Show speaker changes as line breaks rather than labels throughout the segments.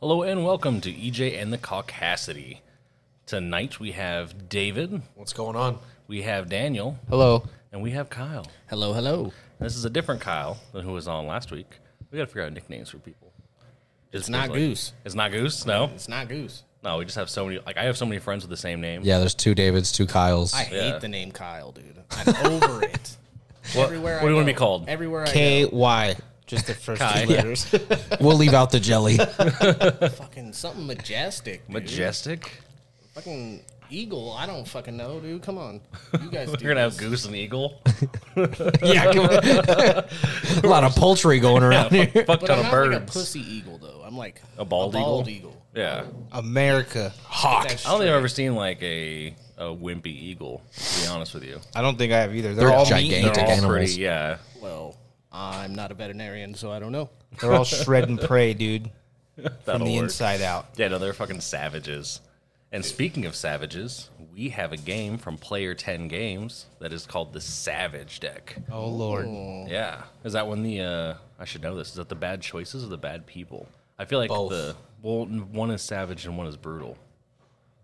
Hello and welcome to EJ and the Caucasity. Tonight we have David,
What's going on?
we have Daniel,
Hello.
and we have Kyle.
Hello, hello.
This is a different Kyle than who was on last week. We got to figure out nicknames for people. Just
It's not
because, like,
Goose.
It's not Goose. No,
It's not Goose.
no. We just have so many. Like I have so many friends with the same name.
Yeah, there's two Davids, two Kyles.
I
Yeah.
hate the name Kyle, dude. I'm over it. Everywhere
what
I
do you wanna be
go.
called?
Everywhere I
K Y.
go. Just the first
Kai.
two letters.
We'll leave out the jelly.
fucking something majestic. Dude.
Majestic.
Fucking eagle. I don't fucking know, dude. Come on. You guys do
We're gonna have
this.
Goose and Eagle.
yeah, come on. a lot of poultry going around here.
Fuck
But
ton
I'm
of
not
birds.
like a pussy eagle, though. I'm like
A bald
bald
eagle? Oh.
eagle.
yeah.
America. Hawk.
That's
I don't think I've ever seen like a a wimpy eagle. To be honest with you,
I don't think I have either. They're, all gigantic.
they're
Gigantic
all
animals.
pretty. Yeah.
Well, I'm not a veterinarian, so I don't know.
They're all shred and prey, dude. From
That'll
the
work.
inside out.
Yeah, no, they're fucking savages. And speaking of savages, we have a game from Player 10 Games that is called the Savage Deck.
Oh lord.
Yeah. Is that when the, uh, I should know this, is that the bad choices or the bad people? I feel like
Both.
the, well, one is savage and one is brutal.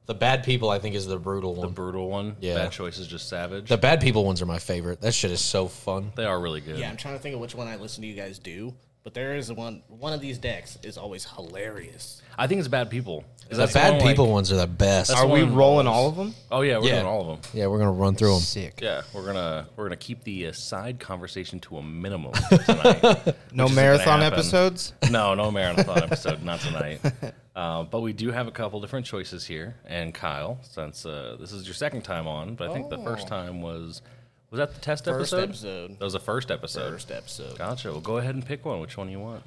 The bad people, I think, is the brutal
The
one.
brutal one,
Yeah.
bad choices, just savage.
The bad people ones are my favorite. That shit is so fun.
they are really good.
Yeah, I'm trying to think of which one I listen to you guys do. But there is one. One of these decks is always hilarious.
I think it's bad people. Is
The
that
bad
someone, like-
people ones are the best.
That's
Are we
one of
rolling
those.
all of them?
oh yeah, we're
Yeah.
doing all of them.
yeah, we're gonna run through them.
Sick.
Yeah, we're gonna we're gonna keep the uh, side conversation to a minimum tonight.
No
which isn't gonna
marathon
happen.
episodes?
No, no marathon episode, not tonight. Uh, but we do have a couple different choices here. And Kyle, since uh, this is your second time on, but I think the first time was was that the test
Oh. First
episode?
episode.
That was the first episode.
First episode.
Gotcha. Well, go ahead and pick one. Which one you want?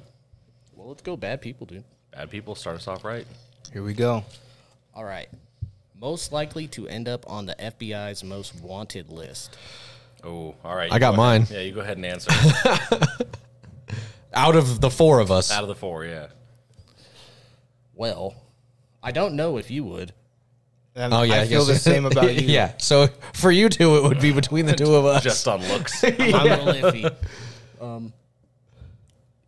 Well, let's go bad people, dude.
Bad people start us off right.
Here we go.
All right. Most likely to end up on the FBI's most wanted list.
Oh, all right.
I
you
got
go
mine.
ahead. Yeah, you go ahead and answer
Out of the four of us,
out of the four. Yeah.
Well, I don't know if you would.
And
oh yeah,
I feel the
guess-
same about you.
yeah, so for you two, it would be between the two of us.
Just on looks.
I'm a little iffy. Um,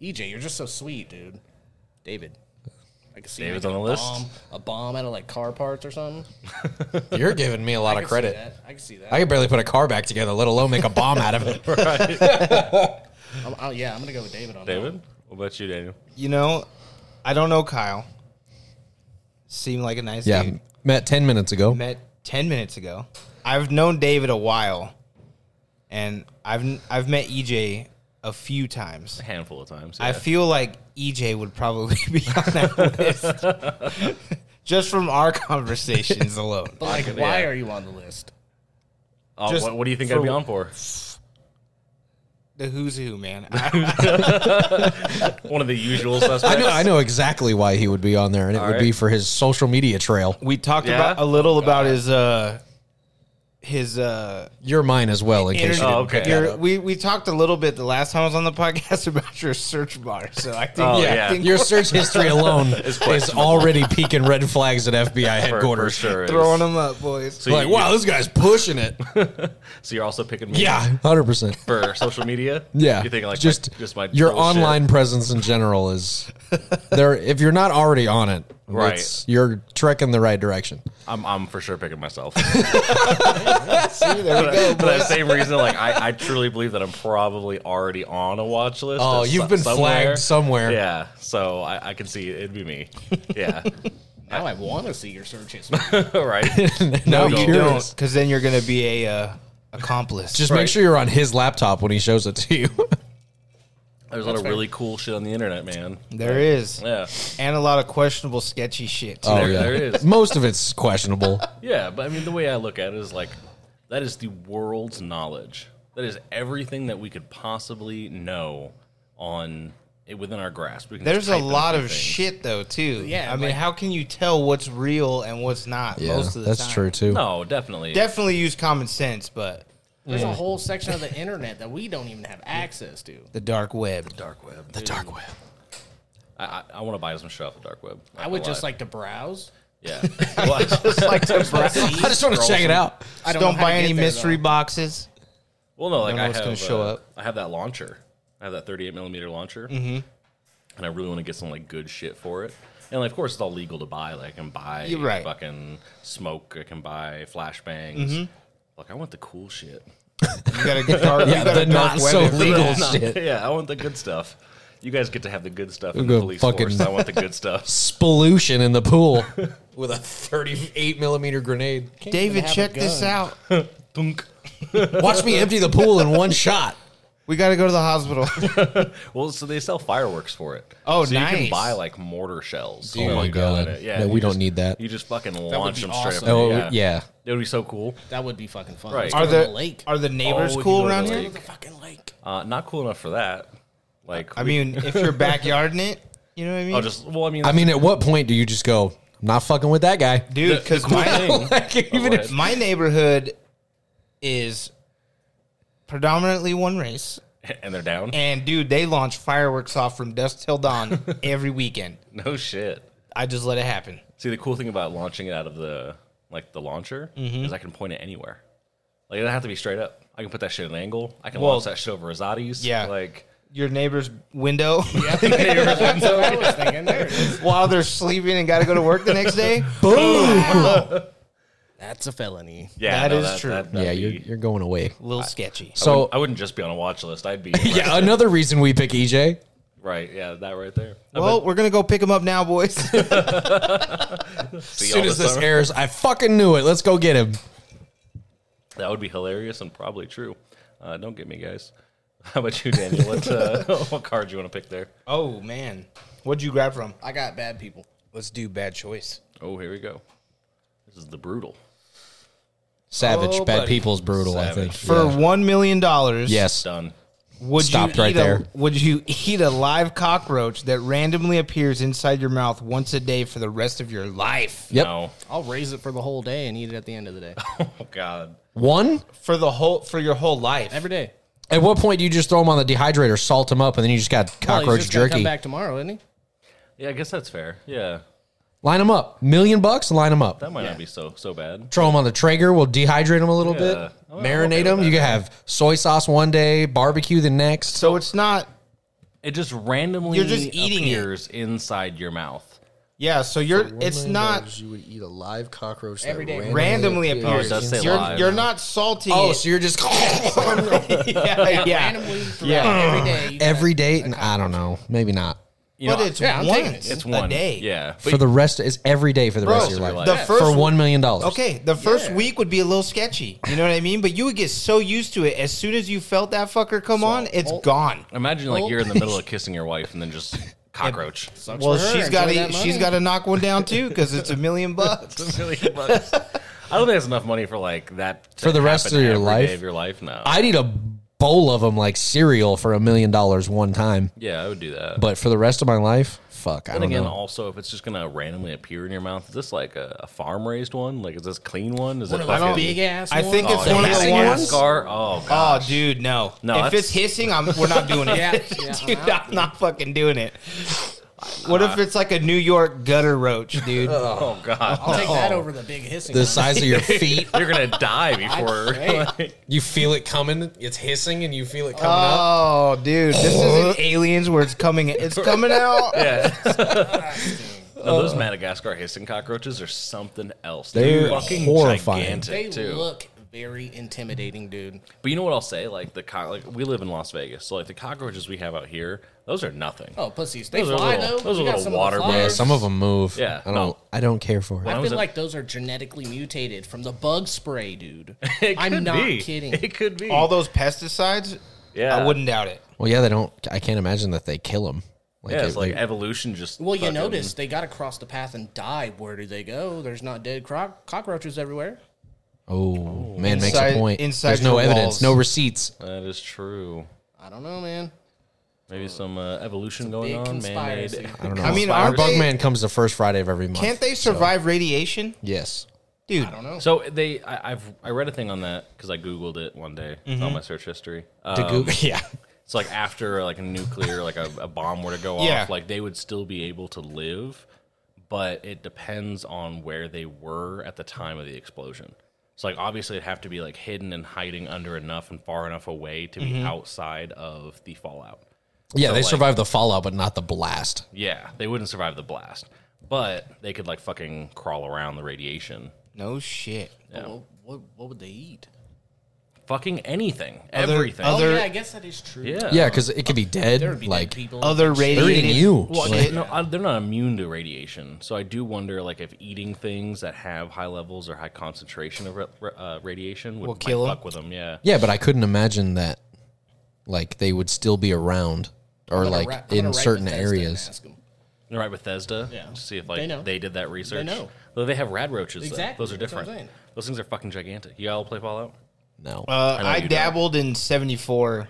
EJ, you're just so sweet, dude. David. I can see you
David's
making
on the
a
list?
Bomb, a bomb out of like car parts or something.
You're giving me a lot
I
of
can
credit.
See that. I can see that.
I could barely put a car back together, let alone make a bomb out of it.
I'm, oh, yeah, I'm gonna go with David on that
David,
one.
what about you, Daniel?
You know, I don't know Kyle. Seemed like a nice
Yeah,
dude.
met ten minutes ago.
Met ten minutes ago. I've known David a while. And I've I've met EJ a few times.
A handful of times.
I
yeah.
feel like EJ would probably be on that list just from our conversations alone.
But like, why
yeah.
are you on the list?
Oh,
just
what, what do you think I'd be on for?
The who's who, man. I,
One of the usual suspects.
I know, I know exactly why he would be on there, and it would be
right.
for his social media trail.
we talked
Yeah?
about a little about his uh his uh
You're mine as well, in case you
internet-
Oh,
didn't
okay.
pick that
your,
up.
we we talked a little bit the last time I was on the podcast about your search bar. So I think
Oh,
I
yeah.
think
Your search history alone is
questionable.
already peaking red flags at FBI
For- for
headquarters.
sure is.
throwing them up, boys.
So
Like,
you-
wow, this guy's pushing it.
So you're also picking me
yeah, hundred percent.
for social media.
Yeah,
You think like
just
my, just my
your
bullshit.
online presence in general is there. If you're not already on it,
Right.
it's- you're trekking the right direction.
I'm I'm for sure picking myself.
See, there we go.
For that same reason, like I, I truly believe that I'm probably already on a watch list.
Oh,
of
you've
so-
been flagged somewhere.
Yeah, so I, I can see it. would be me. Yeah,
Now I want to see your search history.
right.
Now
No,
I'm
you
curious.
don't, because then you're gonna be a uh, accomplice.
Just
Right.
make sure you're on his laptop when he shows it to you.
There's a lot of really cool shit on the internet, man.
there is,
Yeah,
and a lot of questionable, sketchy shit. too.
There- there is.
Oh, Most of it's questionable.
yeah. But I mean, the way I look at it is like that is the world's knowledge. That is everything that we could possibly know on eh, within our grasp. We can just
There's a
type in
lot
few
of
things.
shit though too.
Yeah,
I mean,
like-
how can you tell what's real and what's not?
Yeah,
most of the
that's
time?
true too.
No, definitely.
Definitely use common sense, but
There's a whole section of the internet that we don't even have access to.
the dark web.
dark web.
The dark web.
I, I, I want to buy some shit off the dark web. Not
I would
gonna
just
lie.
like to browse.
yeah. Well, I just-
I just want to check it out.
I
Don't,
know how to
buy
get
any
there,
mystery
though.
boxes.
well, no, like
know
I
what's
have.
gonna show
uh,
up.
I have that launcher. I have that 38 millimeter launcher, mm-hmm. and I really want to get some like good shit for it. And like, of course, it's all legal to buy. Like, I can buy
You're right.
fucking smoke. I can buy flashbangs.
Mm-hmm.
Like, I want the cool shit.
You got a good dark,
Yeah,
you got
the
a
not
dark web
so
if-
legal
No,
shit.
yeah, I want the good stuff. You guys get to have the good stuff in
Go
the police
fucking-
force. I want the good stuff.
Spollution in the pool with a 38 millimeter grenade.
David, check this out.
Thunk.
Watch me empty the pool in one shot.
We got to go to the hospital.
Well, so they sell fireworks for it.
Oh,
so You
nice.
can buy like mortar shells.
Oh my God.
Yeah,
No,
you
we don't
just-
need that.
You just fucking launch
be
them
awesome.
straight up.
Oh, yeah.
it would be so cool.
That would be fucking fun.
Right.
Let's go
are
to the
the
lake?
are the neighbors
Oh, we can
cool
go to
around
the
here?
lake.
the fucking lake?
Uh, not cool enough for that. Like,
I
we-
mean, if you're backyarding it, you know what I mean,
oh, just well, I mean,
I mean, at what point do you just go, I'm not fucking with that guy?
dude. Because
cool
my
thing-
Like, even if
my neighborhood is predominantly one race,
and they're down.
and dude, they launch fireworks off from dusk till dawn every weekend.
No shit.
I just let it happen.
See, the cool thing about launching it out of the like the launcher
Mm-hmm.
is I can point it anywhere. Like it doesn't have to be straight up. I can put that shit at an angle. I can
Well,
launch that shit over Rosati's.
yeah.
like
Your neighbor's window
That's what I was thinking. There it is.
while they're sleeping and got to go to work the next day.
That's a felony.
yeah,
That
no,
is true.
yeah,
that'd
you're,
be-
you're going away.
little sketchy.
So,
I wouldn't just be on a watch list. I'd be
yeah, another reason we pick E EJ.
right. Yeah, that right there.
Well, we're gonna go pick them up now, boys.
See
As
y'all
soon as this
summer.
airs, I fucking knew it. Let's go get him.
that would be hilarious and probably true. Uh, don't get me, guys. How about you, Daniel? What uh, what card you want to pick there?
oh man, what'd you grab from?
I got bad people.
Let's do bad choice.
Oh, here we go. This is the brutal.
Savage.
Oh,
Bad
buddy.
people's brutal, I think.
Savage.
For
Yeah.
one million dollars,
Yes.
Done.
would
Stopped
you
right
eat a,
there.
Would you eat a live cockroach that randomly appears inside your mouth once a day for the rest of your life?
Yep.
No.
I'll raise it for the whole day and eat it at the end of the day.
Oh God.
One,
For the whole for your whole life.
Every day.
at what point do you just throw him on the dehydrator, salt him up, and then you just got
Well,
cockroach
he's just gonna
jerky?
Come back tomorrow, isn't he?
Yeah, I guess that's fair. Yeah,
Line him up. Million bucks, line him up.
that might
Yeah.
not be so so bad.
Throw him on the Traeger. We'll dehydrate him a little bit,
Yeah. I'm- I'm okay
marinate
with
him. You
that.
can have soy sauce one day, barbecue the next.
so it's not
It just randomly
You're just eating it.
appears inside your mouth.
yeah, so you're it's not
You would eat a live cockroach
Every day.
randomly appears.
does say
you're,
live.
you're not salting
Oh,
it.
so you're just
yeah, yeah.
Randomly throughout
Yeah.
every day. you
every day? And I don't know. Maybe not.
You
But
know,
it's
yeah, I'm taking
once
it.
it's one
a day.
Yeah,
for the rest, it's every day for the rest of
Bro,
your life.
the
first
for
one-
one million dollars.
Okay, the first
Yeah.
week would be a little sketchy. You know what I mean? But you would get so used to it. As soon as you felt that fucker come on, it's
oh.
gone.
imagine like you're in the middle of kissing your wife and then just cockroach.
Sucks
Well,
for her.
she's
Enjoy
got
that
to
money.
she's got to knock one down too because it's a million bucks.
It's a million bucks. I don't think that's enough money for like that to
For the rest
happen
of your
every
life?
Day of your life, no.
I'd eat a bowl of them like cereal for a million dollars one time,
yeah, I would do that.
but for the rest of my life, fuck, I
and
don't
again,
know.
also if it's just gonna randomly appear in your mouth, is this like a, a farm raised one? Like, is this clean one? Is it
Like
fucking-
big ass.
I think
Oh,
it's
yeah.
one of the
Hissing
ones.
Scar. Oh god.
Oh, dude, no.
No,
if
that's-
it's hissing, I'm we're not doing it.
Yeah, yeah, I'm
dude, I'm, not fucking doing it. What
Uh,
if it's like a New York gutter roach, dude?
Oh god.
I'll take that over the big hissing.
The
one.
size of your feet,
You're gonna die before. like-
you feel it coming. It's hissing, and you feel it coming up.
Oh, dude, this isn't aliens where it's coming. It's coming out.
No, those Madagascar hissing cockroaches are something else.
They're
They're, fucking
horrifying.
they
gigantic too.
look very intimidating, dude.
But you know what I'll say? Like the co- like we live in Las Vegas, so like the cockroaches we have out here, those are nothing.
Oh, pussies. They
Those are
fly
little-
though.
those are
We got
little
some of the
water
Yeah,
bugs.
flyers.
some of them move.
Yeah,
I don't.
no.
I don't care for it.
I
I
was
feel
at-
like those are genetically mutated from the bug spray, dude.
It
I'm
could
not
be.
kidding.
It could be.
All those pesticides.
Yeah.
I wouldn't doubt it.
Well, yeah, they don't. I can't imagine that they kill them. Like,
yeah,
it-
it's like evolution just.
Well, you
fucking-
notice they got to cross the path and die. Where do they go? There's not dead croc- cockroaches everywhere.
oh, man,
Inside-
makes a point.
inside
There's no
your
evidence,
walls.
no receipts.
that is true.
I don't know, man.
Maybe some uh, evolution going
Oh. Big
on, man.
conspiracy.
I don't know.
I mean,
our
aren't they-
Bugman comes the first Friday of every month.
Can't they survive radiation,
Yes.
dude?
I don't know.
So they, I, I've I read a thing on that because I googled it one day. It's on my search history.
To
Um,
Google- yeah.
It's like after like a nuclear, like a, a bomb were to go
Yeah.
off, like they would still be able to live, but it depends on where they were at the time of the explosion. So like obviously it'd have to be like hidden and hiding under enough and far enough away to
Mm-hmm.
be outside of the fallout.
Yeah, they
like-
survived the fallout, but not the blast.
Yeah, they wouldn't survive the blast. but they could like fucking crawl around the radiation.
No shit.
What, what, what would they eat?
Fucking anything,
Other-
everything.
oh
other-
yeah, I guess that is true.
yeah,
Yeah, because it could be
there would
dead.
be
Like uh,
dead people.
they're
Other radiated.
eating you.
Well,
Like,
it-
No, I, they're not immune to radiation, so I do wonder, like, if eating things that have high levels or high concentration of ra- ra- uh, radiation would
Will
might
kill 'em?
fuck with them. Yeah,
yeah, but I couldn't imagine that. Like they would still be around, or
I'm gonna
like
ra- I'm gonna
in
write
certain
Bethesda and
areas.
ask 'em.
You're right, Bethesda.
Yeah.
See if like
They
they,
know.
did that research.
know.
Though they have rad roaches. though.
Exactly,
Those are
that's what I'm
different.
saying.
Those things are fucking gigantic. You all play Fallout?
No,
Uh,
I know
I,
you don't.
dabbled in '74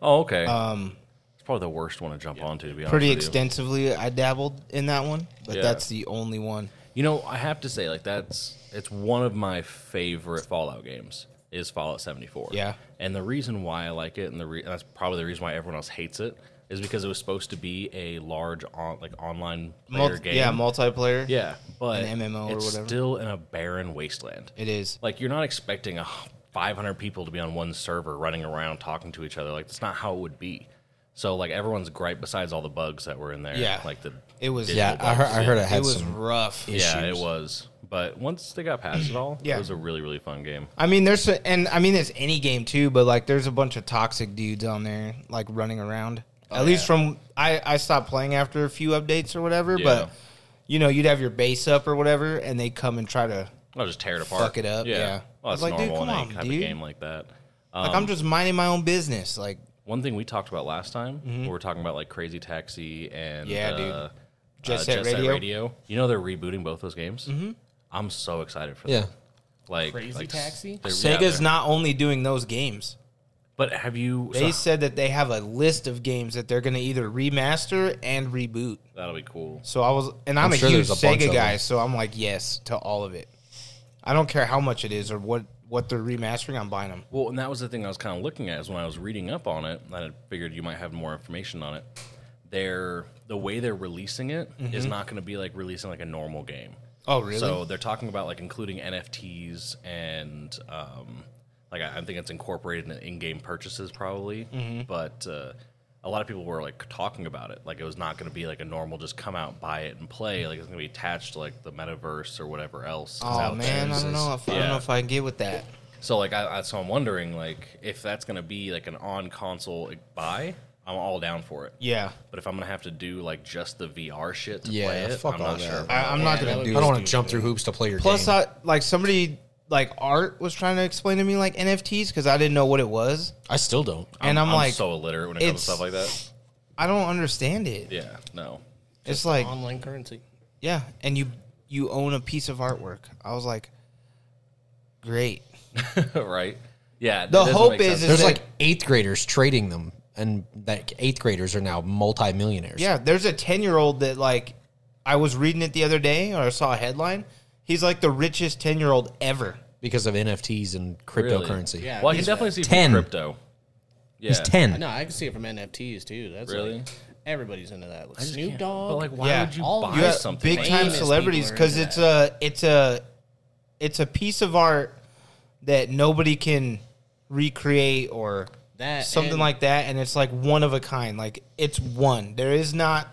Oh, okay. Um, it's probably the worst one to jump onto. To be honest,
pretty
with you.
extensively. I dabbled in that one, but
Yeah.
that's the only one.
You know, I have to say, like that's it's one of my favorite Fallout games is Fallout 74.
Yeah.
And the reason why I like it, and the re- and that's probably the reason why everyone else hates it, is because it was supposed to be a large on like online player
Multi-
game.
Yeah, multiplayer.
yeah, but
An MMO or
it's
whatever.
still in a barren wasteland.
it is.
like you're not expecting a 500 people to be on one server running around talking to each other like that's not how it would be so like everyone's gripe besides all the bugs that were in there
Yeah.
like the
It was.
yeah, I heard, I heard it
It
had
was
some.
rough.
yeah it was but once they got past it all
Yeah.
it was a really really fun game
I mean, there's a- and I mean, it's any game too, but like, there's a bunch of toxic dudes on there, like running around.
Oh,
At least from I, I stopped playing after a few updates or whatever,
Yeah.
but you know, you'd have your base up or whatever, and they come and try to.
i'll just tear it apart
Fuck it up, yeah.
well
I was
that's
like, dude,
normal in
come
any
on,
type
dude.
of game like that um,
Like, I'm just minding my own business. Like,
one thing we talked about last time we were talking about like crazy taxi and
Mm-hmm. Yeah,
uh,
dude.
uh,
Jet Set Radio.
you know they're rebooting both those games mm-hmm. i'm so excited for
Yeah,
that like
Crazy
like,
Taxi?
they're- yeah,
Sega's
they're-
not only doing those games.
But have you?
They
so-
said that they have a list of games that they're going to either remaster and reboot.
that'll be cool.
So I was, and I'm,
I'm
a
sure
huge
there's a bunch of
Sega guy,
them.
so I'm like, yes to all of it. I don't care how much it is or what what they're remastering. I'm buying them.
Well, and that was the thing I was kind of looking at is when I was reading up on it, and I figured you might have more information on it. They're the way they're releasing it is not going to be like releasing like a normal game.
Mm-hmm. Oh, really?
So they're talking about like including NFTs and um, like I, I think it's incorporated in in-game purchases probably.
Mm-hmm.
But uh, a lot of people were like talking about it, like it was not going to be like a normal just come out, buy it, and play. Like it's going to be attached to like the metaverse or whatever else. is
Oh
out there.
man, I don't know if I don't
Yeah.
know if I can get with that.
So like I, I so I'm wondering like if that's gonna be like an on console like, buy, I'm all down for it.
Yeah,
But if I'm gonna have to do like just the VR shit to
Yeah,
play it,
fuck
I'm
all
not
that.
sure.
I, I'm not gonna
that
do.
I
it.
don't want to jump through hoops to play your
Plus,
game.
I like somebody like Art was trying to explain to me like NFTs because I didn't know what it was,
I still don't.
and I'm, like,
so illiterate when it comes to
it's-
stuff like that.
I don't understand it.
Yeah, no.
It's like
Online currency.
yeah, and you you own a piece of artwork. I was like, great.
right? Yeah. it
The
doesn't
hope
make
is,
sense.
is
There's
that-
like eighth graders trading them, and that eighth graders are now multimillionaires.
Yeah, there's a 10 year old that, like, I was reading it the other day or I saw a headline. He's like the richest 10 year old ever.
because of NFTs and cryptocurrency.
Yeah.
well I can
he's
definitely see
10.
from crypto. Yeah.
He's ten.
No, I can see it from NFTs too. That's
Really?
like- everybody's into that. Like
Just
Snoop
can't-
Dogg.
But like why
Yeah.
would you
All
buy
You got
something?
big
like
time
that?
people
celebrities
are
because
into
it's a, it's a, it's a piece of art that nobody can recreate or
That
something
and-
like that. And it's like one of a kind. Like, it's one. There is not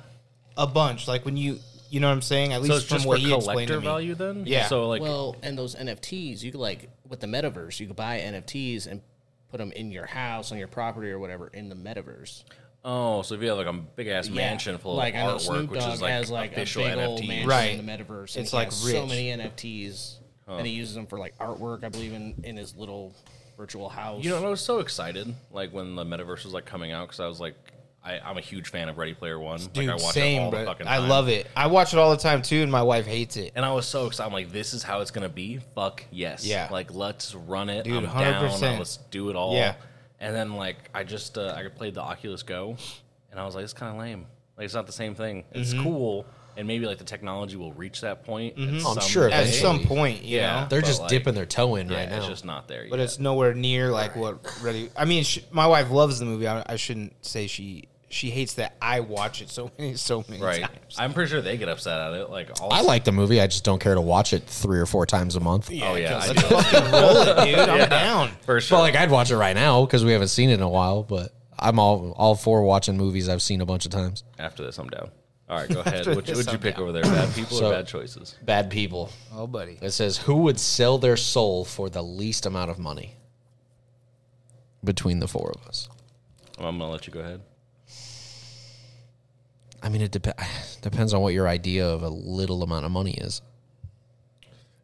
a bunch. Like, when you, you know what I'm saying? At
So
least
it's
from
just for
what he explained
collector
to me.
value then?
Yeah.
So like
well, and those NFTs, you could like with the metaverse, you could buy NFTs and put them in your house, on your property, or whatever in the metaverse.
oh, so if you have like a big ass mansion full of
I know
artwork,
Snoop
which
Dogg
is like,
has like
official
a big old
NFT.
mansion
Right.
in the metaverse.
It's,
he
like,
has so
rich.
many NFTs, and he uses them for like artwork, I believe, in in his little virtual house.
You know, and I was so excited like when the metaverse was like coming out because I was like, I, I'm a huge fan of Ready Player One.
Dude,
like, I watch
same,
it all
bro.
the fucking
I
time.
love it. I watch it all the time too, and my wife hates it.
And I was so excited. I'm like, this is how it's gonna be. Fuck yes.
Yeah.
Like let's run it. I'm
Dude,
down.
100%.
Let's do it all.
Yeah.
And then like I just uh, I played the Oculus Go, and I was like, it's kind of lame. Like it's not the same thing. It's
Mm-hmm.
cool, and maybe like the technology will reach that point. at
Mm-hmm.
Oh,
some
I'm sure
At
day.
Eventually.
some point, you
Yeah.
know.
They're
But,
just
like,
dipping their toe in
Yeah,
right now.
It's just not there yet.
but it's nowhere near like what ready. I mean, sh my wife loves the movie. I, I shouldn't say she she hates that I watch it so many so many
right.
times.
I'm pretty sure they get upset at it. Like all.
I like the movie. I just don't care to watch it three or four times a month.
Oh yeah. I
Let's
do.
fucking roll it, dude. I'm down.
For sure.
But like, I'd watch it right now because we haven't seen it in a while. But I'm all all for watching movies I've seen a bunch of times.
after this, I'm down. All right, go ahead. What would you pick over there? Bad people
So-
or bad choices?
Bad people.
Oh, buddy.
It says, "Who would sell their soul for the least amount of money?" Between the four of us,
I'm gonna let you go ahead.
I mean, it dep- depends on what your idea of a little amount of money is.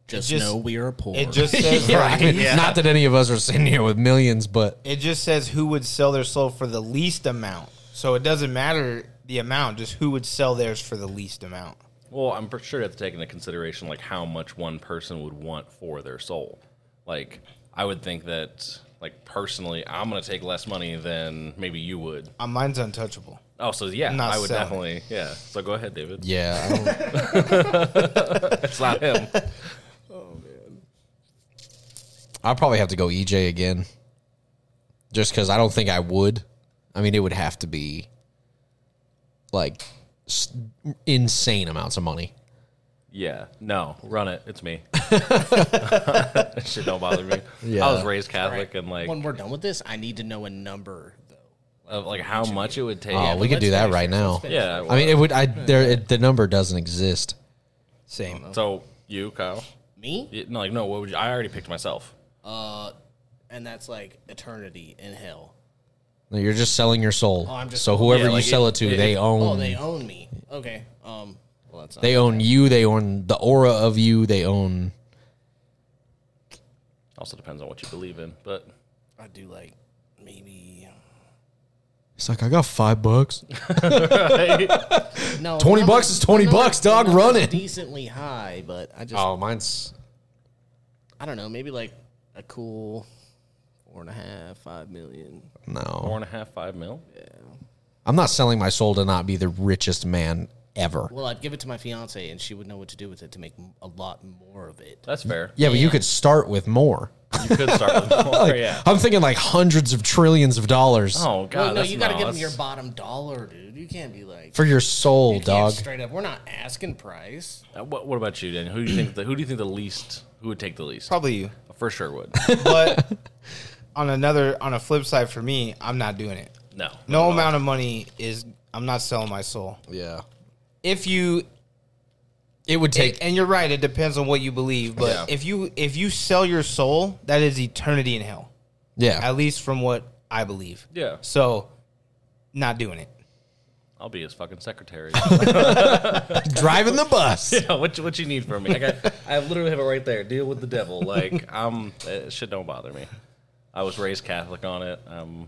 Just,
just-
know we are poor.
It just says
Not that any of us are sitting here with millions, but
it just says who would sell their soul for the least amount. So it doesn't matter the amount, just who would sell theirs for the least amount.
Well, I'm pretty sure you have to take into consideration like how much one person would want for their soul. Like, I would think that like personally, I'm gonna take less money than maybe you would.
Uh, mine's untouchable.
Oh, so yeah,
I'm not
I would
selling.
definitely. Yeah. So go ahead, David.
yeah, I don't-
It's not him.
I'll probably have to go EJ again, just because I don't think I would. I mean, it would have to be like s- insane amounts of money.
yeah. No, run it. It's me. Shit, don't bother me.
Yeah.
I was raised Catholic and like
when we're done with this, I need to know a number though.
of, like how much it would take.
Oh, we could do that right now.
yeah.
I mean, it would. I there. It, the number doesn't exist.
Same.
so you, Kyle.
Me?
Yeah, no, like no. What would you, I already picked myself?
Uh, and that's like eternity in hell.
No, You're just selling your soul.
Oh, I'm just-
so whoever
Yeah,
you
like,
sell
it-
it to,
it-
they own.
Oh,
they,
they own me. Okay. Um. Well, that's not.
own you. They own the aura of you. They own.
Also depends on what you believe in, but
I do like maybe
It's like I got five bucks.
no.
20
the
bucks is 20
the number's-
bucks, dog,
the number's
run it.
Decently high, but I just
Oh, mine's
I don't know. Maybe like a cool four and a half, five million.
four
no.
and a half, five mil.
I'm not selling my soul to not be the richest man ever.
Well, I'd give it to my fiance, and she would know what to do with it to make m- a lot more of it.
That's fair.
Yeah, but you could start with more.
You could start with more. yeah.
I'm thinking like hundreds of trillions of dollars
Oh
Well,
god,
no,
that's
you got to
no,
give them your
that's-
bottom dollar, dude. You can't be like
for your soul,
you can't
dog.
Straight up, we're not asking price.
Uh, What, what about you, Dan? Who do you think? The, who do you think the least? Who would take the least?
Probably you.
For sure would.
But on another on a flip side for me, I'm not doing it.
No.
No amount of money is I'm not selling my soul.
yeah.
If you
It would take.
and you're right, it depends on what you believe, but
Yeah.
if you if you sell your soul, that is eternity in hell.
yeah.
At least from what I believe.
Yeah.
So not doing it.
I'll be his fucking secretary.
Driving the bus.
No, what you- what you need from me? I got. I literally have it right there. Deal with the devil. Like I'm. It, shit don't bother me. I was raised Catholic on it. Um,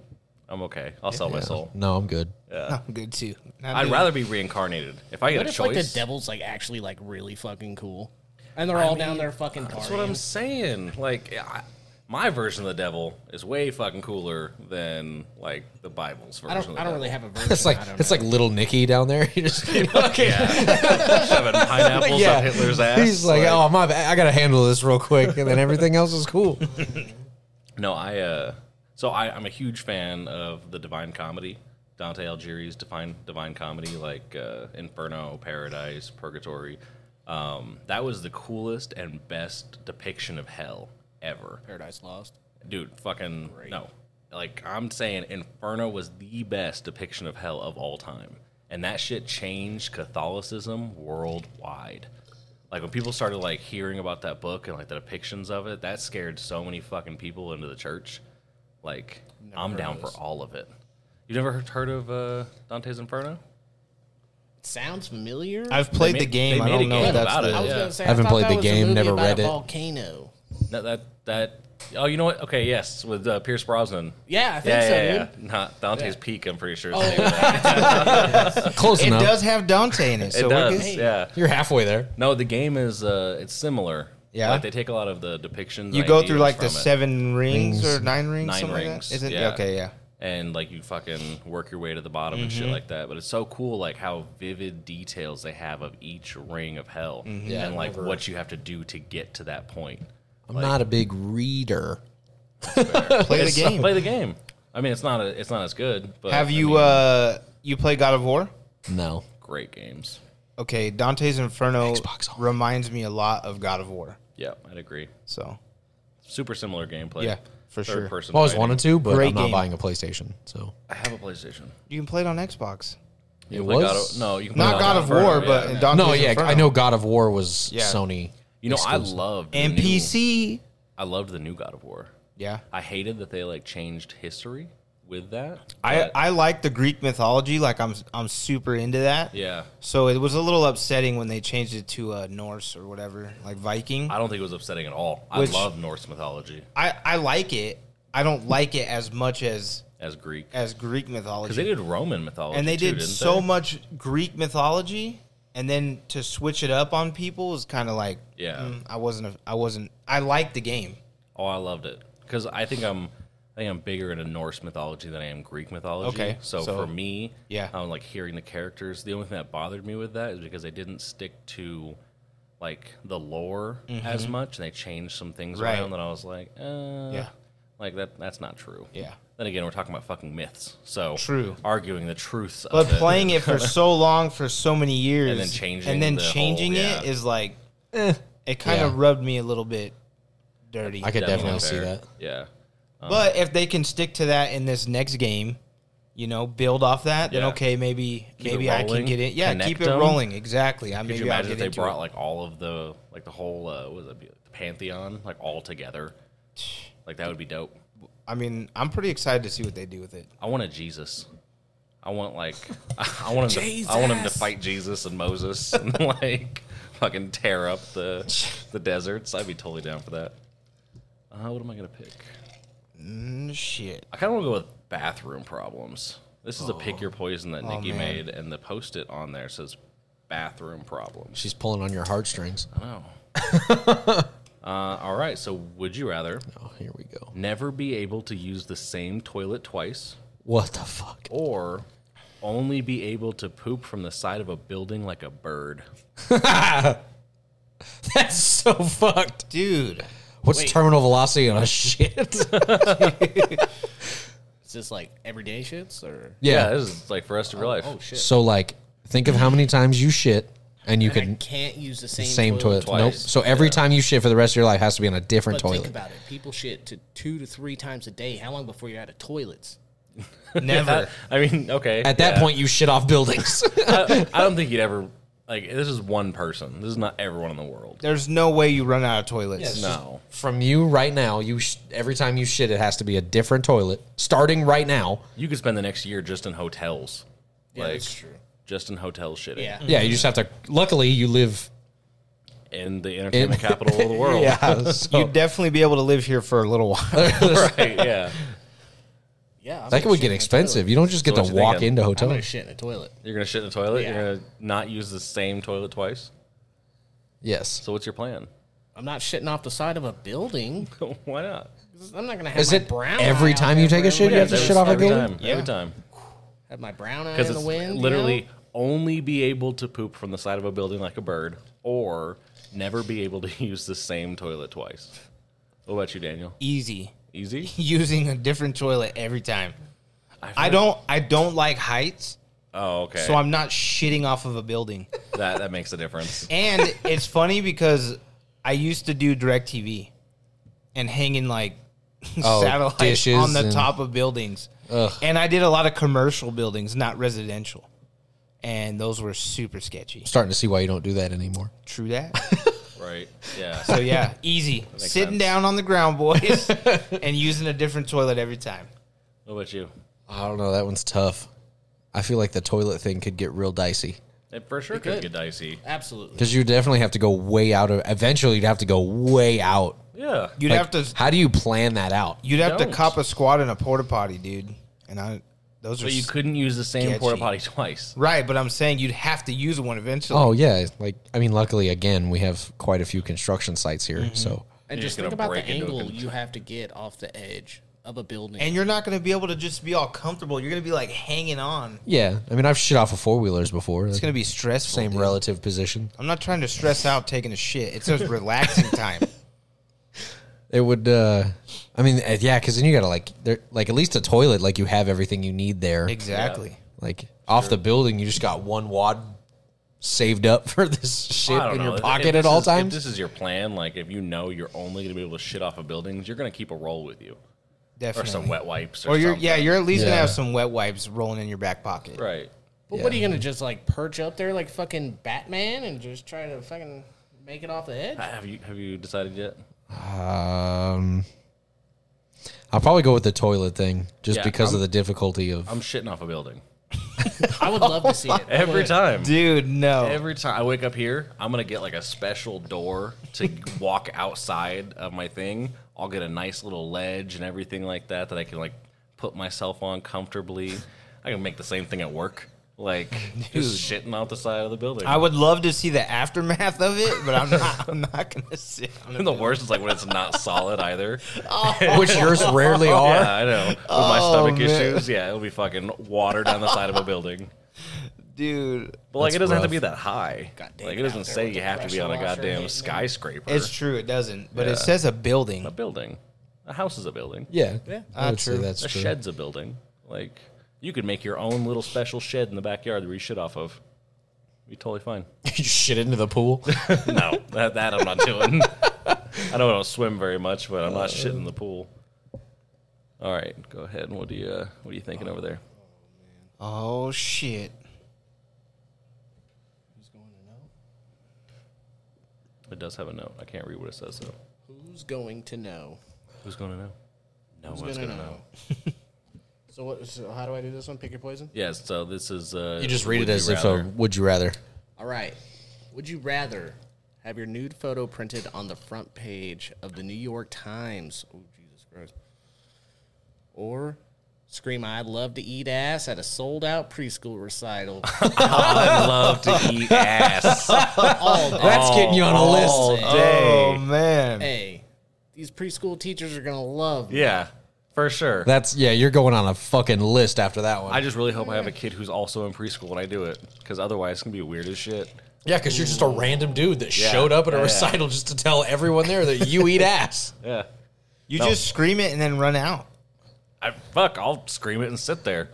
I'm okay. I'll sell my soul.
No, I'm good.
Uh,
I'm good too. Not
I'd
doing
rather be reincarnated if I get
What
a
if
choice.
like the devil's like actually like really fucking cool, and they're all down there fucking partying?
That's what I'm saying. Like, I, my version of the devil is way fucking cooler than like the Bible's version.
I
of
don't.
the
I don't
devil.
really have a version.
It's like
I don't
it's like little Nicky down there. You just
shoving pineapples
yeah.
up Hitler's ass.
He's like, oh my, bad. I gotta handle this real quick, and then everything else is cool.
no, I. uh So I, I'm a huge fan of the Divine Comedy, Dante Alighieri's Divine Divine Comedy, like uh, Inferno, Paradise, Purgatory. Um, that was the coolest and best depiction of hell ever.
Paradise Lost.
dude fucking no like i'm saying inferno was the best depiction of hell of all time and that shit changed catholicism worldwide like when people started like hearing about that book and like the depictions of it that scared so many fucking people into the church like i'm down for all of it you never heard- heard of uh, dante's inferno
Sounds familiar.
I've played
made-
the
they
game. I
made a
don't know
game
if that's
about
the
it.
I was
yeah.
gonna say I
Haven't
thought
played
that
the
was a
game,
movie
never
about
read
a
it.
Volcano.
that that, that oh you know what okay yes with uh, pierce brosnan
Yeah, I think so, dude.
Not Dante's Peak, I'm pretty sure. is the
Oh.
name of that.
Close
It
enough.
does have Dante in it,
It
so we're
does,
good.
yeah.
You're halfway there.
No, the game is uh, it's similar.
Yeah?
like they take a lot of the depictions.
You go through
ideas
like the
from it,
seven rings, or nine rings,
Nine
something
rings,
like that. Is it?
yeah.
Okay, yeah.
and like you fucking work your way to the bottom and
Mm-hmm.
shit like that. But it's so cool, like how vivid details they have of each ring of hell,
Mm-hmm.
Yeah,
and like what you have to do to get to that point.
I'm not a big reader.
Play the game.
Play the game. I mean, it's not a, it's not as good. But
Have
I
you
mean,
uh you play God of War?
No.
great games?
Okay, Dante's Inferno
Xbox only.
reminds me a lot of God of War.
Yeah, I'd agree.
So
Super similar gameplay.
Yeah, for sure.
Third person.
I've always
fighting.
wanted to, but
Great
I'm not
game.
buying a PlayStation. So
I have a PlayStation.
you can play it on Xbox.
You
It
can play God
was?
of- no, you can play
Not God of War, but
yeah.
in Dante's
No, yeah,
Inferno.
I know God of War was
Yeah.
Sony.
you know
exclusive.
I loved the
And
new-
PC.
I loved the new God of War.
Yeah.
I hated that they like changed history with that.
I,
but-
I like the Greek mythology. Like I'm I'm super into that.
yeah.
So it was a little upsetting when they changed it to uh, Norse or whatever, like Viking.
I don't think it was upsetting at all.
Which-
I love Norse mythology
I, I like it. I don't like it as much as
as Greek
as Greek
because they
mythology.
did Roman mythology
And they
too,
did
didn't
so
they?
much Greek mythology, and then to switch it up on people is kind of like
Yeah.
mm, I wasn't a, I wasn't I liked the game.
Oh, I loved it because I think I'm I think I'm bigger into Norse mythology than I am Greek mythology.
Okay,
so,
so-
for me,
yeah.
I'm like hearing the characters. The only thing that bothered me with that is because they didn't stick to like the lore as much, and they changed some things
Mm-hmm. Right.
around. That I was like, uh,
Yeah.
like that that's not true.
Yeah.
Then again, we're talking about fucking myths, so
True.
arguing the truths,
But
of it
playing it for so long for so many years
And then changing
and then
the
changing
whole-
it
yeah.
is like eh, it kind of
Yeah.
rubbed me a little bit dirty.
I could definitely see
unfair.
that.
Yeah,
But
um,
if they can stick to that in this next game, you know, build off that,
Yeah.
then okay, maybe
Keep it
maybe I can
rolling,
get it. Yeah,
connect
keep it
'em.
rolling. Exactly. I
Could
maybe
you
I'll
imagine
get
if they
into
brought
it.
like all of the like the whole uh, what would it be the pantheon like all together? Like that would be dope.
I mean, I'm pretty excited to see what they do with it.
I want a Jesus. I want like I want him. To, I want him to fight Jesus and Moses and like fucking tear up the the deserts. I'd be totally down for that. Uh, what am I gonna pick?
Mm, shit. Oh.
I kind of want to go with bathroom problems. This is a pick your poison that Nikki
man.
made, and the post it on there says bathroom problems.
She's pulling on your heartstrings.
No. uh, all right. So, would you rather
Oh, here we go.
never be able to use the same toilet twice,
What the fuck?
or only be able to poop from the side of a building like a bird?
That's so fucked.
Dude.
What's
Wait.
terminal velocity on a shit?
Is this like everyday shits or?
Yeah, this is like for us to realize.
Oh shit!
So like, think of how many times you shit and you
And I
can
can't use the same,
same toilet.
twice.
Nope. So every time you shit for the rest of your life has to be on a different
But think
toilet.
about it. People shit to two to three times a day. How long before you're out of toilets?
Never.
I mean, okay.
At that
yeah.
point, you shit off buildings.
I, I don't think you'd ever like. This is one person. This is not everyone in the world.
There's no way you run out of toilets.
No.
From you right now, you sh- every time you shit, it has to be a different toilet. Starting right now.
You could spend the next year just in hotels.
Yeah,
like,
that's true.
Just in hotel shitting.
Yeah.
Yeah, you just have to. Luckily, you live.
In the entertainment capital of the world.
Yeah, so-
You'd definitely be able to live here for a little while.
Right. Yeah.
Yeah, I'm
that
gonna
would
shit
get
in a
expensive.
toilet.
You don't just get
So what
to
you
walk
thinking?
into
I'm gonna
hotels.
shit in a toilet.
You're gonna shit in the toilet.
Yeah.
You're gonna not use the same toilet twice.
Yes.
So what's your plan?
I'm not shitting off the side of a building.
Why not?
I'm not gonna have
Is
my
it
brown
every
eye out
time you
there
take a
for
shit, you
everyone
have to
to
every-
shit off a
every
building?
time. Every time.
Have my brown eye in
Because
the
it's
wind. you
literally
know?
only be able to poop from the side of a building like a bird, or never be able to use the same toilet twice. What about you, Daniel?
Easy.
Easy.
Using a different toilet every time.
I've
I
heard-
don't I don't like heights,
Oh, okay.
so I'm not shitting off of a building.
that that makes a difference.
And it's funny because I used to do direct TV and hanging like
Oh,
satellites
dishes
on the
and-
top of buildings. And I did a lot of commercial buildings, not residential. And those were super sketchy.
Starting to see why you don't do that anymore.
True that.
Right. Yeah.
So yeah, easy. Sitting
sense.
down on the ground, boys, and using a different toilet every time.
What about you?
I don't know. That one's tough. I feel like the toilet thing could get real dicey
It for sure could
could.
get dicey.
absolutely.
because you definitely have to go way out of. Eventually, you'd have to go way out.
Yeah.
You'd
Like,
have to
How do you plan that out?
you'd have
don't.
to cop a squat in a porta potty, dude. And I those are
But you
s-
couldn't use the same
Sketchy.
porta potty twice.
right, but I'm saying you'd have to use one eventually.
Oh yeah, like I mean, luckily again we have quite a few construction sites here, so
And
You're
just
just gonna
think about the
break into a
angle
con-
you have to get off the edge of a building.
And you're not going to be able to just be all comfortable. You're going to be like hanging on.
yeah. I mean, I've shit off of four wheelers before.
It's going to be stressful.
same
dude.
relative position.
I'm not trying to stress out taking a shit. It's just relaxing time.
It would. uh I mean, uh, yeah, because then you gotta like, there, like at least a toilet, like you have everything you need there.
Exactly.
Like off the building, you just got one wad saved up for this shit
I don't
in
know.
your
If-
pocket
if
at
this
all
is-
times.
If this is your plan, like if you know you're only going to be able to shit off of buildings, you're going to keep a roll with you or
Definitely.
some wet wipes or,
Or you're
something.
yeah, you're at least going
Yeah.
to have some wet wipes rolling in your back pocket.
right.
But what are you gonna just like perch up there like fucking Batman and just try to fucking make it off the edge?
Have you have you decided yet?
Um, I'll probably go with the toilet thing just
Yeah,
because of the difficulty of.
I'm shitting off a building
I would love to see it
every time.
Dude, no.
Every time I wake up here, I'm gonna get like a special door to walk outside of my thing. I'll get a nice little ledge and everything like that that I can like put myself on comfortably. I can make the same thing at work, like just shitting out the side of the building.
I would love to see the aftermath of it, but I'm not. I'm not gonna sit. On it.
and the worst is like when it's not solid either.
which yours rarely are.
Yeah, I know. With my
Oh,
stomach issues, yeah, it'll be fucking water down the side of a building.
Dude,
But like,
That's
it doesn't have
rough.
to be that high.
God dang
like,
it,
it
out
doesn't
there
say
with
you
the
have to be on a
pressure washer
goddamn
and-
skyscraper.
it's true. It doesn't, but
Yeah.
it says a building.
a building. A house is a building.
Yeah, I would
Ah,
say
true.
that's
a
true.
shed's a building. Like you could make your own little special shed in the backyard where you shit off of. Be totally fine.
you shit into the pool.
no, that, that I'm not doing. I know I don't swim very much, but I'm
Uh,
not shitting in the pool. All right, go ahead. What do you uh, What are you thinking over there?
Oh shit!
Who's going to know?
It does have a note. I can't read what it says though.
Who's going to know?
Who's going to know? No
Who's
one's
gonna
going to know.
so what? So how do I do this one? Pick your poison.
Yes. So this is. Uh,
You just read
would
it as
you
if um, a
rather.
would you rather.
All right. Would you rather have your nude photo printed on the front page of the New York Times? Oh Jesus Christ! Or scream "I'd love to eat ass" at a sold-out preschool recital
I love to eat ass.
all
Oh.
day.
That's getting you on a
All
list.
day.
Oh man,
Hey, these preschool teachers are gonna love. me.
Yeah, for sure.
That's yeah. You're going on a fucking list after that one.
I just really hope I have a kid who's also in preschool when I do it, because otherwise it's gonna be weird as shit.
yeah, because you're just a random dude that
Yeah.
showed up at a
Yeah, yeah.
recital just to tell everyone there that you eat ass.
Yeah,
you just scream it and then run out.
I, fuck, I'll scream it and sit there.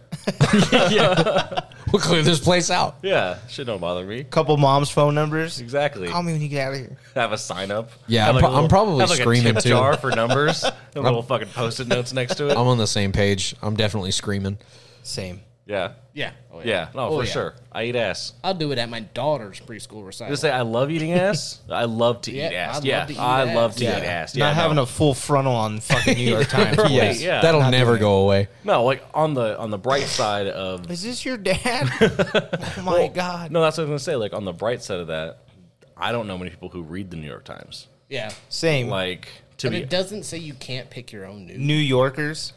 We'll clear this place out.
Yeah, shit don't bother me.
Couple mom's phone numbers.
Exactly.
Call me when you get out of here.
Have a sign up.
Yeah,
Have
I'm
a
pro- I'm probably
have like a
screaming
tip
too.
Jar for numbers. and little fucking post-it notes next to it.
I'm on the same page. I'm definitely screaming.
Same.
yeah.
Yeah. Oh,
Yeah. No,
Oh,
for
yeah.
sure. I eat ass.
I'll do it at my daughter's preschool recital.
Just say I love eating ass. I love to
Yeah,
eat ass.
I love
yeah,
to eat
I
ass.
love to
Yeah.
eat ass.
Not
Yeah,
having
no.
a full frontal on fucking New York Times.
Yes. Yeah.
that'll
Not
never
doing
go away.
no like on the on the bright side of
Is this your dad? oh my god.
no, that's what I was gonna say. Like on the bright side of that, I don't know many people who read the New York Times.
yeah.
Same.
Like to
But
be
it doesn't say you can't pick your own nude.
New Yorkers.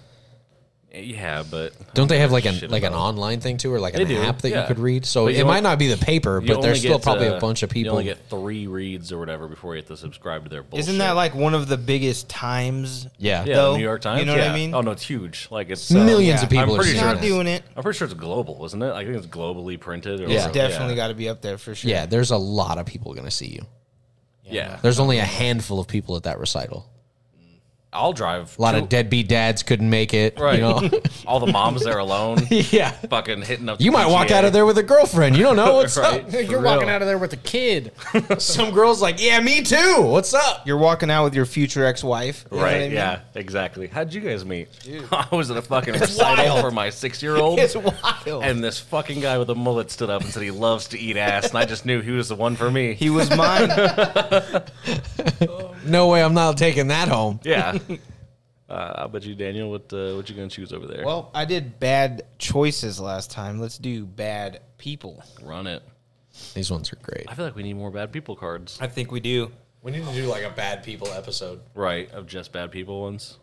Yeah, but
Don't they have like
Shit
an like an
about
online thing too, or like an
do,
app that
yeah.
you could read? So
But you
it might
only-
not be the paper,
you
but
only
there's still
get,
probably
uh,
a bunch of people.
You only get three reads or whatever before you have to subscribe to their bullshit.
Isn't that like one of the biggest times?
yeah,
yeah,
though?
the New York Times?
You know what I
Yeah.
mean?
Oh no, it's huge. Like it's uh,
millions
Yeah.
of people
I'm
are
pretty
seeing
sure
Not
it's-
this.
doing it.
I'm pretty sure it's global, isn't it? I think it's globally printed. Or
Yeah.
It's
whatever.
definitely
Yeah.
got to be up there for sure.
Yeah, there's a lot of people going to see you.
yeah.
There's only a handful of people at that recital.
I'll drive
A lot
to-
of deadbeat dads couldn't make it.
Right.
You know?
All the moms there alone,
yeah.
fucking hitting up.
You
the
might walk
PTA.
out of there with a girlfriend. You don't know what's
Right.
You're walking out of there with a kid.
up. Some girl's like, yeah, me too. What's up?
You're walking out with your future ex-wife. you know what
Right,
I mean?
yeah, exactly. How'd you guys meet? I was at a fucking recital for my six year old.
It's wild.
And this fucking guy with a mullet stood up and said he loves to eat ass, and I just knew he was the one for me.
he was mine.
No way, I'm not taking that home.
yeah. Uh, I bet you, Daniel, what uh, what you gonna choose over there?
well, I did bad choices last time. Let's do bad people.
Run it.
These ones are great.
I feel like we need more bad people cards.
I think we do.
We need to do like a bad people episode.
Right, of just bad people ones.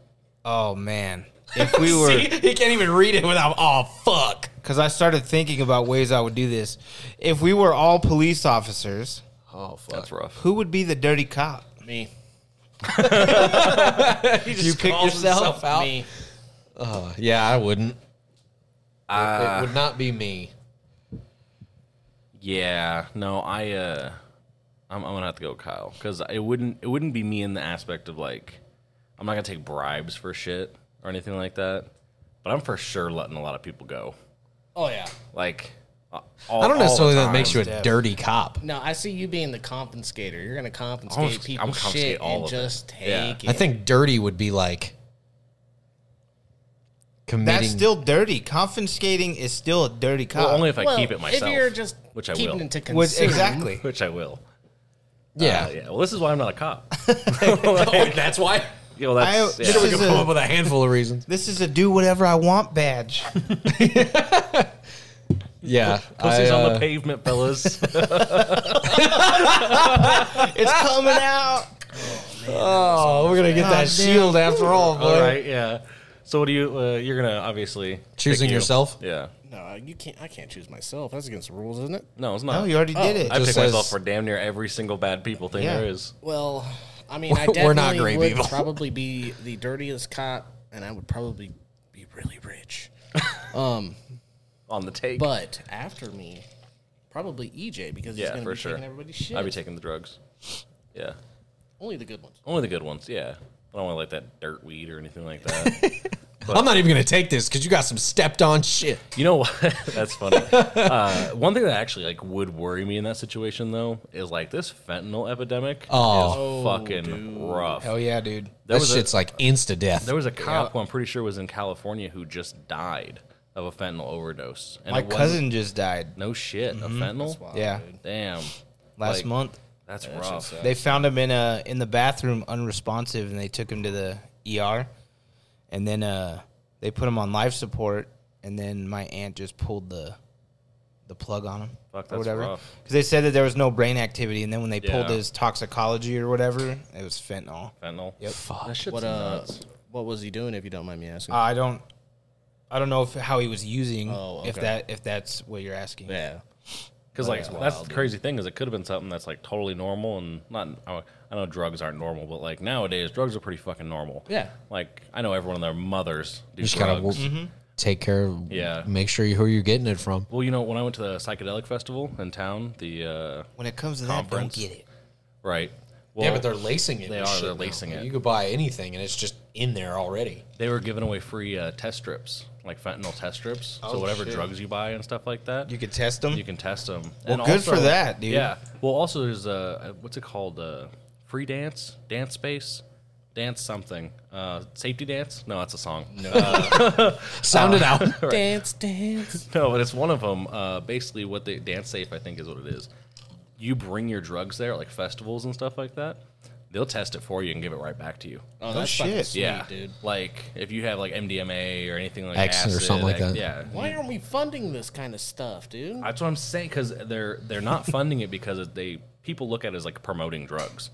Oh man, if we were,
he can't even read it without, oh, fuck.
because I started thinking about ways I would do this. If we were all police officers,
Oh, fuck.
That's rough.
who would be the dirty cop?
Me.
You,
pick yourself?
Me.
Uh, Yeah, I wouldn't.
Uh,
it would not be me.
Yeah, no, I uh, I'm, I'm gonna have to go with Kyle because it wouldn't it wouldn't be me in the aspect of like I'm not gonna take bribes for shit or anything like that. But I'm for sure letting a lot of people go.
Oh yeah.
Like, uh,
I don't necessarily that
time.
makes you a
Def.
dirty cop.
No, I see you being the confiscator. You're gonna
I'm
confiscate
gonna- I'm
people's
confiscate
shit
all
and
of it.
just take
Yeah.
it.
I think dirty would be like committing.
That's still dirty. Confiscating is still a dirty cop.
Well, only if I
Well,
keep it myself.
If you're just
which I
keeping
will.
it to consume,
Would- exactly.
which I will.
yeah.
Uh, yeah. Well, this is why I'm not a cop.
Oh, that's why.
You know, that's,
I-
yeah.
This
We
is
can
a-
come up with a handful of reasons.
This is a do whatever I want badge.
Yeah,
Pussy's
I,
on
uh,
the pavement, fellas.
It's coming out.
Oh, we're gonna get that
God
shield after all, boy.
All right, yeah. So what do you? Uh, you're gonna obviously
Choosing
pick you.
yourself?
Yeah.
No, you can't. I can't choose myself. That's against the rules, isn't it?
No, it's not. Oh,
No, you already did it.
I
Just
pick
says-
myself for damn near every single bad people thing
Yeah.
there is.
Well, I mean, I
We're
definitely
not great
would
people.
probably be the dirtiest cop, and I would probably be really rich.
On the take,
But after me, probably EJ because he's
yeah,
going to
for
be
sure.
taking everybody's shit.
I'd be taking the drugs. Yeah,
Only the good ones.
only the good ones. Yeah, I don't want like that dirt weed or anything like that.
I'm not even gonna take this because you got some stepped on shit.
you know what? That's funny. Uh, one thing that actually like would worry me in that situation though is like this fentanyl epidemic
Oh.
is fucking rough.
Hell yeah, dude.
There
that
was a-
shit's like insta death.
There was a cop who I'm pretty sure was in California who just died of a fentanyl overdose. And
My
it wasn't-
cousin Mm-hmm. just died
No shit, a fentanyl.
Yeah.
Damn,
last
Like,
month.
that's rough.
They found him in a in the bathroom unresponsive, and they took him to the ER, and then uh, they put him on life support, and then my aunt just pulled the the plug on him
Fuck,
or
that's
whatever
rough.
because they said that there was no brain activity, and then when they pulled
Yeah.
his toxicology or whatever, it was fentanyl.
Fentanyl.
Yep.
That shit's
What uh,
nuts. Uh,
what was he doing? If you don't mind me asking.
I don't. I don't know if how he was using
Oh,
if
okay.
that if that's what you're asking.
yeah.
Because like
That's
that's
wild,
the crazy thing is it could have been something that's like totally normal and not. I I know drugs aren't normal, but like nowadays drugs are pretty fucking normal.
Yeah.
Like I know everyone and their mothers do
you just gotta
drugs.
w- take care. Of,
Yeah.
make sure you who you're getting it from.
well, you know when I went to the psychedelic festival in town, the uh,
When it comes to
Conference.
that, don't get it.
right. Well,
lacing it.
They
with
are,
shit
they're
now.
lacing it.
You could buy anything, and it's just in there already.
they were giving away free uh, test strips, like fentanyl test strips. so
Oh,
whatever
shit.
drugs you buy and stuff like that,
You could test them.
you can test them.
Well, good for that, dude.
Yeah. Well, also there's uh, what's it called? Uh, free dance, dance space, dance something, uh, safety dance. No, that's a song. No,
Sound it out.
Dance, dance.
no, but it's one of them. Uh, basically, what they dance safe, I think, is what it is. You bring your drugs there, like festivals and stuff like that. They'll test it for you and give it right back to you.
Oh,
no
that's
shit.
shit.
Yeah,
dude.
Like if you have like MDMA or anything like
Acid or
acid,
something like that.
Yeah,
Why aren't we funding this kind of stuff, dude?
That's what I'm saying because they're they're not funding it because they people look at it as like promoting drugs.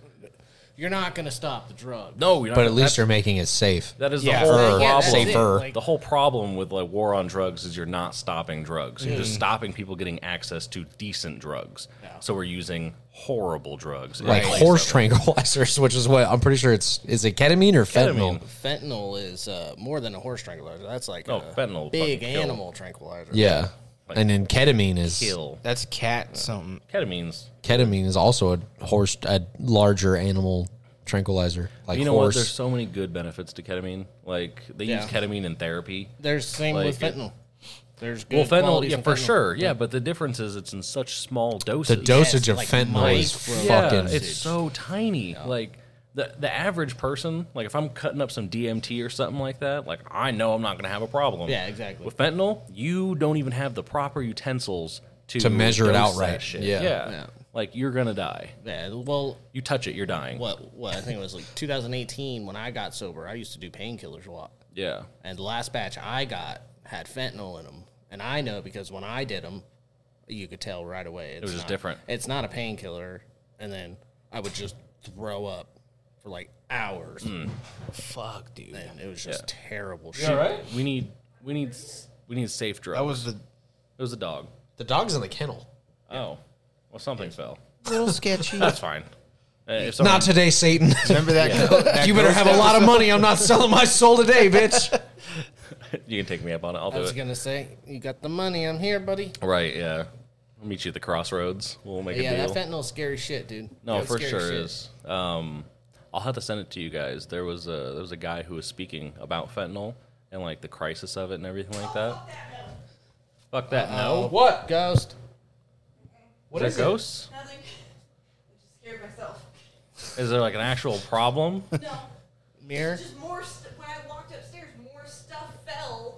You're not gonna stop the drug.
No, you're not,
But at least
that's-
you're making it safe.
that is
Yeah.
the whole
Safer.
Yeah,
problem.
that's it.
Safer.
Like,
the whole problem with like war on drugs is you're not stopping drugs. You're just stopping people getting access to decent drugs. So we're using horrible drugs. in
Like
place
horse
of-
tranquilizers, which is what I'm pretty sure it's is it ketamine or fentanyl.
Ketamine.
fentanyl is uh, more than a horse tranquilizer. That's like
No,
a
oh, fentanyl will
big
fucking kill.
animal tranquilizer.
Yeah, and then ketamine is
Kill.
That's cat something.
Ketamine's.
ketamine is also a horse a larger animal tranquilizer like
you know what?
horse.
There's so many good benefits to ketamine. Like they
Yeah.
use ketamine in therapy.
There's same with
Like it-
fentanyl. There's good
Well, fentanyl,
qualities
yeah,
in
for
fentanyl.
sure, yeah, But the difference is it's in such small
the
doses.
dosage of
like
fentanyl is
micro-
fucking
it's so tiny. Like the the average person, like if I'm cutting up some DMT or something like that, like I know I'm not gonna have a problem.
Yeah, exactly.
With fentanyl, you don't even have the proper utensils to
To measure it
dose
outright.
that shit.
Yeah.
Yeah.
like you're gonna die.
Yeah, well,
You touch it, you're dying.
what what I think it was like 2018 when I got sober. I used to do painkillers a lot,
Yeah,
and the last batch I got had fentanyl in them, and I know because when I did them, you could tell right away. It's
was just
not-
different.
It's not a painkiller, and then I would just throw up for like hours,
Mm.
Fuck, dude.
and it was just terrible shit.
we need we need s- we need safe drugs.
That was the
it was a dog.
the dog's in the kennel
Oh, well something fell.
little sketchy.
That's fine. Uh, if someone-
not today satan
Remember that? girl- that
you better
girl
have a
that
lot
was-
of money i'm not selling my soul today bitch
you can take me up on it. I'll
I
do
was
it.
gonna say, you got the money. I'm here, buddy.
Right? Yeah. I'll meet you at the crossroads. We'll make a
Yeah,
deal.
that fentanyl's scary shit, dude.
No,
That's
for
scary
sure
shit.
is. Um, I'll have to send it to you guys. There was a there was a guy who was speaking about fentanyl and like the crisis of it and everything like that. Fuck that! No,
what
Ghost.
what is there ghosts?
Nothing. I just scared myself.
Is there like an actual problem?
No,
Mirror.
just more. St- when I walked upstairs, more stuff fell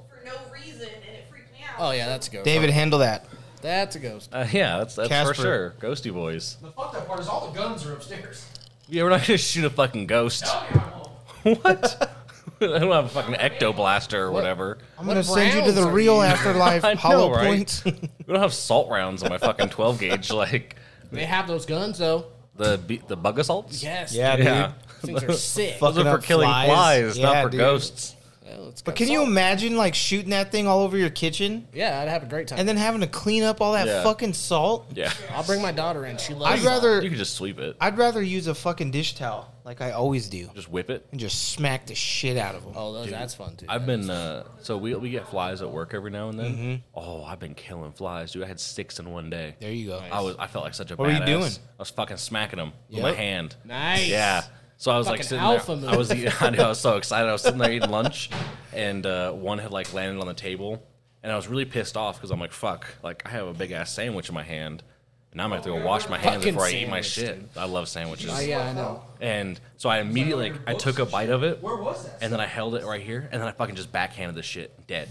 Oh yeah, that's a ghost.
David, handle that.
that's a ghost.
Uh, yeah, that's, that's for
Casper.
sure. Ghosty boys.
The fucked up part is all the guns are upstairs.
Yeah, we're not gonna shoot a fucking ghost. what? I don't have a fucking ectoblaster or whatever.
I'm
What
gonna send you to
rounds
the
are
real
you-
afterlife
I know,
hollow
right?
points.
We don't have salt rounds on my fucking 12 gauge like
They have those guns though.
the be- the bug assaults.
Yes.
yeah, dude.
yeah.
These things are sick.
Fuck.
Those are
Fucking
for
up
killing
flies.
flies,
Yeah,
not for
dude.
ghosts.
Well, it's
But
got
can you
salt.
imagine like shooting that thing all over your kitchen
Yeah, I'd have a great time.
and then having to clean up all that
Yeah.
fucking salt?
Yeah,
I'll bring my daughter in. She loves.
I'd rather
you could just sweep it,
I'd rather use a fucking dish towel like I always do
just whip it.
and just smack the shit out of them.
Oh, those, that's fun too.
I've been uh, so we we get flies at work every now and then. Oh, I've been killing flies, dude. I had six in one day.
There you go.
I was I felt like such a
What were
badass.
you doing?
I was fucking smacking them with my
Yep.
hand.
Nice.
Yeah. So I was like
Fucking
sitting there.
alpha move.
I was eating, I, know, I was so excited. I was sitting there eating lunch, and uh, one had like landed on the table, and I was really pissed off because I'm like, fuck, like I have a big ass sandwich in my hand, and now I'm gonna have to go wash my hands
Oh, Fucking
before I eat my
sandwich,
shit. I love sandwiches.
Oh, yeah, I know.
And so I immediately like, I took a bite of it. Where was that? And then I held it right here, and then I fucking just backhanded the shit dead.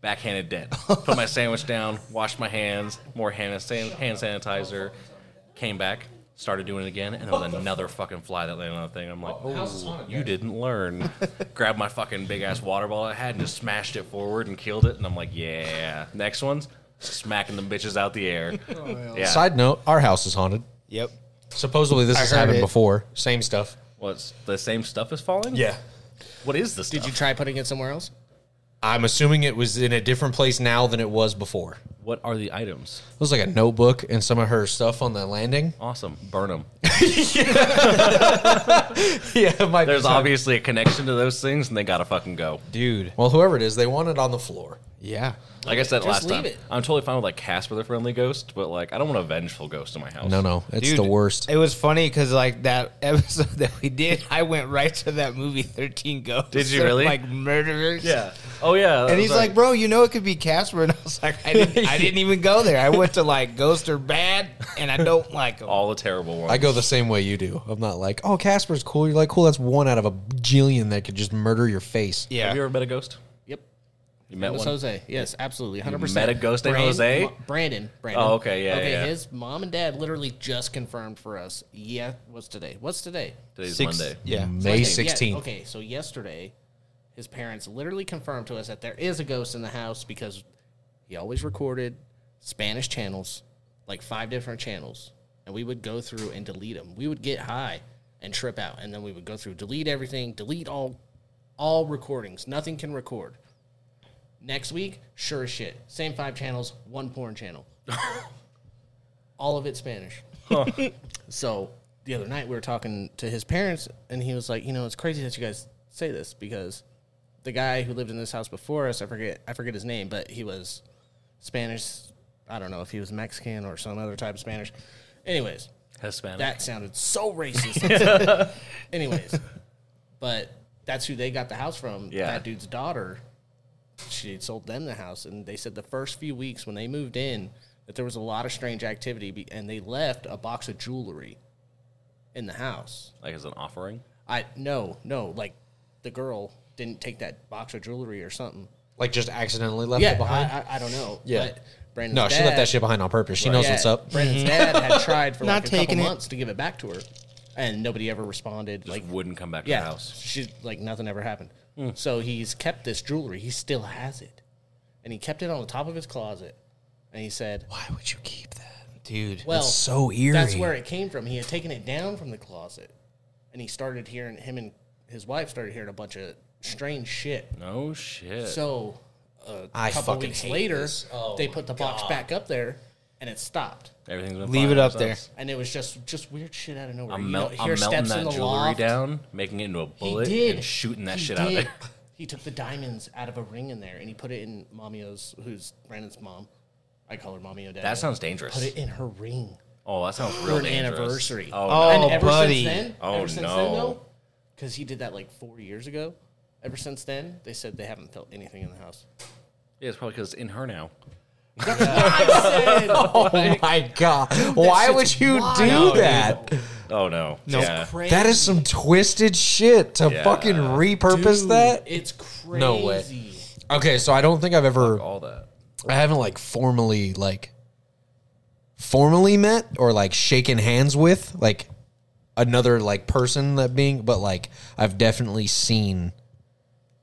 Backhanded dead. Put my sandwich down, washed my hands, more hand, san- hand sanitizer, came back, started doing it again, and there was another fucking fly that landed on the thing. I'm like, oh, you didn't learn. Grabbed my fucking big ass water bottle I had and just smashed it forward and killed it, and I'm like, yeah. Next one's smacking them bitches out the air. yeah.
Side note, our house is haunted.
Yep.
Supposedly this has
heard
happened
it.
before. Same stuff.
What's the same stuff is falling? What is this?
Did you try putting it somewhere else?
I'm assuming it was in a different place now than it was before.
What are the items?
It was like a notebook and some of her stuff on the landing.
Awesome. Burn them.
yeah, it might be
There's
some-
obviously a connection to those things, and they gotta fucking go.
Dude.
Well, whoever it is, they want it on the floor.
Yeah.
Like I said
Just
last time,
leave it.
I'm totally fine with like Casper the Friendly Ghost, but like I don't want a vengeful ghost in my house.
No, no, it's the worst.
It was funny because like that episode that we did, I went right to that movie Thirteen Ghosts.
Did you
They're,
really?
Like murderers.
Yeah. Oh yeah.
And he's like, bro, you know it could be Casper, and I was like, I didn't, I didn't even go there. I went to like Ghost are bad, and I don't like them.
all the terrible ones.
I go the same way you do. I'm not like, oh, Casper's cool. You're like, cool. That's one out of a jillion that could just murder your face.
yeah,
Have you ever met a ghost?
Yep.
You met
Miss
one.
Jose. Yes, absolutely. 100%.
met a ghost named
Brand-
Jose?
Ma- Brandon. Brandon.
Oh, okay, yeah,
Okay,
yeah, yeah.
his mom and dad literally just confirmed for us. Yeah, what's today? What's today?
Today's
Six-
Monday.
Yeah,
May
Okay, yeah,
16th.
okay, so yesterday, his parents literally confirmed to us that there is a ghost in the house because he always recorded Spanish channels, like five different channels, and we would go through and delete them. We would get high and trip out, and then we would go through, delete everything, delete all, all recordings. Nothing can record. Next week, sure as shit, same five channels, one porn channel, all of it Spanish. So the other night we were talking to his parents, and he was like, "You know, it's crazy that you guys say this because the guy who lived in this house before us, I forget, I forget his name, but he was Spanish. I don't know if he was Mexican or some other type of Spanish. Anyways,
Hispanic.
that sounded so racist. Anyways, but that's who they got the house from.
Yeah.
That dude's daughter. She sold them the house, and they said the first few weeks when they moved in that there was a lot of strange activity, be- and they left a box of jewelry in the house.
like as an offering.
I no no like the girl didn't take that box of jewelry or something.
Like just accidentally left
Yeah,
it behind.
I, I, I don't know.
Yeah.
but Brandon's
no, she left
dad-
that shit behind on purpose. She knows
yeah,
what's up.
Brandon's dad had tried for
Mm-hmm. Not
like a couple
taking it.
months to give it back to her, and nobody ever responded.
Just
like
wouldn't come back to
yeah,
the house.
she like nothing ever happened.
Mm.
So he's kept this jewelry. He still has it, and he kept it on the top of his closet. And he said,
Why would you keep that?
dude.
"Well,
That's so eerie.
That's where it came from. He had taken it down from the closet, and he started hearing him and his wife started hearing a bunch of strange shit.
No shit.
So a
I
couple
fucking
weeks
hate
later,
this. Oh
they put the box back up there, and it stopped.
Everything's been
Leave
fine
it up
since.
there.
and it was just just weird shit out of nowhere.
I'm,
You
mel-
know,
I'm
hear
melting
steps
that
in the
jewelry
loft.
down, making it into a
He
bullet,
did
and shooting that
He
shit out of
did.
there.
He took the diamonds out of a ring in there and he put it in Mamio's, who's Brandon's mom. I call her Mamio Dad.
That sounds dangerous.
Put it in her ring
oh, that sounds
for
real
an
dangerous.
anniversary.
Oh,
Oh,
no.
and ever
buddy.
Since then,
Oh,
ever since
no.
then, though, because he did that like four years ago. Ever since then, they said they haven't felt anything in the house.
yeah, it's probably because it's in her now.
Oh my god! Why would you do that?
Oh no.
No.
Yeah.
Crazy.
That is some twisted shit to
Yeah.
fucking repurpose
Dude,
that.
It's crazy.
No way. Okay, so I don't think I've ever.
All that.
I haven't like formally like formally met or like shaken hands with like another like person that being but like I've definitely seen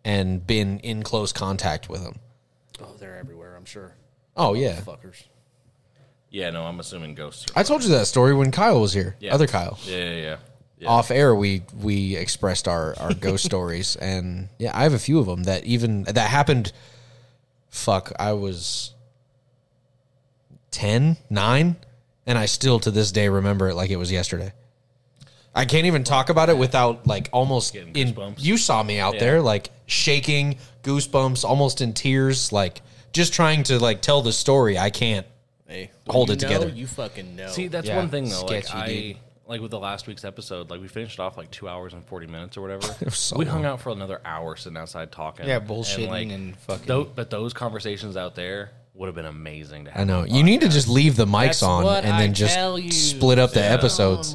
and been in close contact with them.
Oh, they're everywhere, I'm sure.
Oh yeah.
Fuckers.
Yeah, no, I'm assuming ghosts. Are,
I told you that story when Kyle was here.
yeah.
Other Kyle.
Yeah, yeah, yeah. yeah.
Off air we we expressed our our ghost stories and yeah, I have a few of them that even that happened fuck, I was 10, 9 and I still to this day remember it like it was yesterday. I can't even talk about it without like almost
Getting
in
goosebumps.
you saw me out there like shaking, goosebumps, almost in tears like just trying to like tell the story. I can't.
Hey,
Hold
you
it
know,
together.
You fucking know.
See, that's
Yeah,
one thing though. Like
sketchy,
I,
dude.
like with the last week's episode, like we finished it off like two hours and forty minutes or whatever.
was so
we hung out for another hour sitting outside talking.
Yeah,
And,
bullshitting
like,
and fucking.
tho- but those conversations out there would have been amazing to have.
I know. You need to just leave the mics
That's
on
what
and then
I
just
tell you.
split up the episodes.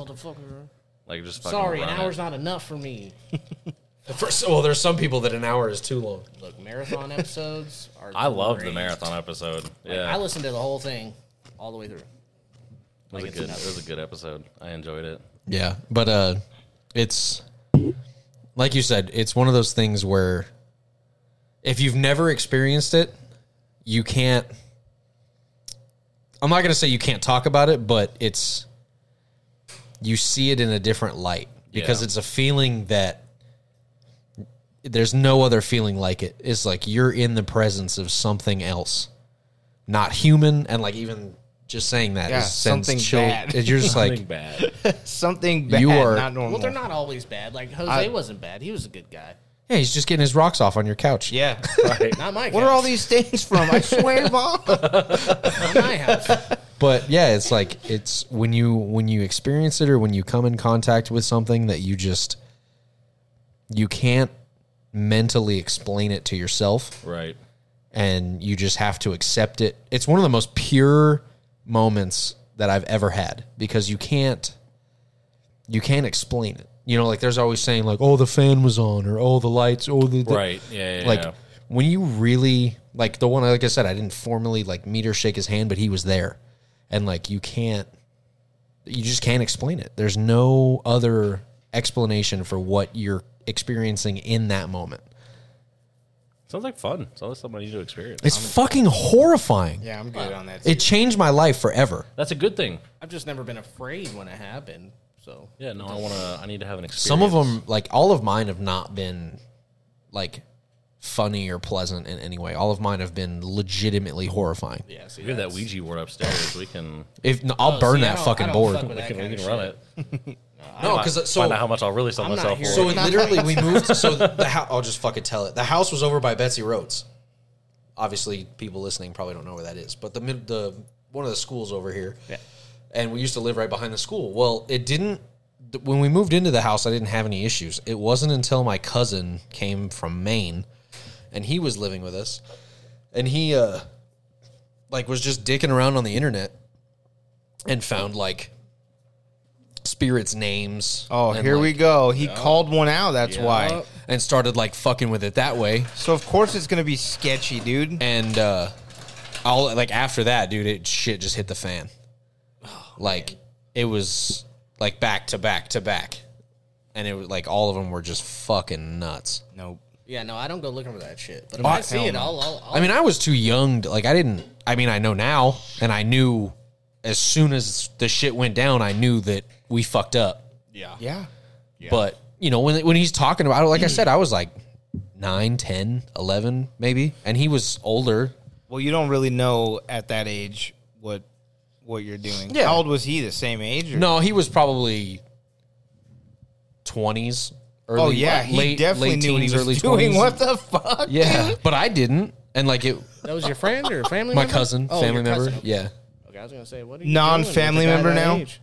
Like just fucking
Sorry, an
run
hour's
it.
not enough for me.
First, well, there's some people that an hour is too long.
Look, marathon episodes are.
I loved the
great.
marathon episode.
Like,
yeah,
I listened to the whole thing all the way through.
it was a good. It was a good episode. I enjoyed it.
Yeah, but uh it's like you said, it's one of those things where if you've never experienced it, you can't I'm not going to say you can't talk about it, but it's you see it in a different light because
Yeah.
it's a feeling that there's no other feeling like it. It's like you're in the presence of something else. Not human and like even just saying that
Yeah,
is- sends
something
chill-
bad.
You're just like
Nothing bad.
Something bad,
You are-
not normal.
Well, they're not always bad. Like Jose wasn't bad. He was a good guy.
Yeah, he's just getting his rocks off on your couch.
Yeah.
Not my.
what are all these things from? I swear, mom.
Not my house.
But yeah, it's like it's when you when you experience it or when you come in contact with something that you just you can't mentally explain it to yourself
right.
and you just have to accept it. It's one of the most pure moments that I've ever had because you can't you can't explain it. You know, like there's always saying like, "Oh, the fan was on," or "Oh, the lights," "Oh, the, the
Right. Yeah. yeah
like
yeah.
when you really like the one like i said i didn't formally like meet or shake his hand but he was there and like you can't you just can't explain it there's no other explanation for what you're experiencing in that moment
sounds like fun. Sounds like something I need to experience.
it's fucking horrifying
Yeah, I'm good on that.
it changed my life forever
That's a good thing.
I've just never been afraid when it happened. So
Yeah. No, I want to. I need to have an experience.
some of them like all of mine have not been like funny or pleasant in any way all of mine have been legitimately horrifying
yeah, see
We have that
that's-
Ouija board upstairs. We can.
if i'll
Oh,
burn
see, I
that
don't-
fucking
I don't
board
fuck with
We
that
can,
kind
we
of
can run
shit.
it.
no because so
Find out how much I'll really sell
I'm not
myself
here.
for.
So it literally we moved. So the house. I'll just fucking tell it. The house was over by Betsy Rhodes. Obviously, people listening probably don't know where that is, but the mid- the one of the schools over here.
Yeah.
And we used to live right behind the school. Well, it didn't. th- When we moved into the house, I didn't have any issues. It wasn't until my cousin came from Maine, and he was living with us, and he uh, like was just dicking around on the internet, and found like spirits' names.
Oh,
and,
here
like,
we go. He called one out. That's why.
and started like fucking with it that way.
So of course it's gonna be sketchy, dude.
And uh all like after that, dude, it shit just hit the fan. Like it was like back to back to back. And it was like all of them were just fucking nuts.
Nope.
Yeah, no, I don't go looking for that shit. But if I see
hell
it,
no.
I'll, I'll, I'll
I mean, I was too young. To, like I didn't I mean, I know now and I knew as soon as the shit went down, I knew that we fucked up.
yeah.
Yeah.
But, you know, when when he's talking about it, like I said, I was like 9, 10, 11 maybe, and he was older.
Well, you don't really know at that age what what you're doing.
Yeah.
How old was he? The same age? Or?
No, he was probably twenties. Early,
Oh yeah, he definitely knew what he was doing. What the fuck?
Yeah, but I didn't, and like it,
That was your friend or family?
my
member?
cousin,
Oh, your
family member.
cousin.
Yeah,
Okay, I was gonna say what? Are you
Non-family
doing with a guy
member
that
now?
age?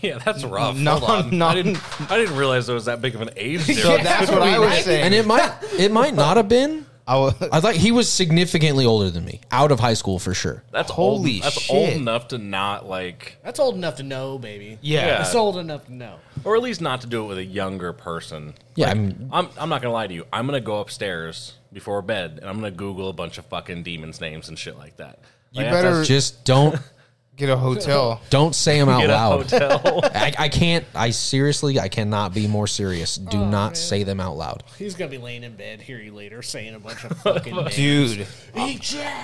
Yeah, that's rough.
No,
Hold on.
no.
I didn't. I didn't realize there was that big of an age difference.
So that's what I was saying.
and it might, it might not have been.
I was,
I thought he was significantly older than me, out of high school for sure.
That's
Holy
old, That's
shit.
old enough to not like,
That's old enough to know, baby.
yeah.
Yeah.
That's old enough to know.
or at least not to do it with a younger person.
Yeah, I mean,
I'm. I'm not gonna lie to you. I'm gonna go upstairs before bed, and I'm gonna Google a bunch of fucking demons' names and shit like that.
You
Like,
better
Just don't
get a hotel.
don't say them out
get a
loud.
hotel.
I, I can't. I seriously, I cannot be more serious. Do
Oh,
not say them out loud.
He's gonna be laying in bed, hear you later, saying a bunch of fucking names.
Dude,
I'm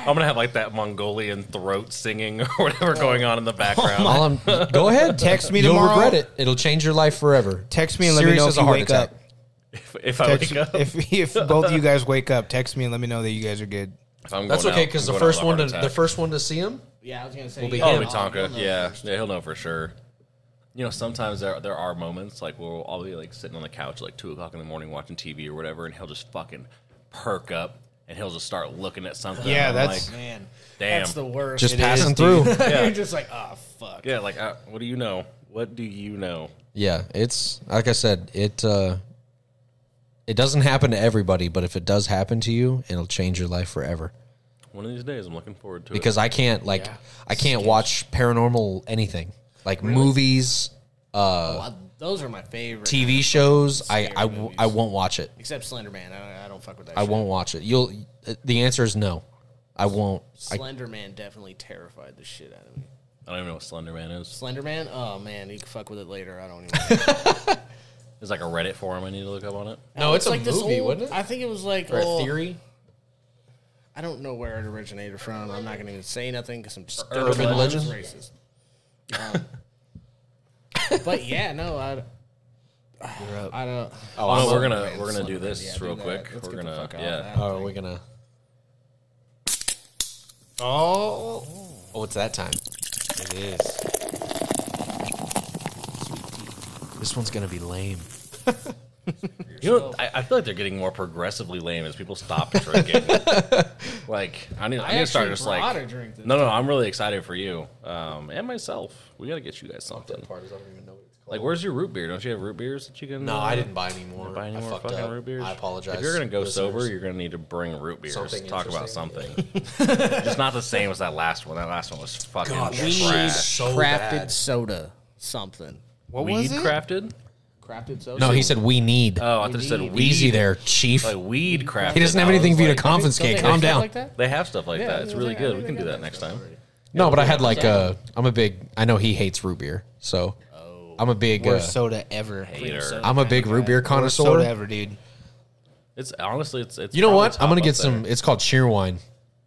gonna have like that Mongolian throat singing or whatever going on in the background.
All I'm- go ahead.
Text me
You'll
tomorrow.
regret it. It'll change your life forever.
text me and let me
Serious
know
as
if
a
you
heart
wake
attack.
up.
if, if I
Text,
wake up, if,
if if both of you guys wake up, text me and let me know that you guys are good.
I'm
That's
going
okay
out,
because
I'm
the
going out with
first
a
one to
heart
the
attack.
first one to see him.
Yeah, I was gonna say.
be
yeah,
Oh,
him.
it'll be
I'll- I'll
Tonka.
know
Yeah,
first.
yeah, he'll know for sure. You know, sometimes there there are moments like we'll I'll be like sitting on the couch at, like two o'clock in the morning watching TV or whatever, and he'll just fucking perk up and he'll just start looking at something.
Yeah,
and I'm
that's-
like,
Man,
Damn.
that's the worst.
Just
It
passing
is,
through.
dude.
Yeah.
You're just like, oh fuck.
yeah, like uh, what do you know? What do you know?
Yeah, it's like I said. It uh, it doesn't happen to everybody, but if it does happen to you, it'll change your life forever.
One of these days, I'm looking forward to
Because I can't like I can't watch paranormal anything like movies, Uh,
Oh, I- those are my favorite.
TV shows. I
Scary
I, w- I
movies.
won't watch it.
Except Slender Man. I, I don't fuck with that.
I
shit.
won't watch it. You'll. The answer is no. I won't. I,
Slender Man definitely terrified the shit out of me.
it. I don't even know what Slender Man is.
Slender Man? Oh man, you can fuck with it later. I don't even.
There's like a Reddit forum I need to look up on it.
no, it's,
like
a movie,
this old,
wouldn't it?
I think it was like
or a
old-
theory.
I don't know where it originated from. I'm not going to even say nothing because I'm just
Urban
I'm
legend?
racist. Um, but yeah, no, I, I don't.
Oh, no, we're gonna we're gonna do this real quick.
Let's
we're
get the
gonna
fuck off
yeah.
Oh, are we gonna?
Oh,
Oh, it's that time.
it is.
This one's gonna be lame.
You know, I, I feel like they're getting more progressively lame as people stop drinking. like I need, I need to start
actually
just
brought
like
a drink this
no, no. I'm really excited for you um, and myself. We got to get you guys something. Like, where's your root beer? Don't you have root beers that you can?
No,
uh,
I didn't buy any more.
buy any
I
more
fucked
fucking
up.
root beers.
I apologize.
If you're gonna go
listeners.
sober, you're gonna need to bring root beers.
Something
Talk about something.
interesting.
It's not the same as that last one. That last one was fucking
God, that
trash.
shit is so
crafted
bad.
soda, something.
What
weed
was it?
crafted.
Crafted soda.
No, he said we need.
Oh, I thought it said weed.
Easy there, chief.
Like weed crafted.
he doesn't have
I was
anything for you
like-
to confiscate. Calm down.
Like that?
They have stuff like
Yeah,
that. It's
I
really
think- I
good.
think
We
they
can do
got
that
that
next
stuff
time.
No, but I had like uh, I'm a big. I know he hates root beer, so I'm a big. Uh,
Worst soda ever.
Hater.
I'm a big root beer
Worst soda
connoisseur.
ever, dude.
It's honestly, it's it's.
You know
probably
what? I'm
top
gonna
up
get
there.
some. It's called cheer wine.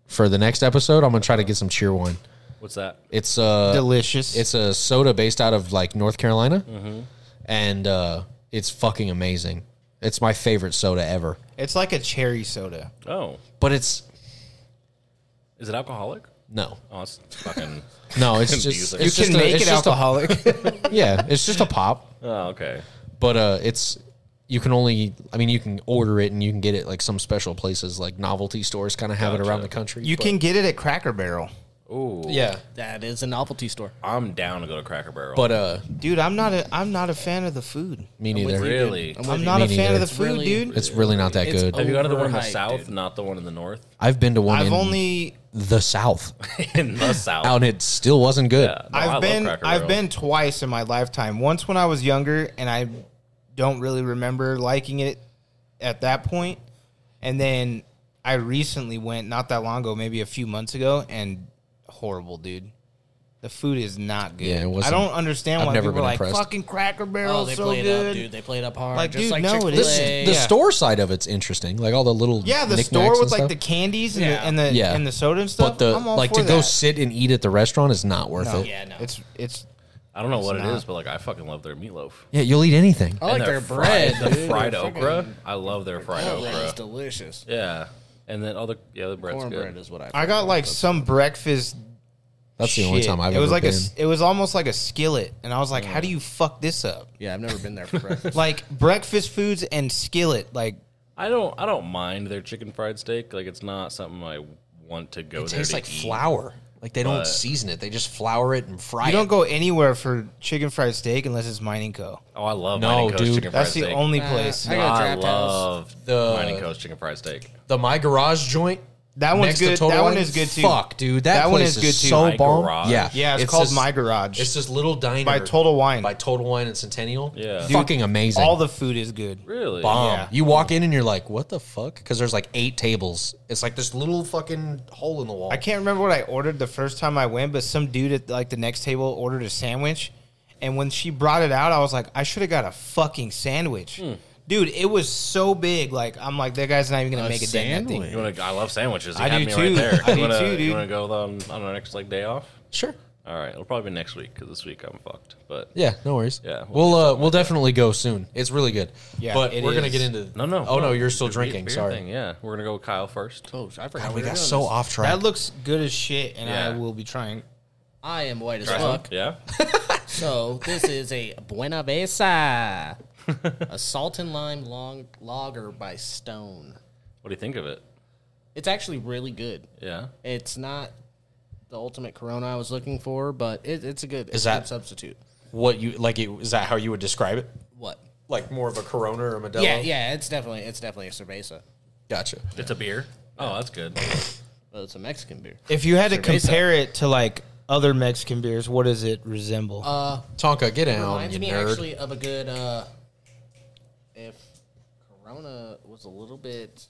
For the next episode, I'm gonna try to get some cheer wine.
What's that?
It's uh,
Delicious.
It's a soda based out of like North Carolina,
Mm-hmm.
and uh, it's fucking amazing. It's my favorite soda ever.
it's like a cherry soda.
Oh,
But it's
is it alcoholic?
no,
Oh, it's fucking.
no. It's just
Confusing.
it's
you
just
can
a-
make
it's
it
just a-
alcoholic.
yeah, it's just a pop.
oh, okay.
But uh, it's you can only. I mean, you can order it and you can get it like some special places, like novelty stores, kind of have it around the country.
you
but-
can get it at Cracker Barrel.
Ooh,
yeah.
That is a novelty store.
I'm down to go to Cracker Barrel.
But uh,
Dude, I'm not a I'm not a fan of the food.
me neither.
really,
I'm not a
Me
fan
neither.
of the
It's
food,
really-
dude.
It's really not that
It's
good.
have you gone to the one in the
overhyped,
south,
dude.
not the one in the north?
I've been to one.
I've
in
only
the South,
in the south.
and it still wasn't good.
Yeah, no, I
I've
love
been
Cracker
I've
Barrel.
been twice in my lifetime. Once when I was younger and I don't really remember liking it at that point. And then I recently went not that long ago, maybe a few months ago, and horrible, dude. The food is not good.
Yeah, it
I
wasn't-
don't understand
I've
why
never
people are
been
like
impressed.
fucking Cracker Barrel
Oh, they
so
played
good.
up, dude. They played up hard.
Like,
just
dude,
like
no, it
Chick-fil-A.
is-
This,
Yeah.
the store side of it's interesting, like all the little
Yeah, the
knickknacks
store
and
with like
stuff.
the candies and
Yeah.
the and the,
Yeah.
and the soda and stuff.
but the
I'm all
like to
for
go
that.
sit and eat at the restaurant is not worth
No,
it.
Yeah, no.
It's it's
I don't know what it
not.
is, but like I fucking love their meatloaf.
Yeah, you'll eat anything.
Oh,
I like
And
their
fried-
bread.
the
dude.
fried
Their fucking-
okra. I love their fried
Oh,
okra.
that is delicious.
Yeah, and then all the yeah, the bread's
Cornbread
good.
is what I.
I got like some breakfast
That's the only
shit.
time I've
it was
ever
like
been.
a s- it was almost like a skillet and I was like how do you fuck this up
Yeah, I've never been there for breakfast.
like breakfast foods and skillet like
I don't I don't mind their chicken fried steak. Like it's not something I want to go
it
there
tastes
to
like
eat.
flour. Like they don't
but-
season it; they just flour it and fry
you don't
it.
go anywhere for chicken fried steak unless it's Mining Co
Oh, I love
No,
Mining Coast
dude.
chicken
that's
fried
the
steak.
only
Nah,
place
I
I,
got draft house.
love
The-
Mining Coast chicken fried steak.
The my garage joint
That one's
Next to
good.
Total
That one
Wine?
is good too.
Fuck, dude, that,
That one
place
is good too.
So
My
bomb.
Garage.
Yeah,
Yeah, it's, called
this-
My Garage.
It's this little diner
by Total Wine.
by Total Wine and Centennial.
Yeah. Dude,
fucking amazing.
All the food is good.
Really?
bomb.
Yeah.
You walk in and you're like, what the fuck? Because there's like eight tables. It's like this little fucking hole in the wall.
I can't remember what I ordered the first time I went, but some dude at like the next table ordered a sandwich, and when she brought it out, I was like, I should have got a fucking sandwich,
Hmm.
dude. It was so big, like I'm like that guy's not even gonna
A
make it dang that thing.
You want to? I love sandwiches. You
I
had
do
me
too.
Right there.
I
you
do
wanna,
too, dude.
You want to go on, on our next like day off?
Sure.
All right, it'll probably be next week because this week I'm fucked. But
Yeah, no worries.
Yeah,
we'll we'll, uh, we'll definitely go soon. It's really good.
Yeah,
but
it
we're gonna
is.
get into
no, no.
Oh no, you're still
the beer-
drinking.
beer
Sorry,
thing, yeah, we're gonna go with Kyle first.
Oh, I forgot
God,
we
we
were
got
doing
so
this.
off track.
That looks good as shit, and I
Yeah.
will be trying.
I am white as
Try some?
fuck.
Yeah.
So this is a Buena Vesa, a salt and lime long lager by Stone.
What do you think of it?
It's actually really good.
Yeah.
It's not the ultimate Corona I was looking for, but it, it's a good. It's a
that-
good substitute?
what you like? It, is that how you would describe it?
What?
Like more of a Corona or a Modelo?
Yeah, yeah. It's definitely it's definitely a cerveza,
Gotcha.
It's a beer. Oh, that's good.
but it's a Mexican beer.
If you had to
Cerveza.
compare it to like other Mexican beers, what does it resemble?
Uh,
Tonka, get
It
out,
reminds
you
me
nerd.
actually of a good. Uh, if Corona was a little bit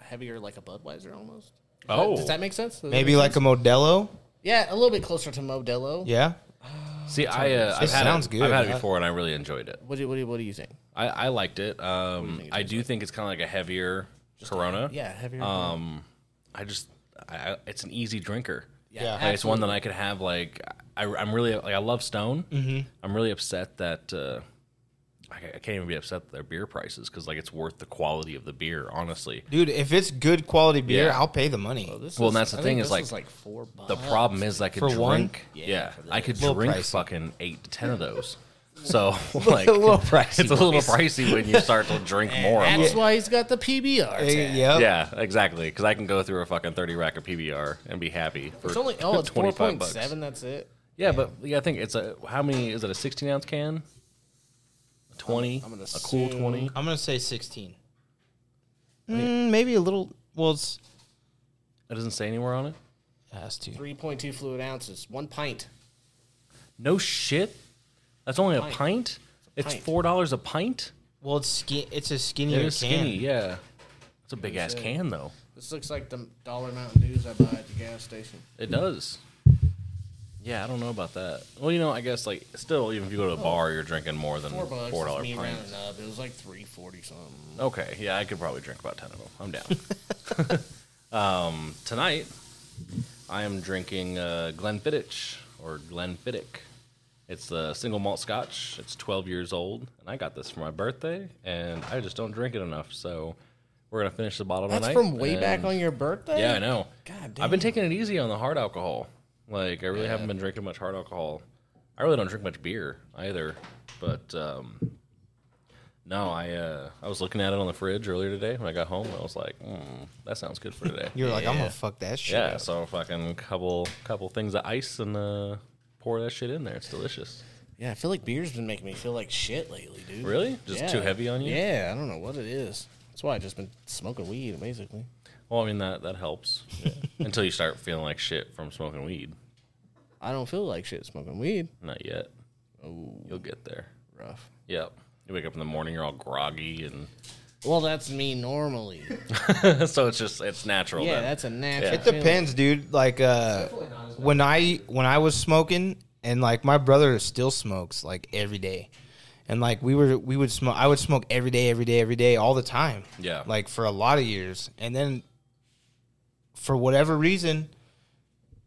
heavier, like a Budweiser almost. Does that-
Oh.
does that make sense? Does that
Maybe
make
like
sense?
a Modelo.
yeah, a little bit closer to Modelo.
Yeah,
See, I uh, I've
It
had
sounds
it,
good.
I've had it
I-
before and I really enjoyed it.
What do, what do, what do you think?
I, I liked it. Um, I do think it's kind of like a heavier Corona.
Yeah, heavier.
Um, I just, I, I- it's an easy drinker.
yeah,
yeah.
Like, it's one that I could have. Like, I, I'm really like I love Stone. Mm-hmm. I'm really upset that uh, I, I can't even be upset at their beer prices because like it's worth the quality of the beer. Honestly,
dude. If it's good quality beer,
Yeah. Oh,
I'll pay the money.
This
well,
is-
and that's the
I
thing
think
is,
this
like,
is like four bucks.
the problem is I could
For
drink.
one?
Yeah,
Yeah, for
I could
little
drink
pricey.
fucking eight to ten of those. So like,
A little pricey,
It's a little pricey when you start to drink more. of
That's
them.
why he's got the PBR.
Eh,
tag.
yep.
Yeah, exactly. Because I can go through a fucking thirty rack of PBR and be happy. For
It's only oh, it's four
25
point
bucks.
seven. That's it.
Yeah, but yeah, I think it's a how many is it a sixteen ounce can? A Twenty.
I'm gonna
a cool
assume-
twenty.
I'm gonna say 16. Mm, maybe a little. Well, it's
That doesn't say anywhere on it.
has to.
Three point two fluid ounces. One pint.
No shit. That's only a
Pint.
pint. It's,
pint.
four dollars a pint.
Well, it's skin. It's a
It
skinnier
is
can.
skinny. Yeah. It's a big ass
say.
can though.
This looks like the dollar Mountain Dews I buy at the gas station.
It does. Yeah, I don't know about that. Well, you know, I guess like still, even if you go to a bar, you're drinking more than
Oh. Four
four
bucks. Four
dollar
dollars. Me
pint.
rounding up, it was like three forty something.
Okay, yeah, I could probably drink about ten of them. I'm down. um, tonight, I am drinking uh, Glenfiddich or Glenfiddich. It's a single malt Scotch. It's 12 years old, and I got this for my birthday, and I just don't drink it enough. So we're gonna finish the bottle
That's
tonight.
from way back
and-
on your birthday.
Yeah, I know.
God
I've been taking it easy on the hard alcohol. Like I really haven't been drinking much hard alcohol. I really don't drink much beer either. But um, no, I uh, I was looking at it on the fridge earlier today when I got home. And I was like, mm, that sounds good for today.
You're like, I'm gonna fuck that shit.
yeah, so fucking couple couple things of ice and uh, pour that shit in there. It's delicious.
Yeah, I feel like beer's been making me feel like shit lately, dude.
Really? Just
Yeah.
too heavy on you?
Yeah, I don't know what it is. That's why I just been smoking weed basically.
Well, I mean that that helps until you start feeling like shit from smoking weed.
I don't feel like shit smoking weed.
Not yet. You'll get there.
Rough.
Yep. You wake up in the morning, you're all groggy and
Well, that's me normally.
so it's just it's natural.
yeah,
then.
that's a natural.
Yeah.
It depends, dude. Like, uh, when I when I was smoking, and like my brother still smokes like every day, and like we were we would smoke. I would smoke every day, every day, every day, all the time.
Yeah.
Like for a lot of years, and then for whatever reason,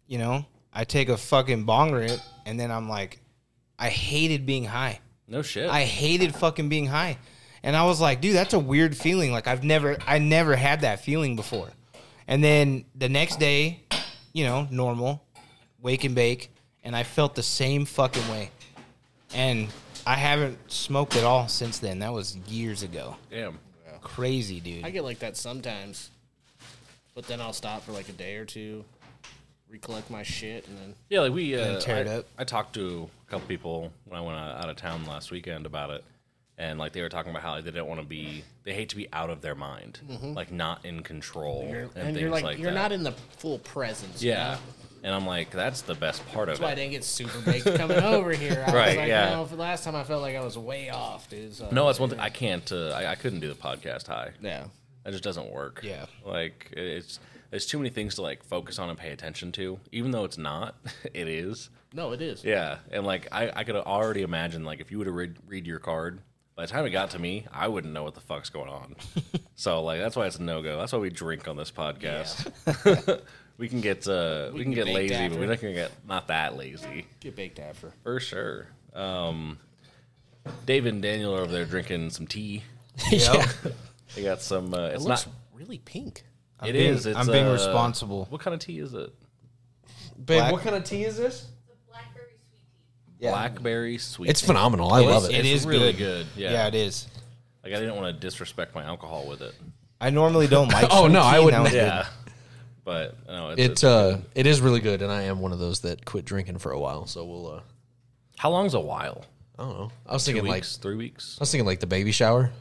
you know, I take a fucking bong rip, and then I'm like, I hated being high.
no shit.
I hated fucking being high. And I was like, dude, that's a weird feeling. Like I've never I never had that feeling before. And then the next day, you know, normal, wake and bake, and I felt the same fucking way. And I haven't smoked at all since then. That was years ago.
Damn.
Crazy,
I
dude.
get like that sometimes, but then I'll stop for like a day or two, recollect my shit, and then
Yeah, like we uh,
tear
I,
it up.
uh, I talked to a couple people when I went out out of town last weekend about it, and like they were talking about how like, they don't want to be, they hate to be out of their mind, like not in control
Mm-hmm. and, you're like, you're
that.
not in the full presence. you know?
yeah. And I'm like, that's the best part of
That's why I
it.
didn't get super baked coming over here. I was
Right,
like,
yeah.
no, for last time I felt like I was way off, dude. So.
No, that's one thing I can't. Uh, I, I couldn't do the podcast high.
Yeah.
That just doesn't work.
Yeah.
Like it- it's there's too many things to like focus on and pay attention to, even though it's not. It is.
No, it is.
Yeah. And like I, I could already imagine like if you were to read read your card, by the time it got to me, I wouldn't know what the fuck's going on. so like that's why it's a no go. That's why we drink on this podcast. we can get uh we, can
get
get
baked
lazy,
after.
but we're not gonna get not that lazy.
Get baked after.
For sure. Um, David and Daniel are over there drinking some tea.
yeah.
They got some. Uh,
It
it's
looks
not.
really pink.
I'm
It
being,
is, It's
I'm being
uh,
responsible.
What kind of tea is it?
Babe,
Black-
what kind of tea is this?
The blackberry sweet tea.
Blackberry sweet.
It's phenomenal. I love it.
It
It's
is
really
good.
good, yeah.
it is.
like I didn't want to disrespect my alcohol with it.
I normally don't like.
Oh,
sweet
no,
tea,
I
and
wouldn't-
that was
Yeah. But no, it's,
It uh, it is really good, and I am one of those that quit drinking for a while. So we'll. Uh,
how long's a while?
I don't know. I was
Two
thinking like
weeks, three weeks.
I was thinking like the baby shower,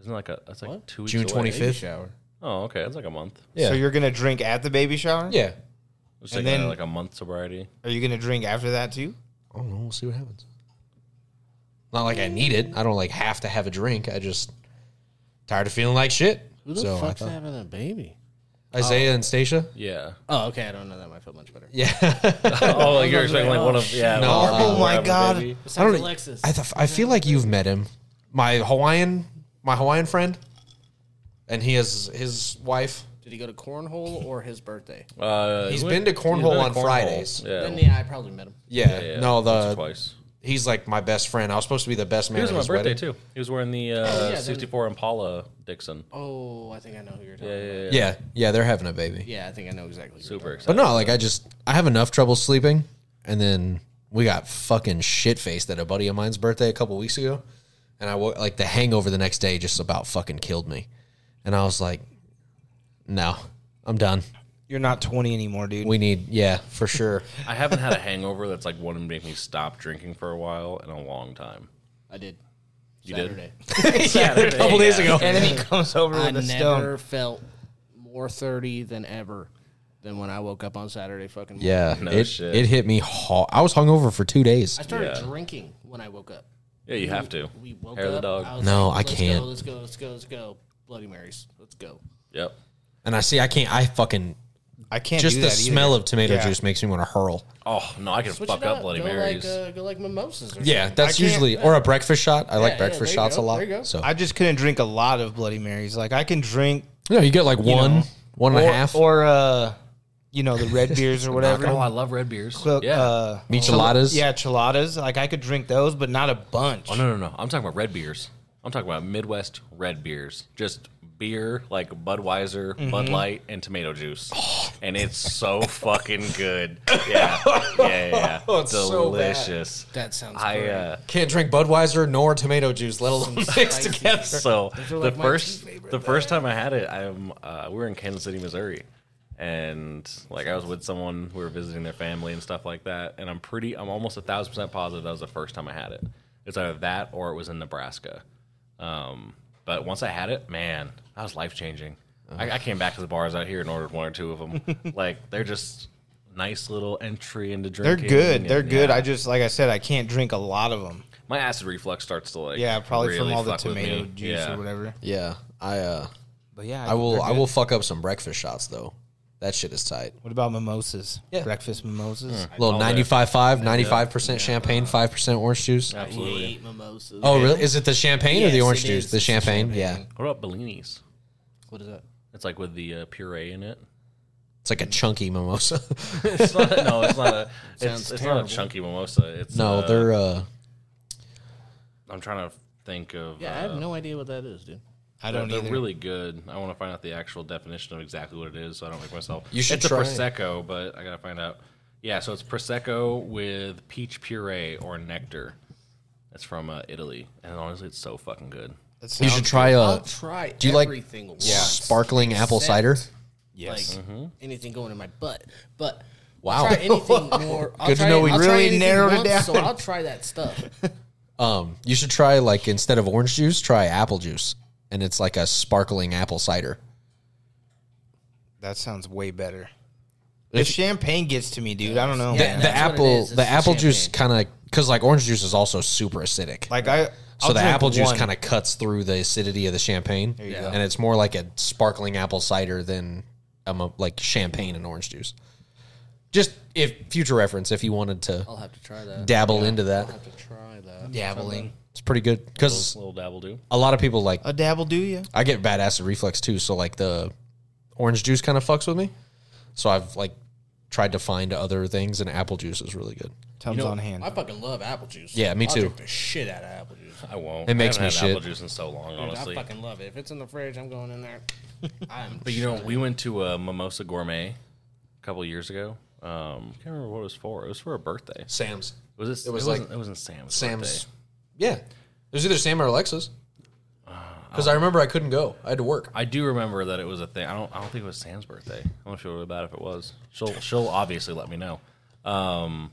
Isn't it like a that's like two weeks.
June
away.
twenty fifth.
shower.
Oh, okay, that's like a month.
Yeah.
So you're gonna drink at the baby shower?
yeah.
It's like,
And
a,
then-
like a month sobriety.
Are you gonna drink after that too?
I don't know. We'll see what happens. Not like I need it. I don't like have to have a drink. I just tired of feeling like shit.
Who the
so
fuck's
I thought,
having a baby?
Isaiah and Stacia.
Yeah.
Oh, okay. I don't know that. might feel much better.
Yeah.
oh, like you're expecting like one of yeah.
No,
one of
uh,
them
Oh my
having a
God.
baby.
I
Besides
don't.
Alexis.
I, th- I feel like you've met him, my Hawaiian, my Hawaiian friend, and he has his wife.
Did he go to cornhole or his birthday?
Uh,
He's
we-
been to cornhole on Fridays.
Yeah.
Then yeah, I probably met him.
Yeah.
yeah,
no,
once or
the
twice.
he's like my best friend. I was supposed to be the best man
He was
at
on my
his
birthday
wedding.
too. He was wearing the uh,
Oh, yeah, then-
64 Impala Dixon.
Oh, I think I know who you're talking
Yeah,
about.
yeah, yeah.
Yeah, yeah, they're having a baby.
Yeah, I think I know exactly. Who
Super
But
excited.
no, like I just I have enough trouble sleeping, and then we got fucking shit faced at a buddy of mine's birthday a couple weeks ago, and I woke like the hangover the next day just about fucking killed me, and I was like, no, I'm done.
You're not 20 anymore, dude.
We need yeah for sure.
I haven't had a hangover that's like one to make me stop drinking for a while in a long time.
I did.
You did?
Saturday.
a couple days ago.
and then he comes over
I
with a stone.
never felt more thirty than ever than when I woke up on Saturday fucking. morning.
Yeah,
No
it,
shit.
it hit me hard. I was hungover for two days.
I started
Yeah.
drinking when I woke up.
Yeah, you have to.
We woke
Hair
up.
of the dog.
I was
No,
like,
I
let's
can't.
Go, let's go. Let's go. Let's go. Bloody Marys. Let's go.
Yep.
And I see, I can't. I fucking
I can't
just
do
the
that either.
smell of tomato
Yeah.
juice makes me want to hurl.
Oh no, I can
Switch
fuck
it
up,
up.
Bloody
go
Marys.
Like, uh, go like mimosas. Or
Yeah,
something.
that's
I can't-
usually or a breakfast shot. I
yeah,
like breakfast
there you
shots
go,
a lot.
there you go.
So
I just couldn't drink a lot of Bloody Marys. Like I can drink
no, you get like one,
know,
one and
or,
a half
or uh, you know, the red beers or whatever.
Oh, I love red beers.
Cl-
yeah.
uh,
micheladas.
yeah, chiladas. Like I could drink those, but not a bunch.
oh no, no, no. I'm talking about red beers. I'm talking about Midwest red beers. Just beer like Budweiser, Bud Light, and tomato juice, and it's so fucking good. Yeah, yeah, yeah. yeah.
It's so bad.
Delicious.
That sounds.
I uh,
Can't drink Budweiser nor tomato juice, let alone mixed together.
so
like
the
my
first
two
the
favorite
first time I had it, I'm uh, we were in Kansas City, Missouri, and like I was with someone, we were visiting their family and stuff like that. And I'm pretty, I'm almost a thousand percent positive that was the first time I had it. It's either that or it was in Nebraska. Um, but once I had it, man, that was life changing. I, I came back to the bars out here and ordered one or two of them. like they're just nice little entry into
They're
drinking.
good. They're
and,
good.
yeah.
I just like I said, I can't drink a lot of them.
my acid reflux starts to like
Yeah, probably
really
from all the
fuck with me.
tomato juice
Yeah.
or whatever.
Yeah, I uh,
But yeah,
I will.
they're
I
good.
will fuck up some breakfast shots though. That shit is tight.
What about mimosas?
Yeah.
Breakfast mimosas.
little 95 5 95 percent champagne, five percent orange juice.
Absolutely.
Hate mimosas.
Oh, really? Is it the champagne or the
Yes,
orange
it
juice?
is.
The
It's the
champagne, yeah.
champagne.
What about Bellinis?
What is that?
It's like with the uh, puree in it.
It's like a chunky mimosa.
It's not, no, it's not a.
Sounds
It's, it's not a
terrible.
chunky mimosa. It's
no,
uh,
they're uh,
I'm trying to think of.
Yeah, I
uh,
have no idea what that is, dude.
I
they're-
don't
they're
either.
really good. I want to find out the actual definition of exactly what it is, so I don't make myself.
You should
It's
try
a
it.
prosecco, but I gotta find out. Yeah, so it's prosecco with peach puree or nectar. It's from uh, Italy, and honestly, it's so fucking good.
That
you
sounds-
should try
I'll
a
try
Uh, do you like-
everything. Like,
sparkling apple cider.
yes.
Like anything going in my butt, but.
Wow.
I'll try anything more. I'll
Good to
try
know
it-
we
I'll try
really
anything
narrowed it
once, So
down.
I'll try that stuff.
Um, you should try like instead of orange juice, try apple juice, and it's like a sparkling apple cider.
That sounds way better. If champagne gets to me, dude, I don't know.
The,
man.
the
that's what it
apple,
is. It's
the apple juice
champagne.
kind of because like orange juice is also super acidic.
like I,
so the apple juice kind of cuts through the acidity of the champagne,
you go.
and it's more like a sparkling apple cider than um, a- like champagne and orange juice. Just if future reference, if you wanted to
I'll have to try that.
dabble into that,
I'll have to try that.
dabbling.
it's pretty good because
Little dabble do.
a lot of people like
A dabble, do you?
I get bad acid reflux too, so like the orange juice kind of fucks with me. So I've like tried to find other things, and apple juice is really good.
Tums on hand.
I fucking love apple juice.
Yeah, me
I'll
too.
Drink the shit out of apple juice.
I won't.
It makes
I haven't
me
had apple
shit.
juice in so long,
Dude,
honestly.
I fucking love it. If it's in the fridge, I'm going in there. I'm.
But you know, we went to a Mimosa Gourmet a couple years ago. Um, I can't remember what it was for. It was for a birthday.
Sam's,
Was it?
It was
it wasn't,
like
it wasn't Sam's.
Sam's,
birthday.
yeah. It was either Sam or Alexa's.
Uh,
Because I remember I couldn't go; I had to work.
I do remember that it was a thing. I don't. I don't think it was Sam's birthday. I don't feel really bad if it was. She'll. She'll obviously let me know. Um,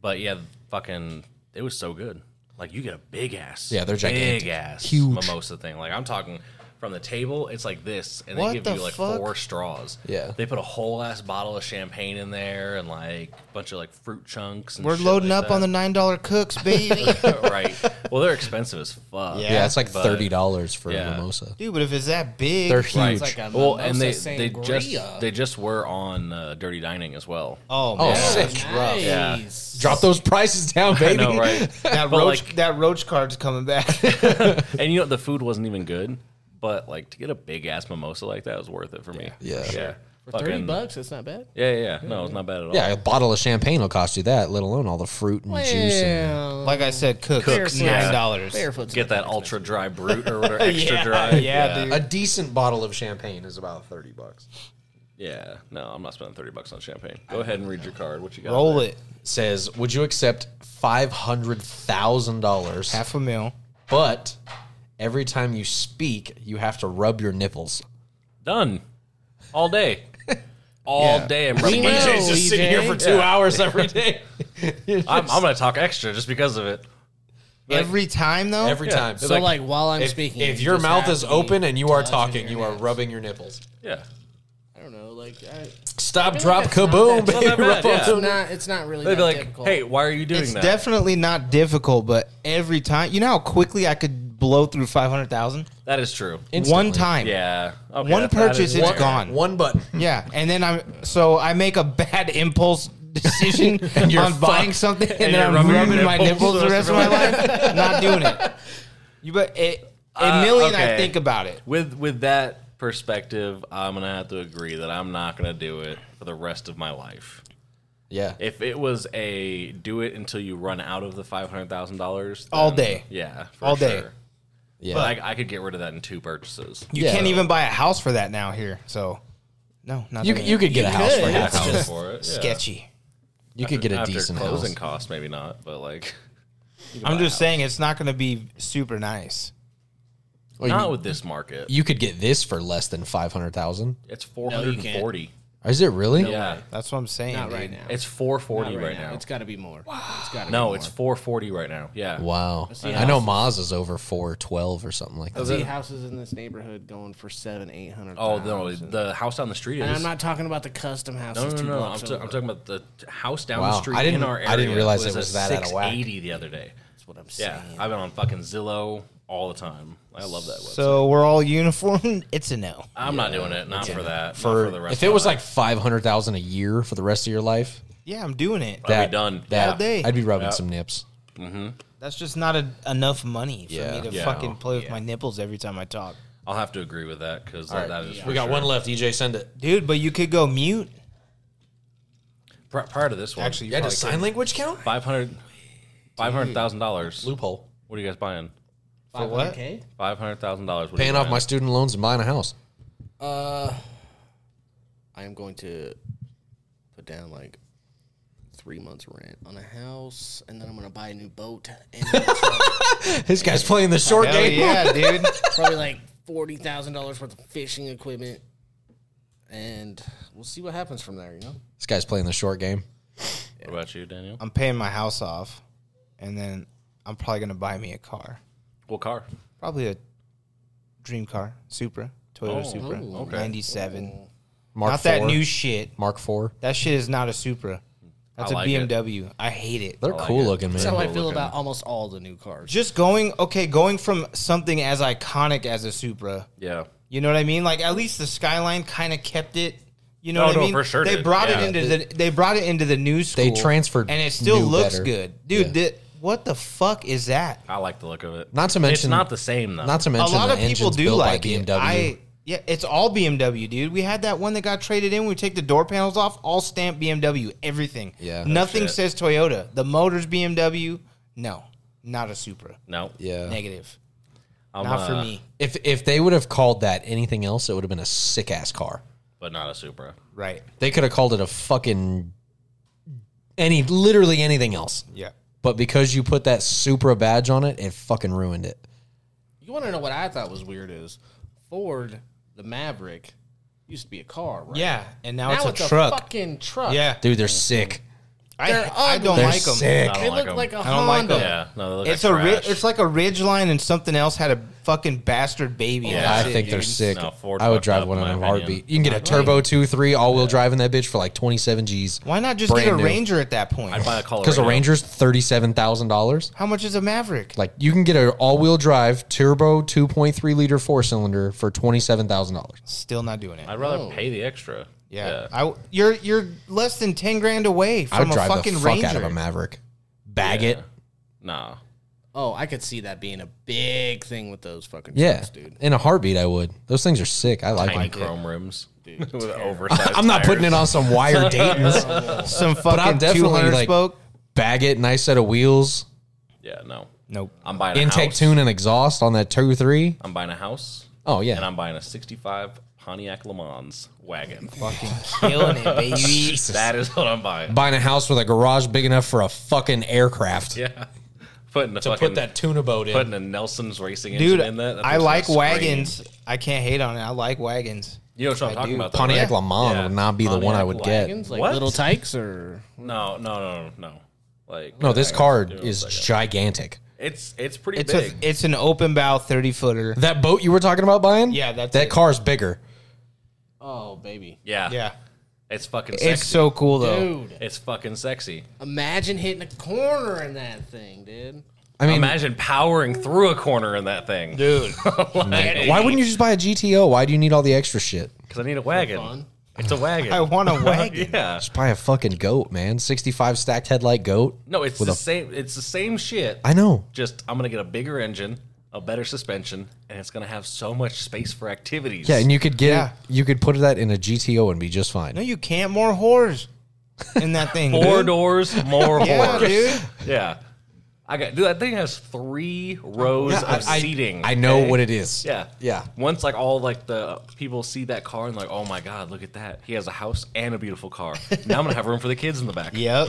but yeah, fucking, it was so good. Like you get a big ass.
Yeah, they're gigantic.
Big ass,
Huge.
mimosa thing. Like I'm talking from the table. It's like this, and
What
they give
the
you like
fuck?
four straws.
Yeah.
they put a whole ass bottle of champagne in there, and like a bunch of like fruit chunks. And
We're
shit
loading
like
up on the
that.
nine dollar cooks, baby.
right. Well, they're expensive as fuck.
Yeah, it's like
but-
thirty dollars for
Yeah.
a mimosa.
dude, but if it's that big,
They're
It's
huge.
like a
Well, and they
mimosa
they just
sangria.
they just were on uh, Dirty Dining as well.
oh,
oh,
man,
sick!
that's rough.
Nice.
Drop those prices down,
I
baby.
know, right?
That
But,
roach,
like-
that roach card's coming back.
And you know, the food wasn't even good, but like to get a big ass mimosa like that was worth it for me.
Yeah.
yeah.
For
Fucking-
thirty bucks, it's not bad.
Yeah, yeah, yeah. No, it's not bad at all.
Yeah, a bottle of champagne will cost you that, let alone all the fruit and juice. And,
like I said, cooks,
Cooks, yeah.
nine dollars.
Barefoot's
Get that ultra dry brute or whatever, extra
Yeah,
dry.
yeah, dude.
a decent bottle of champagne is about thirty bucks.
Yeah. No, I'm not spending thirty bucks on champagne. Go ahead and read your card. What you got?
Roll it,
says, "Would you accept five hundred thousand dollars?
half a mil.
But every time you speak, you have to rub your nipples."
Done. All day. All day. I'm, rubbing my-
know. just sitting here for
two hours every day.
I'm, I'm gonna talk extra just because of it.
Every time though,
every time. It's
So like, while I'm
if,
speaking,
if
you
your
just
mouth
have
is
to
open
be
and you are
touching
talking, you
your
are
nips.
rubbing your nipples.
Yeah.
I don't know, like I,
Stop,
feel
drop,
like that's
kaboom,
not that-
baby.
not that bad,
Rub on
yeah.
some-
So
it's not. It's not really.
They'd be
that
like,
difficult.
"Hey, why are you doing
it's
that?"
definitely not difficult. But every time, you know how quickly I could blow through five hundred thousand
that is true.
Instantly.
one time.
Yeah. Okay,
One
that- that
purchase,
is
it's
fair.
gone.
One button.
Yeah, and then I'm so I make a bad impulse decision on
You're
buying
fucked.
something, and,
And
then
you're
I'm rubbing,
rubbing your
my
nipples
nipples the rest of my life. Not doing it. You but it, a
Uh,
million I
okay.
think about it.
with with that perspective, I'm gonna have to agree that I'm not gonna do it for the rest of my life.
Yeah.
If it was a do it until you run out of the five hundred thousand dollars
All day.
yeah, for
All
all
day.
day,
Yeah.
But I, I could get rid of that in two purchases.
You
Yeah.
can't even buy a house for that now here. So no, not
you,
doing
you
it.
could get a house for
could.
half.
Go for it. yeah.
sketchy.
You could get a
After
decent house.
closing costs, maybe not, but like
I'm just saying it's not going to be super nice.
Or
not
you,
with this market.
you could get this for less than five hundred thousand.
It's four hundred and forty.
Is it really?
yeah,
That's what I'm saying.
not
dude.
right now.
it's four
not
forty
right,
right,
now.
now.
It's got to be more. It's got to
no,
be
it's
more.
four forty right now. Yeah.
Wow.
see
I know Maz is over 412 or something like
I
that.
see houses in this neighborhood going for seven, eight hundred.
Oh no, the house down the street is.
and I'm not talking about the custom houses.
No, no,
two
no. I'm,
blocks
t-
over.
I'm talking about the t- house down
Wow.
the street
I didn't-
in our
I
area.
didn't realize it
a
was that out of whack.
680 the other day.
That's what I'm
Yeah,
saying.
I've been on fucking Zillow all the time. I love that website.
So we're all uniform. It's a no.
I'm not doing it. Not for that.
For,
not for the rest.
if it was like 500,000 a year for the rest of your life,
Yeah, I'm doing it.
I'd be
that
done.
That,
All day.
I'd be rubbing
Yeah.
some nips.
That's just not a, enough money for
Yeah.
me to
Yeah.
fucking play with my nipples every time I talk.
I'll have to agree with that because that is. for
we got
sure.
one left. EJ, send it.
Dude, but you could go mute.
Pri- prior to this one.
Actually,
Actually,
you probably could.
language count?
five hundred, five hundred thousand dollars.
Loophole.
What are you guys buying?
for what?
Okay.
Five hundred thousand dollars.
Paying off my student loans and buying a house.
Uh, I am going to put down like three months rent on a house, and then I'm going to buy a new boat, and
This guy's playing the short
Hell
game.
yeah, dude.
probably like forty thousand dollars worth of fishing equipment, and we'll see what happens from there. You know,
This guy's playing the short game.
What about you, Daniel?
I'm paying my house off, and then I'm probably gonna buy me a car.
What car?
Probably a dream car, Supra, Toyota
Oh,
Supra,
ooh, okay.
'97.
Mark
not that
IV.
new shit.
Mark Four.
That shit is not a Supra. That's
I
a
like it.
BMW. I hate it.
They're
like
cool
it.
looking, man.
That's how I
Cool
feel
looking.
about almost all the new cars.
Just going okay, going from something as iconic as a Supra.
Yeah.
You know what I mean? Like at least the skyline kind of kept it. You know
Oh,
what I
no,
mean?
for sure
They
did.
brought
Yeah.
it into the they brought it into the new school.
transferred
and it still
new
looks
better.
good, dude.
Yeah.
thi- what the fuck is that?
I like the look of it.
Not to
it's
mention-
not the same though.
Not to
A
mention,
lot
the
of people
engine's
do
built
like
by BMW.
it. I yeah, it's all BMW, dude. We had that one that got traded in. We take the door panels off, all stamped BMW, everything.
Yeah.
nothing
Shit.
says Toyota. The motor's BMW. No, not a Supra.
no.
yeah.
Negative.
I'm,
not for
uh,
me.
If if they would have called that anything else, it would have been a sick ass car.
But not a Supra.
Right.
They could have called it a fucking any literally anything else.
Yeah.
But because you put that Supra badge on it, it fucking ruined it.
You want to know what I thought was weird is Ford the Maverick used to be a car, right?
Yeah, and now,
Now
it's,
it's,
a truck.
fucking truck.
yeah,
Dude, they're sick.
I,
They're
I don't
ugly.
They're
like them.
sick.
I don't
They
like
look
them.
like a
I don't like
Honda.
them.
Yeah. No, they look
It's a
like
ri-
trash.
it's like a ridge line, and something else had a fucking bastard baby.
Yeah.
I
Shit,
think they're
dude.
sick.
No, Ford
I would
fucked
drive
up,
one
in
in
my
a
opinion.
heartbeall. You can get a turbo two, three, all wheel drive in that bitch for like twenty seven G's.
Why not just
Brand
get a
new.
Ranger at that point?
I'd buy a Colorado.
Because a Ranger's thirty seven thousand dollars.
How much is a Maverick?
Like you can get an all wheel drive turbo two point three liter four cylinder for twenty seven thousand dollars.
Still not doing it.
I'd rather pay the extra.
Oh. yeah, I w you're you're less than ten grand away
I would
from a
drive
fucking
the fuck
Ranger.
out of a Maverick. Bag it.
Nah.
Oh, I could see that being a big thing with those fucking
Yeah,
trucks, dude.
in a heartbeat, I would. Those things are sick. I like
Tiny
them.
chrome rims. Dude, with oversized
I'm not putting
tires.
it on some wire Dayton's. I'm
Some fucking
definitely,
two hundred
like-
spoke.
Bag it, nice set of wheels,
Yeah, no.
Nope.
I'm buying a
intake
house.
tune and exhaust on that two three.
I'm buying a house.
Oh
And
yeah,
I'm buying a 65 Pontiac Le Mans wagon.
Fucking killing it, baby.
That is what I'm buying.
buying a house with a garage big enough for a fucking aircraft.
Yeah. Putting a
to
fucking-
put that tuna boat in.
putting a Nelson's racing engine
Dude,
in that. that
I
thing's
like
gonna scream.
wagons. I can't hate on it. I like wagons.
You know what I'm
I
talking
do.
about? though,
Pontiac
right?
Le Mans
Yeah.
would not be the one I
Pontiac
would get.
Wagons, like
What?
little tykes or
No, no, no, no. Like
No, this
I-
car
give me one
is
second.
gigantic.
it's it's pretty
It's
big.
a it's an open bow thirty footer.
That boat you were talking about buying?
Yeah, that's
that
it.
car's bigger.
oh baby,
yeah,
Yeah,
It's fucking. Sexy.
it's so cool though.
Oh. dude.
It's fucking sexy.
Imagine hitting a corner in that thing, dude.
I mean,
Imagine powering through a corner in that thing,
Dude,
why wouldn't you just buy a GTO? Why do you need all the extra shit?
Because I need a wagon.
fun.
It's a wagon.
I want a wagon.
yeah.
Just buy a fucking goat, man. Sixty-five stacked headlight goat.
No, it's
With
the
a-
same. It's the same shit.
I know.
Just I'm gonna get a bigger engine, a better suspension, and it's gonna have so much space for activities.
Yeah, and you could get
Yeah.
you could put that in a GTO and be just fine.
No, you can't. More whores in that thing.
four
dude.
doors, more
Yeah,
horse.
dude.
Yeah. I got dude. That thing has three rows
Yeah,
of seating.
I know
okay?
what it is.
Yeah,
Yeah.
Once like all like the people see that car and like, oh my god, look at that! He has a house and a beautiful car. now I'm gonna have room for the kids in the back.
Yep.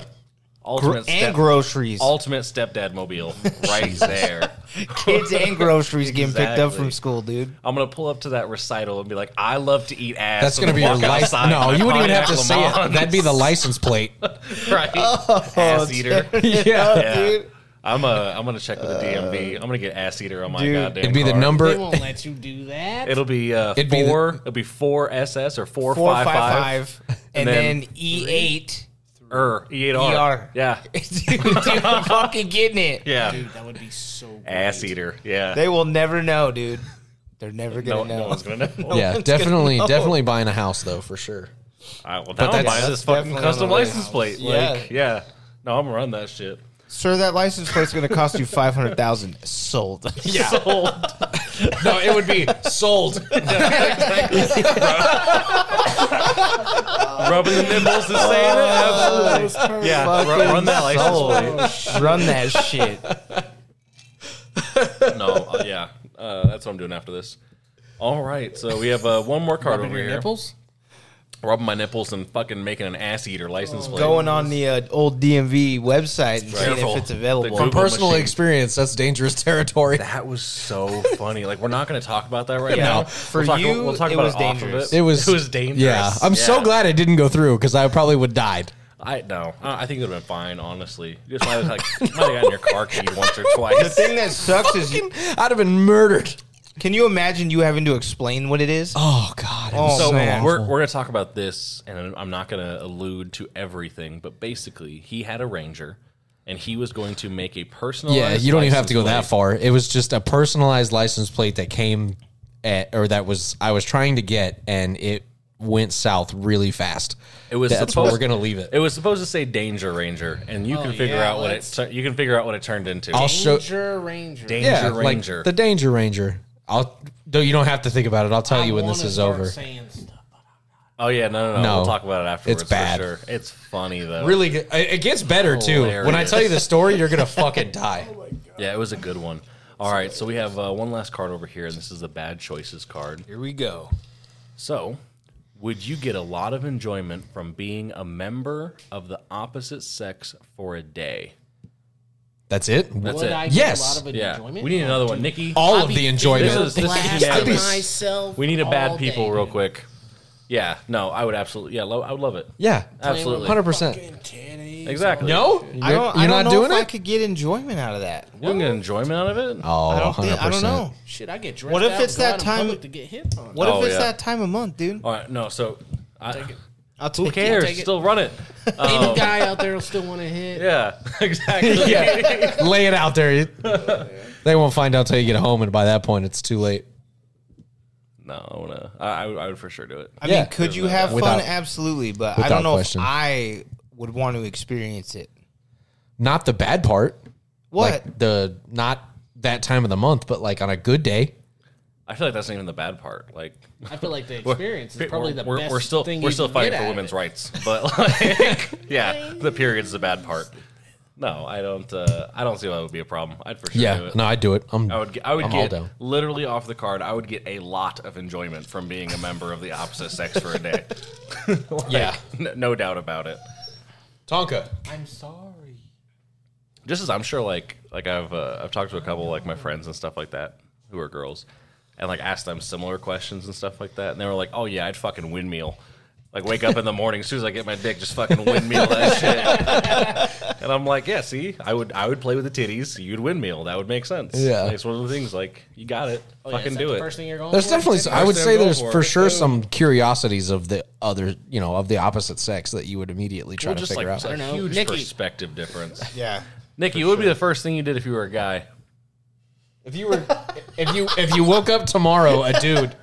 Ultimate
and
step-
groceries.
ultimate stepdad mobile right there.
Kids and groceries getting picked up
Exactly.
from school, dude.
I'm gonna pull up to that recital and be like, I love to eat ass.
That's
and
gonna be
then
your
walk
license.
outside
No,
with my
you wouldn't even have
Pontiac
to say it.
Le
That'd be Oh, the license plate.
Mans, right? ass eater.
yeah.
Yeah.
Dude.
I'm uh, I'm gonna check with the DMV. I'm gonna get ass eater on my
Dude,
goddamn.
It'd be the
car.
They
number.
won't let you do that.
It'll be uh,
It'd be the-
four. it'll be four SS or four
Four
five five.
and
And
then,
then
E eight.
Er, E8R.
ER.
Yeah.
dude, dude, I'm fucking getting it.
Yeah.
Dude, that would be so. Great.
Ass eater. Yeah.
They will never know, dude. They're never
no,
gonna know.
no one's going to know.
Yeah,
one's
definitely,
gonna know.
definitely buying a house though for sure.
I, well, now I'm
that's-
buying this
that's
fucking
definitely on
custom
the way.
license plate.
Yeah.
Like, yeah. No, I'm going to run that shit.
Sir, that license plate's gonna cost you five hundred thousand. Sold.
Yeah. Sold.
No, it would be sold.
Rubbing the nipples and saying it. Absolutely. Yeah.
fucking
Run, run that
sold.
license
Run that shit.
plate. No. uh, yeah. Uh, that's what I'm doing after this. All right. So we have uh, one more card
Rubbing
over
your
here.
nipples.
Rubbing my nipples and fucking making an ass eater license plate.
Oh. Going on the uh, old DMV website and seeing
Careful.
if it's available.
The Google-
Personal
machine.
experience. That's dangerous territory.
That was so funny. Like we're not going to talk about that right
Yeah.
now.
No. For
we'll talk,
you,
we'll talk
it
about
was
it off of
dangerous.
it.
It was.
It was dangerous.
Yeah, I'm so
Yeah.
glad it didn't go through because I probably would died.
I no. I I think it would have been fine, honestly. You just might have like might have gotten your car keyed once or
The
twice.
thing that sucks is, you-
I'd have been murdered.
can you imagine you having to explain what it is?
Oh God.
Oh,
so
man.
we're, we're going to talk about this and i'm not going to allude to everything but basically he had a ranger and he was going to make a personal
yeah, you don't even have to go that far. It was just a personalized license plate that came at, or that was I was trying to get, and it went south really fast.
It was
that's where
supposed-
we're gonna leave it.
it was supposed to say danger ranger and you can figure
Oh, yeah,
out what it
let's-
tur- you can figure out what it turned into
I'll show.
Ranger, Ranger.
danger
Yeah, like
ranger
the Danger Ranger. I'll. Though you don't have to think about it. I'll tell you when this
wanna
is
start
over.
saying stuff.
oh yeah no, no no
No.
we'll talk about it afterwards
bad.
for sure it's funny though
Really, good. it it gets better too. When I
Hilarious.
tell you the story, you're gonna fucking die.
yeah it was a good one all right so we have uh, one last card over here and this is the bad choices card
Here we go.
So, would you get a lot of enjoyment from being a member of the opposite sex for a day?
That's it.
That's
Would
it.
I
Yes.
get a lot of
yeah.
enjoyment?
We need another one, Nikki.
All
I'd
of
be
the enjoyment.
This is- this is
Blasted
unanimous.
myself
we need a bad
all
people
day.
real quick. Yeah. No, I would absolutely. Yeah, lo- I would love it.
yeah,
Absolutely.
hundred percent.
Exactly.
No,
I don't.
You're
I don't
not
know
doing
if I
it?
could get enjoyment out of that.
You don't get enjoyment out of it.
Oh,
I don't. Think, I don't know.
Shit, I get dressed
What if
out
it's
and go
that
out in
time-
public to get hit on?
What
Oh,
if it's
yeah.
that time of month, dude?
All right. No. So, I,
I'll take
who
it.
cares?
take it.
Still run it. Oh,
Any guy out there will still want to hit.
Yeah. Exactly.
Yeah, lay it out there. they won't find out till you get home, and by that point, it's too late.
No, I wanna. I, I would. I would for sure do it.
I
Yeah.
mean, could you have
Without-
fun? Absolutely, but I
without
don't know
question.
if I would want to experience it.
Not the bad part.
What?
Like the not that time of the month, but like on a good day.
I feel like that's not even the bad part. Like.
I feel like the experience is probably
we're,
the
we're,
best
we're still
thing
we're
you
still
can
fighting
get
for
out of
women's
it.
rights, but like, yeah, the period's the bad part. No, I don't. Uh, I don't see why that would be a problem. I'd for sure do
Yeah,
it.
no, I'd do it. I'm,
I would. Get, I would
I'm all
get
down.
literally off the card. I would get a lot of enjoyment from being a member of the opposite sex for a day. Like,
Yeah.
n- no doubt about it.
Tonka.
I'm sorry.
just as I'm sure, like like I've uh, I've talked to a couple like my friends and stuff like that who are girls, and like asked them similar questions and stuff like that, and they were like, "Oh yeah, I'd fucking windmill." Like wake up in the morning as soon as I get my dick, just fucking windmill that shit. and I'm like, yeah, see, I would I would play with the titties, you'd windmill, that would make sense.
Yeah.
it's one of the things like you got it,
Oh, yeah,
fucking
is that
do
the
it.
First thing you're going
There's
for?
definitely,
Titties?
I would
First
say
thing,
there's
go
for,
for it.
sure some curiosities of the other, you know, of the opposite sex that you would immediately try
Well,
to
just
figure
like
out.
a
know.
huge
Nikki.
perspective difference.
Yeah.
Nikki, what would be the first thing you did if you were a guy?
If you were, if you, if you woke up tomorrow, a dude.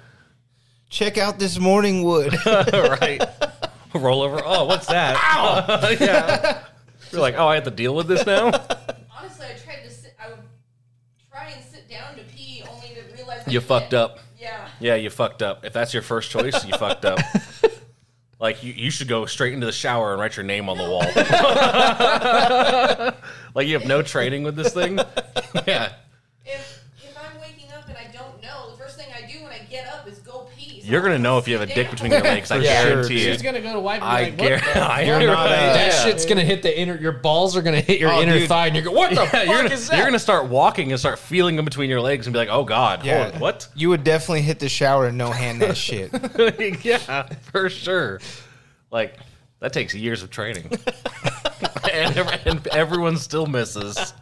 Check out this morning wood.
right? Roll over. Oh, what's that? Ow! yeah. You're like, oh, I have to deal with this now.
Honestly, I tried to sit. I would try and sit down to pee, only to realize I
You
can't.
fucked up.
Yeah.
Yeah, you fucked up. If that's your first choice, you fucked up. Like you, you should go straight into the shower and write your name on the wall. like you have no training with this thing. Yeah,
If if I'm waking up and I don't know, the first thing I do when I get up is go pee. So
you're gonna
I'll
know if you have a
sit
dick
down.
between your legs. I
sure.
guarantee
She's
it.
gonna go to wipe. And be
I
like, what the-
guarantee.
You're not, uh,
That shit's gonna hit the inner. Your balls are gonna hit your
Oh,
inner
dude.
thigh, and you're going, "What the
Yeah,
fuck
you're, gonna,
is that?"
you're gonna start walking and start feeling them between your legs and be like, "Oh God,
Yeah.
hold- what?"
You would definitely hit the shower and no hand that shit.
yeah, for sure. Like that takes years of training, and, ev- and everyone still misses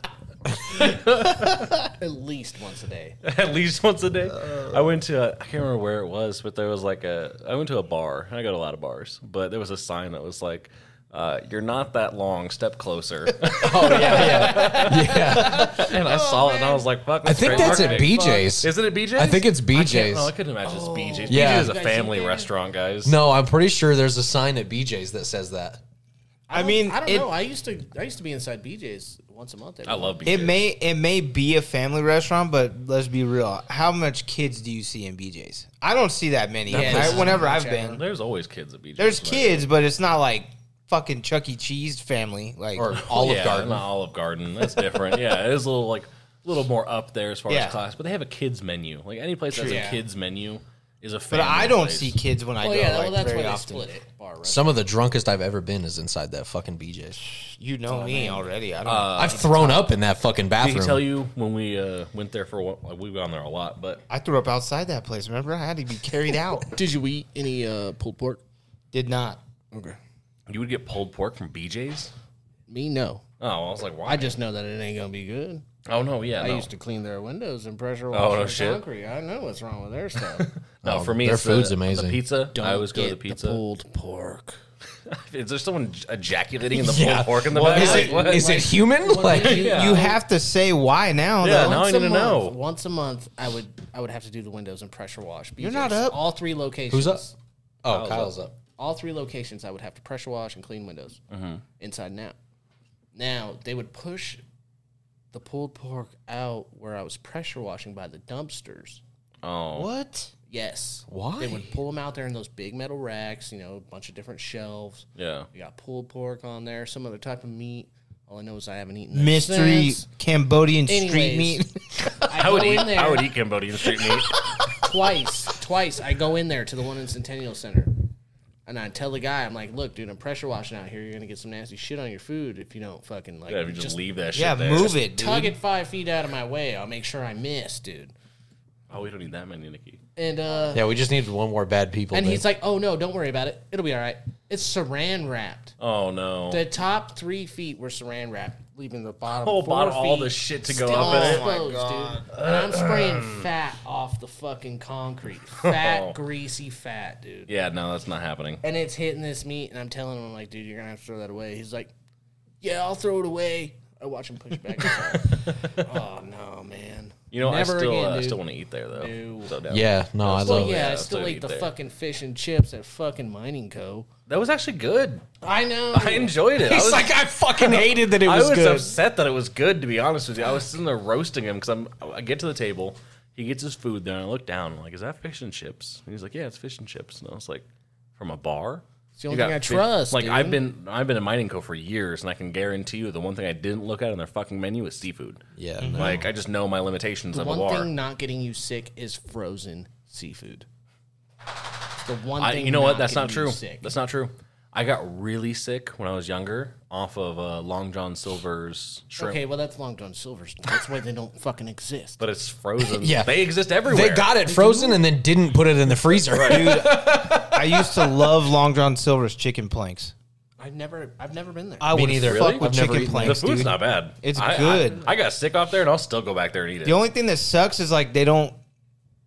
At least once a day.
at least once a day.
Uh.
I went to a, I can't remember where it was, but there was like a I went to a bar. I go to a lot of bars, but there was a sign that was like. Uh, you're not that long. Step closer.
oh yeah, yeah, Oh, yeah.
and I saw it, and I was like, "Fuck!"
I think
great
that's at
marketing.
BJ's.
Isn't it BJ's?
I think it's
I can't-
BJ's.
no, I couldn't imagine it's BJ's.
Yeah.
BJ's is a family restaurant, guys.
No, I'm pretty sure there's a sign at BJ's that says that.
I mean,
I don't
it,
know. I used to. I used to be inside BJ's once a month.
I love BJ's.
it may it may be a family restaurant, but let's be real. How much kids do you see in BJ's? I don't see that many.
That place
I,
is
whenever
huge,
I've
I
been,
There's always kids at BJ's.
there's
like-
kids, but it's not like fucking Chuck E. Cheese family. Like
Or Olive
Yeah,
Garden.
Not Olive Garden. That's different. yeah, it is a little like a little more up there as far
Yeah.
as class, but they have a kids menu. Like any place that has
Yeah.
a kids menu is a.
but
Family
I don't
place.
see kids when I
Oh
go.
yeah,
like,
well that's
very
why they
often.
split it. Bar right?
Some of the drunkest I've ever been is inside that fucking BJ's.
You know me already. I don't.
Uh,
I've thrown up in that fucking
Did
bathroom.
he tell you when we uh, went there for one, like, we went on there a lot? But
I threw up outside that place. Remember, I had to be carried out.
Did you eat any uh, pulled pork?
Did not.
Okay.
You would get pulled pork from BJ's?
Me, no.
Oh, I was like, why?
I just know that it ain't gonna be good.
oh no, yeah,
I
no. Oh,
used to clean their windows and pressure wash
no
their
shit.
concrete. I know what's wrong with their stuff.
no, for me,
their
it's
food's
the,
amazing.
The pizza, I always go to the
get
pizza.
pulled pork.
Is there someone j- ejaculating in the pulled pork in the back?
Is
Like,
it,
what?
is it human? Like,
You, you have to say why now,
Yeah,
though.
now I
Once a
need to
month-
know.
Once a month, I would I would have to do the windows and pressure wash.
You're
BJ's.
not up.
All three locations.
who's up? Oh, Kyle's up.
All three locations, I would have to pressure wash and clean windows
Mm-hmm.
inside and out. Now they would push the pulled pork out where I was pressure washing by the dumpsters.
Oh,
What?
Yes.
Why?
They would pull them out there in those big metal racks. You know, a bunch of different shelves.
yeah.
You got pulled pork on there, some other type of meat. All I know is I haven't eaten that
Mystery
since.
Cambodian street
Anyways.
meat.
I would
go
eat.
in there.
I would eat Cambodian street meat.
twice, twice. I go in there to the one in Centennial Center, and I tell the guy, I'm like, "Look, dude, I'm pressure washing out here. You're gonna get some nasty shit on your food if you don't fucking like
yeah, if you just,
just,
leave that shit.
yeah,
there.
move it, dude.
tug it five feet out of my way. I'll make sure I miss, dude."
Oh, we don't need that many, Nikki.
And uh,
Yeah, we just needed one more bad people.
and
dude.
he's like, "Oh no, don't worry about it. It'll be all right. It's Saran wrapped.
Oh no.
The top three feet were Saran wrapped." Leaving the bottom,
Oh,
four
bottom-
feet
all the shit to go
still
up in it.
exposed, dude. And I'm spraying fat off the fucking concrete, fat, greasy fat, dude.
yeah, no, that's not happening.
and it's hitting this meat, and I'm telling him, I'm like, dude, you're gonna have to throw that away. He's like, yeah, I'll throw it away. I watch him push back. oh no, man.
You know, I
Never
still,
again,
uh, I
dude.
still want to eat there though.
No.
So down.
yeah, no, I
Well,
love it.
yeah, I
I'll
still
still
ate
eat
the
there.
fucking fish and chips at fucking Mining Co.
that was actually good.
I know.
I enjoyed it. I was,
I fucking hated that it
I was upset that it was good. To be honest with you, I was sitting there roasting him because I'm. I get to the table, he gets his food there, and I look down. I'm like, "Is that fish and chips?" And he's like, "Yeah, it's fish and chips." And I was like, "From a bar?" It's
the only thing I trust,
Like
dude.
I've been, I've been in Mining Co for years, and I can guarantee you, the one thing I didn't look at on their fucking menu is seafood.
Yeah,
Like I just know my limitations
the
of a
one
bar.
thing not getting you sick is frozen seafood. The one
I,
thing.
you know what? That's not
getting you
true.
Sick.
That's not true. I got really sick when I was younger off of uh, Long John Silver's shrimp,
okay, well, that's Long John Silver's. That's why they don't fucking exist.
but it's frozen.
Yeah.
they exist everywhere.
They got it frozen and then didn't put it in the freezer.
I used to love Long John Silver's chicken planks.
I've never, I've never been there.
I
Me
would
neither.
fuck
Really?
with
I've never
chicken
eaten that.
The
planks,
food's
dude.
not bad.
It's
I- I-
good.
I, got sick off there, and I'll still go back there and eat it.
The only thing that sucks is like they don't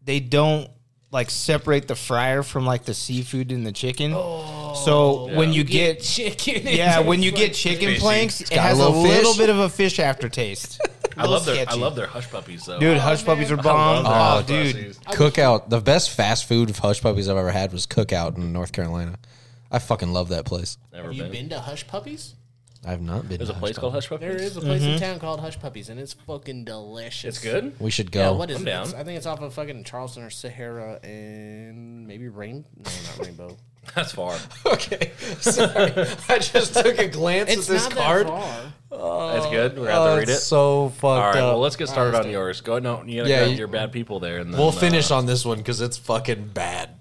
they don't like separate the fryer from like the seafood and the chicken.
Oh,
so when you get,
chicken.
yeah, when you get chicken
fishy.
planks, it
got
has
a
a
little
little,
fish.
bit of a fish aftertaste.
I love their I
sketchy.
love their hush puppies
Oh,
though.
Dude, hush puppies are bomb.
their
Oh,
hush
dude.
puppies.
Cookout. The best fast food hush puppies I've ever had was Cookout in North Carolina. I fucking love that place.
Never
Have you
been.
been to Hush Puppies?
I've not been.
There's a
to
place
Hush
called
Puppies.
Hush Puppies.
There is a place in town called Hush Puppies, and it's fucking delicious.
It's good.
We should go.
Yeah, what is
I'm
it?
down.
It's- I think it's off of fucking Charleston or Sahara and maybe Rain. No, not Rainbow.
That's far.
okay, sorry. I just took a glance
it's
at this
not
card.
that far.
That's good. We're out
Oh,
to read it.
it's so fucked
All right.
up.
Well, let's get started on yours. Go. No, you gotta
Yeah,
grab
you-
your bad people there, and then,
we'll
uh,
finish on this one because it's fucking bad.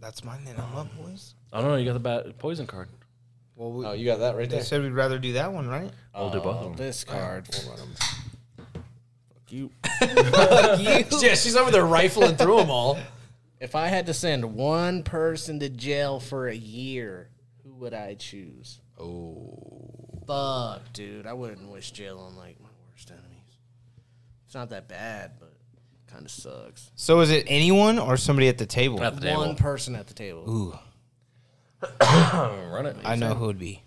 That's mine then. I'm up, boys.
I don't know. You got the bad poison card.
Well, we,
Oh, you got that right
they
there.
said we'd rather do that one, right?
I'll do both. of them.
This card. You.
yeah, she's over there rifling through them all.
If I had to send one person to jail for a year, who would I choose? Oh. Fuck, dude. I wouldn't wish jail on, like, my worst enemies. It's not that bad, but kind of sucks.
So is it anyone or somebody at the table?
At the table.
One person at the table.
Run it.
I know who would be.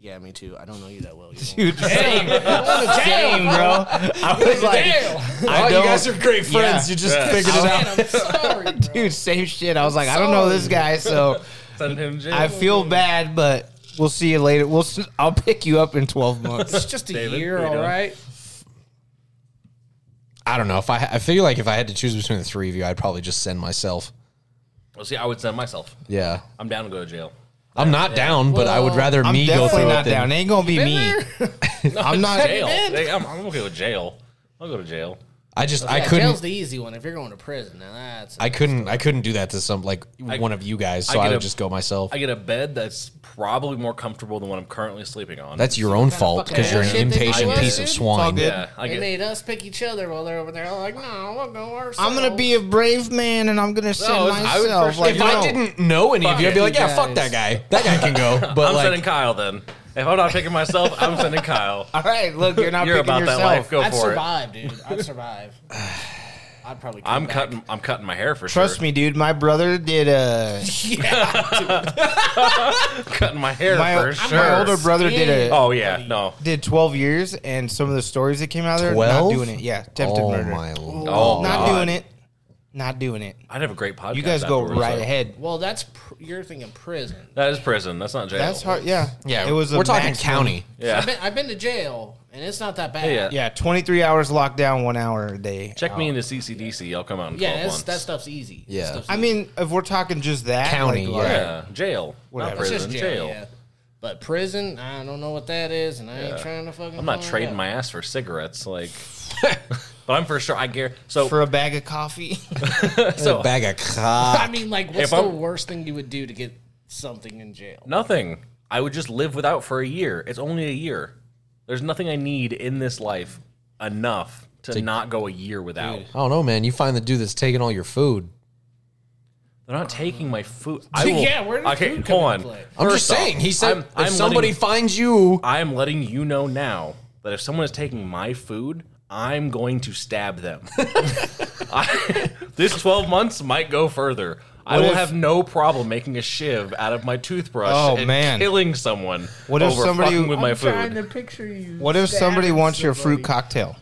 Yeah, me too. I don't know you that well. You don't-
Dude, same, same, bro. I was like, I
oh, you
don't-
guys are great friends.
Yeah.
You just figured it out.
Man, I'm sorry, bro.
dude, same shit. I was like, I don't know this guy, so
Send him to jail.
I feel bad, but we'll see you later. We'll s- I'll pick you up in twelve months.
It's just a
David,
year,
how you
all
doing?
right.
I don't know if I. I feel like if I had to choose between the three of you, I'd probably just send myself.
Well, see, I would send myself.
Yeah,
I'm down to go to jail.
I'm not down, but I would rather
I'm
me go
definitely
through
not
it
down.
than
It ain't gonna be me. I'm not.
Jail. Hey, I'm, I'm okay with jail. I'll go to jail.
I just I
Yeah, jail's
couldn't
the easy one. If you're going to prison, now that's
I couldn't I couldn't do that to some like one of you guys, so
I
I,
get
would
a-
just go myself.
I get a bed that's probably more comfortable than what I'm currently sleeping on.
That's your own
of
fault because
fucking
you're an
bullshit they
impatient
do,
piece of
dude.
swine.
yeah. I
they
get
made us pick each other while they're over there. Like, no, we'll go
I'm
ourselves.
gonna be a brave man and I'm gonna send
I would
myself.
first-
like,
If I
no.
didn't know any of you, I'd be like, yeah, fuck that guy. That guy can go. But
I'm
like,
sending Kyle then. If I'm not picking myself, I'm sending Kyle.
all right, look, you're not
You're
picking
about
yourself.
that life. Go
I'd
for it.
survive, dude. I'd survive. I'd probably. Come
I'm
back.
cutting. I'm cutting my hair for
Trust
sure.
me, dude. My brother did a
Cutting my hair
my,
for sure.
my older brother did a
Oh yeah, no.
did 12 years, and some of the stories that came out of there, not
12?
doing it. Yeah, attempted
oh
murder.
my lord.
Oh,
Not
God.
doing it. Not doing it.
I'd have a great podcast.
You guys go
afterwards,
right
though.
ahead.
Well, that's pr- you're thinking prison.
That is prison. That's not jail.
That's hard. Yeah.
Yeah,
It was. A
we're talking
maximum-
county.
Yeah.
I've been, I've been to jail, and it's not that bad.
Yeah.
Yeah, 23 hours lockdown, one hour a day.
Check me into CCDC. I'll come out in
Yeah,
12
that's,
months.
that stuff's easy. That
Yeah.
stuff's
I
easy.
mean, if we're talking just that
County,
like,
yeah.
like,
yeah, jail.
Whatever.
Not
It's
prison.
it's just jail.
jail.
Yeah. But prison, I don't know what that is, and I ain't trying to fucking.
I'm not
find
trading
out.
my ass for cigarettes. Like, but I'm for sure. I guarantee. So
for a bag of coffee.
so
Bag of cock.
I mean, like, what's
If
the
I'm-
worst thing you would do to get something in jail?
nothing. I would just live without for a year. It's only a year. There's nothing I need in this life enough to not go a year without.
I don't know, man. You find the dude that's taking all your food.
They're not taking my food. I will,
Yeah, where did
okay,
food come
hold on.
into play?
I'm
First
just
off,
saying. He said
I'm-
if
I'm
somebody
letting-
finds you,
I am letting you know now that if someone is taking my food, I'm going to stab them. I, this 12 months might go further. I
What
will
if-
have no problem making a shiv out of my toothbrush
Oh,
and
man.
killing someone
What if
over
somebody-
fucking with my
I'm trying
food.
to picture you.
what if somebody
stabbing
wants your
somebody.
fruit cocktail?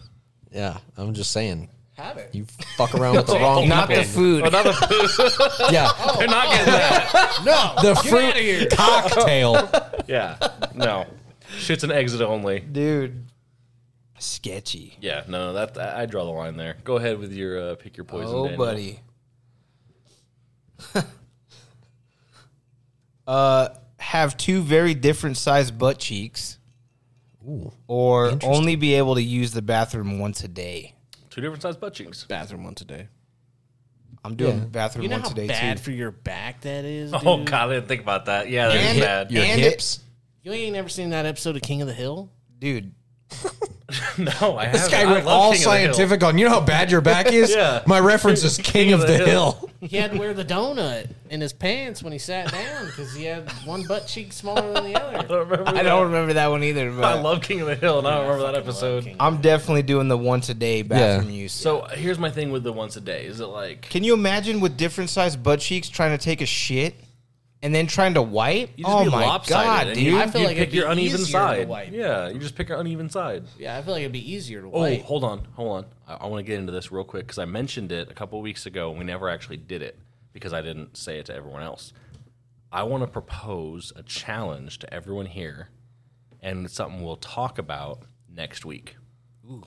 yeah, I'm just saying.
Have it.
You fuck around with the wrong
Not the
people.
food.
yeah,
They're not getting that.
No,
the
outta here.
fruit cocktail.
Yeah, no. Shit's an exit only.
Dude. Sketchy.
Yeah, no, that I I draw the line there. Go ahead with your uh, pick your poison.
Oh,
Daniel.
buddy. uh, have two very different sized butt cheeks, or only be able to use the bathroom once a day.
Two different sized butt cheeks.
bathroom one today.
I'm doing
Yeah.
bathroom
You know
once
how
a day
bad
too.
for your back that is. Dude?
Oh god, I didn't think about that. Yeah, that's
And-
bad.
Your
And it-
hips.
You ain't never seen that episode of King of the Hill?
Dude,
No, I
This
haven't.
guy
I love
went
King of
all
the Hill.
scientific on. You know how bad your back is.
Yeah.
My reference is King, of, the, Hill.
He had to wear the donut in his pants when he sat down because he had one butt cheek smaller than the
I
other.
don't remember.
I
that.
don't remember that one either. But
I love King of the Hill, and I don't remember that episode.
I'm definitely doing the once a day bathroom use.
So here's my thing with the once a day. Is it like
Can you imagine with different sized butt cheeks trying to take a shit and then trying to wipe?
you just
Oh
be
my
lopsided
god,
and You,
dude!
I feel
you
like it'd
pick your
be
uneven
easier to
side.
wipe.
Yeah, you just pick your uneven side.
Yeah, I feel like it'd be easier to
Oh,
wipe.
hold on, hold on. I, I want to get into this real quick because I mentioned it a couple weeks ago, and we never actually did it because I didn't say it to everyone else. I want to propose a challenge to everyone here, and it's something we'll talk about next week. Ooh.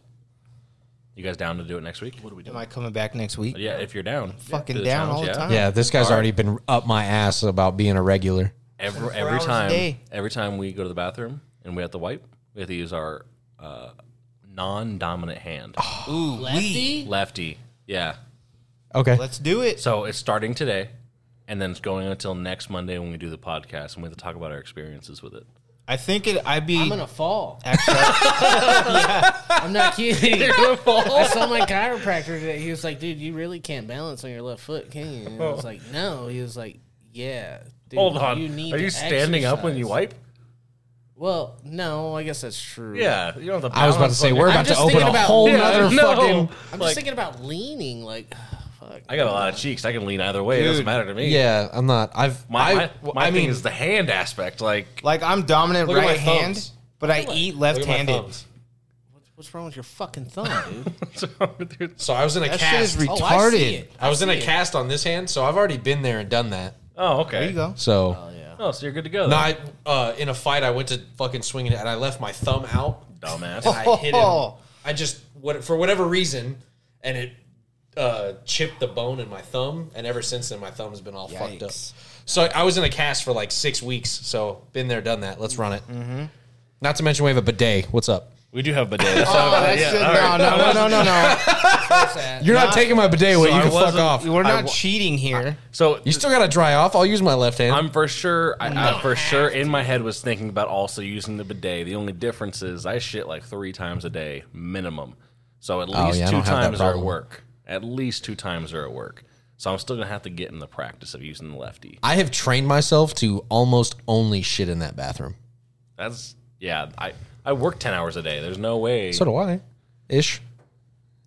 You guys down to do it next week? What do we
Am I coming back next week?
Yeah, if you're down.
Fucking
Do
down all
challenge,
the time.
Yeah, this guy's already been up my ass about being a regular.
Every every
hours a
time,
day.
every time we go to the bathroom and we have to wipe, we have to use our uh, non-dominant hand,
Oh.
Ooh, wee.
Lefty?
lefty. Yeah.
Okay.
Let's do it.
So it's starting today, and then it's going until next Monday when we do the podcast, and we have to talk about our experiences with it.
I think it. I'd be.
I'm gonna fall.
actually,
I'm not kidding. You're gonna fall. I saw my chiropractor today. He was like, "Dude, you really can't balance on your left foot, can you?" And I was like, "No." He was like, "Yeah." Dude,
Oh. Hold on, are
to
you standing up when you
exercise."
wipe?
Well, no, I guess that's true.
Yeah, you don't have to.
I was about to say we're
I'm
about to
just
open
thinking
a
about-
whole
Yeah,
nother
no.
fucking.
I'm
Like-
just thinking about leaning. Like, fuck.
I got a lot of cheeks. I can lean either way. it doesn't
Dude.
matter to me.
Yeah, I'm not. I've.
My,
I,
my, my
I
thing
mean,
is the hand aspect. Like,
like I'm dominant
Look at my
right hand,
thumbs.
but I eat left-handed.
What's wrong with your fucking thumb, dude?
So I was in a
That shit is
cast.
retarded.
Oh, I see it.
I was in
see
a
it.
cast on this hand, so I've already been there and done that.
oh, okay.
there you go.
So
Oh, so you're good to go.
no,
Then.
I uh, in a fight I went to fucking swing it and I left my thumb out.
Dumbass.
And I hit him. I just what for whatever reason, and it uh, chipped the bone in my thumb, and ever since then my thumb's been all fucked up.
Yikes.
So I was in a cast for like six weeks. So been there, done that. Let's run it. Not to mention we have a bidet. What's up?
We do have bidet. That's
Oh,
not-
that's
yeah,
just-
all right.
no, no, no, no, no, no. That's that.
You're not, taking my bidet away.
So
you
I
can fuck
wasn't-
off.
We're
I
not
wa-
cheating here.
So
You still got to dry off. I'll use my left hand.
I'm for sure. I, I for sure in my head was thinking about also using the bidet. The only difference is I shit like three times a day minimum. So at
Oh,
least
yeah, I
two
don't have that
times are at
problem.
work. At least two times are at work. So I'm still gonna have to get in the practice of using the lefty.
I have trained myself to almost only shit in that bathroom.
That's yeah. I I work ten hours a day. There's no way.
So do I. Ish.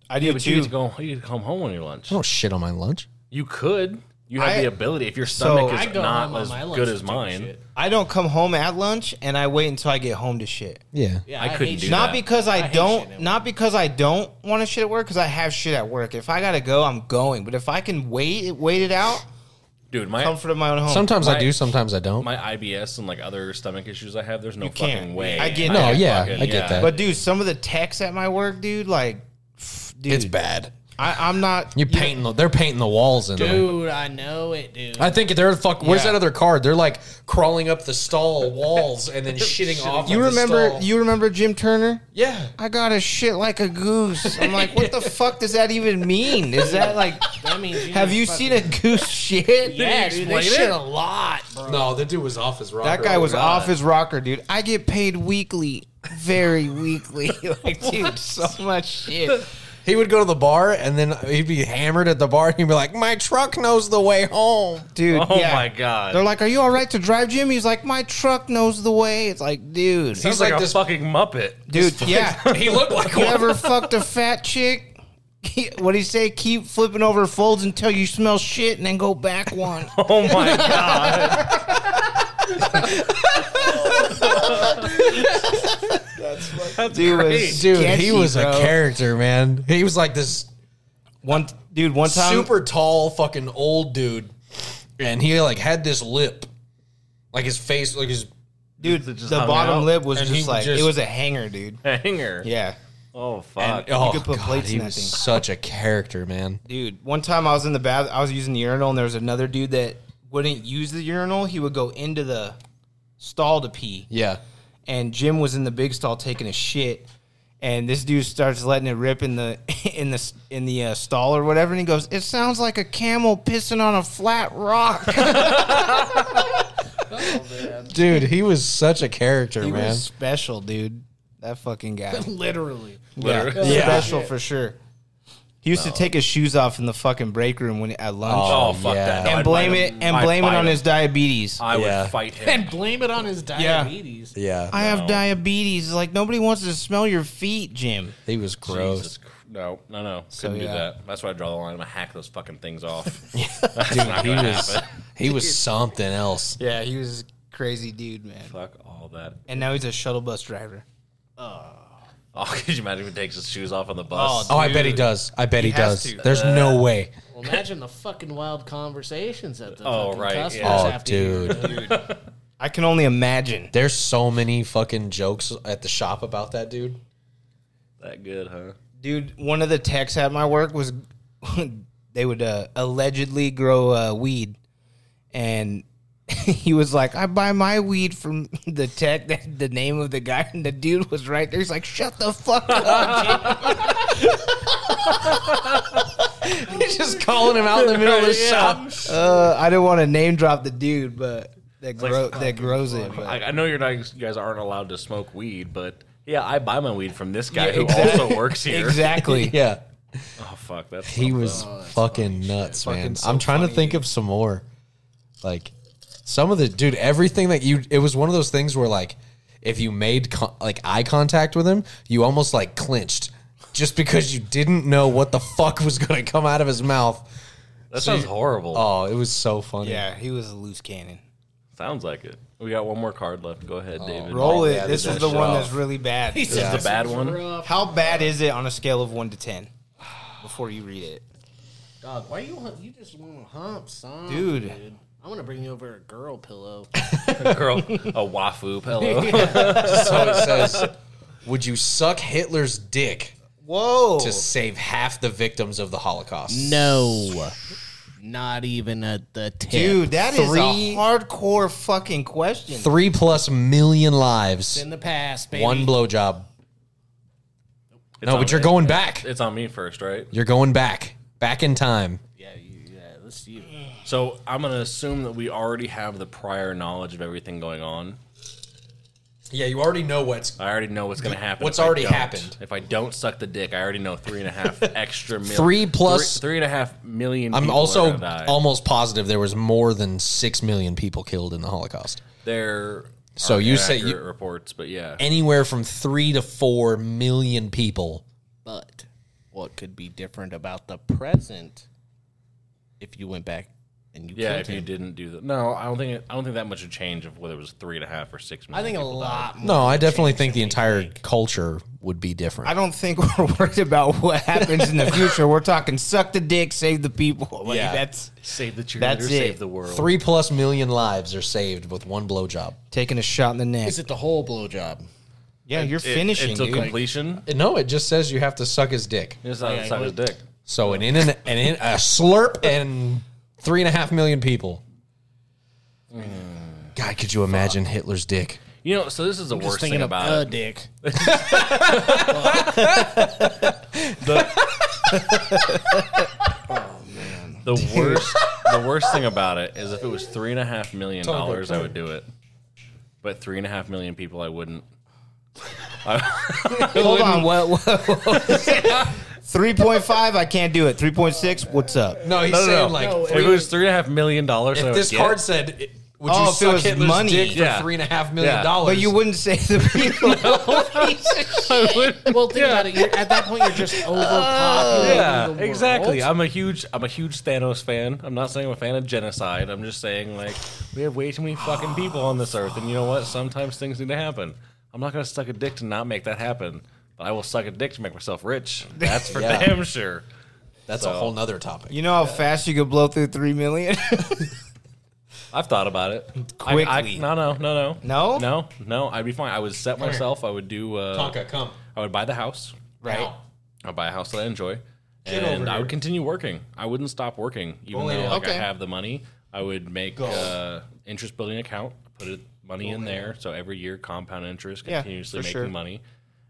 I do
yeah, but you get to go. You get to come home on your lunch.
I don't shit on my lunch.
You could. You have
I-
the ability if your stomach
So-
is
I
go home
not
on
as
my lunch
good
to
as
take a
mine.
shit.
I don't come home at lunch, and I wait until I get home to shit.
Yeah.
Yeah,
I couldn't
hate
do
shit.
that.
Not because
I
I,
hate shit at
don't.
work.
Not because I don't want to shit at work. Because I have shit at work. If I gotta go, I'm going. But if I can wait, it- wait it out,
Dude, my
comfort of my own home.
Sometimes I
My-
do, sometimes I don't.
my IBS and like other stomach issues I have, there's no
You
fucking
can't.
way.
I get
can
that. No,
yeah,
fucking-
I get that.
but dude, some of the texts at my work, dude, like, pff, dude,
it's bad.
I, I'm not.
You're painting. The, they're painting the walls in there.
Dude, I know it, dude.
I think they're fuck. Where's
Yeah.
that other card? They're like crawling up the stall walls and then shitting off.
You
of The
remember?
stall.
You remember Jim Turner?
yeah.
I got to shit like a goose. I'm like, what the fuck does that even mean? Is that like?
that means
Have you
fucking-
seen a goose shit?
Yeah, dude, they
explain
shit
it?
a lot, bro.
No, the dude was off his rocker.
That guy was
oh God.
off his rocker, dude. I get paid weekly, very weekly. like, dude, so much shit.
He would go to the bar and then he'd be hammered at the bar. And he'd be like, "My truck knows the way home."
Dude,
Oh
yeah.
my god.
They're like, "Are you all right to drive, Jim?" He's like, "My truck knows the way." It's like, dude,
He's like,
like
a
this-
fucking muppet.
dude, yeah.
He looked like
you
one.
ever fucked a fat chick? What do you say? Keep flipping over folds until you smell shit, and then go back one.
Oh my god. That's,
Dude, was-
great.
Dude,
Sketchy,
he was a
bro.
character, man. He was like this
One, dude, one time,
super tall, fucking old dude, and he like had this lip, like his face, like his
dude,
It just
the
hung
bottom
out.
lip was
And
just
he
like
just-
it was a hanger, dude.
Hanger.
Yeah. uh,
Oh fuck.
oh,
could put
God,
plates
he
in that
was
thing.
such a character, man.
Dude, one time I was in the bath, I was using the urinal, and there was another dude that wouldn't use the urinal. He would go into the stall to pee,
Yeah,
and Jim was in the big stall taking a shit, and this dude starts letting it rip in the in the s- in the uh, stall or whatever, and he goes, "It sounds like a camel pissing on a flat rock."
dude, he was such a character,
he
man.
was special, dude. That fucking guy,
Literally.
Literally.
Yeah.
special for sure. He used to take his shoes off in the fucking break room when at lunch.
Oh, fuck
yeah.
that. No,
And
I'd
And blame
fight
it
him.
and
I'd
blame it
fight
on
him.
his diabetes.
I would
Yeah.
fight him.
And blame it on his
Yeah.
diabetes.
yeah,
I have diabetes. Like nobody wants to smell your feet, Jim.
he was gross.
Jesus. Cr- No, no, no. Couldn't do
yeah.
that. That's why I draw the line. I'm gonna hack those fucking things off. That's not gonna happen.
He was something else.
Yeah, he was a crazy dude, man.
Fuck all that.
And now he's a shuttle bus driver.
Oh, could you imagine if he takes his shoes off on the bus?
Oh, I bet he does. I bet he, Uh,
has
does.
to.
There's no way.
Well, imagine the fucking wild conversations at the
Oh,
fucking
right,
customers
yeah.
Oh,
after you-
dude.
I can only imagine.
There's so many fucking jokes at the shop about that dude.
That good, huh?
Dude, one of the techs at my work was they would uh, allegedly grow uh, weed. And he was like, I buy my weed from the tech, that the name of the guy. And the dude was right there. He's like, shut the fuck up.
He's just calling him out in the middle of the shop.
uh, I didn't want to name drop the dude, but that, grow, that grows it. But.
I, I know you're not. You guys aren't allowed to smoke weed, but yeah, I buy my weed from this guy
Yeah,
who
exactly.
also works here.
Exactly.
Yeah.
Oh fuck, that's
He was fucking nuts, man. I'm trying to think of some more. Like some of the dude, everything that you it was one of those things where like if you made con- like eye contact with him, you almost like clinched just because you didn't know what the fuck was going to come out of his mouth.
that sounds horrible.
Oh, it was so funny.
Yeah, he was a loose cannon.
Sounds like it. We got one more card left. Go ahead, David. Oh,
Roll it.
yeah, Oh, this
this is
is
the one
rough.
that's really bad.
This is the bad one.
Rough.
How bad is it on a scale of one to ten? Before you read it,
Dog, why you want- you just want to hump, son?
Dude.
I'm gonna bring you over a girl pillow.
Girl, a wafu pillow.
So it says, "Would you suck Hitler's dick
whoa!
to save half the victims of the Holocaust?"
no, not even at the tip.
Dude, that is
Three-
a hardcore fucking question.
Three plus million lives.
in the past, baby.
One blowjob. no, but you're going back.
It's on me first, right?
You're going back. Back in time.
Yeah, you, yeah, let's see. you.
So I'm gonna assume that we already have the prior knowledge of everything going on.
Yeah, you already know what's
I already know what's gonna happen.
What's
if I
already
don't.
happened.
If I don't suck the dick, I already know three and a half extra million.
Three plus-
three and a half million.
I'm
people are
also
gonna die.
almost positive there was more than six million people killed in the Holocaust.
there.
So
are
you say
inaccurate
you-
reports, but yeah,
Anywhere from three to four million people.
But what could be different about the present if you went back and you
yeah.
killed
If you
him?
didn't do that, no, I don't think it- I don't think that much would change of whether it was three and a half or six
I
million.
think a
people died.
lot. More
No, I
would
definitely
change
think the
than we
entire
think.
culture would be
I
different.
don't think we're worried about what happens in the future. We're talking suck the dick, save the people. Like,
Yeah.
that's
Save the cheerleader,
That's
save
it.
the world.
Three plus million lives are saved with one blowjob.
taking a shot in the neck.
Is it the whole blowjob?
yeah, you're
It-
finishing.
until
dude.
completion.
No, it just says you have to suck his dick.
It's not
Yeah,
suck his dick.
So an in and an in, a slurp and three and a half million people.
Mm.
God, could you imagine Hitler's dick?
You know, so this is the worst thing about
a
it.
dick.
The worst, the worst thing about it is if it was three and a half million dollars, I would do it. But three and a half million people, I wouldn't.
Hold on. What? Three point five. I can't do it. Three point six. What's up?
No, he's saying like
if it was three and a half million dollars, I
if
would
this
get
card
it.
said, it- "Would you
Oh, if it
suck
was
Hitler's
money.
dick for
Yeah.
three and a half million
Yeah.
dollars?"
But you wouldn't save the people.
I would-
Well, think about it. You're, at that point, you're just overpopulating
yeah,
the world.
exactly. I'm a huge, I'm a huge Thanos fan. I'm not saying I'm a fan of genocide. I'm just saying like we have way too many fucking people on this earth, and you know what? Sometimes things need to happen. I'm not gonna suck a dick to not make that happen, but I will suck a dick to make myself rich. That's for
Yeah.
damn sure.
That's a whole nother topic.
You know how fast you could blow through three million?
I've thought about it. I- I,
Quickly.
no, no, no, no,
No?
no, no. I'd be fine. I would set myself. I would do. Uh,
Tonka, come
I would buy the house.
right.
I'll buy a house that I enjoy, and I would continue working. I wouldn't stop working, even though like I
Okay.
have the money. I would make uh, interest building account, put it, money in there, so every year compound interest,
Yeah,
continuously
for
making
sure.
money.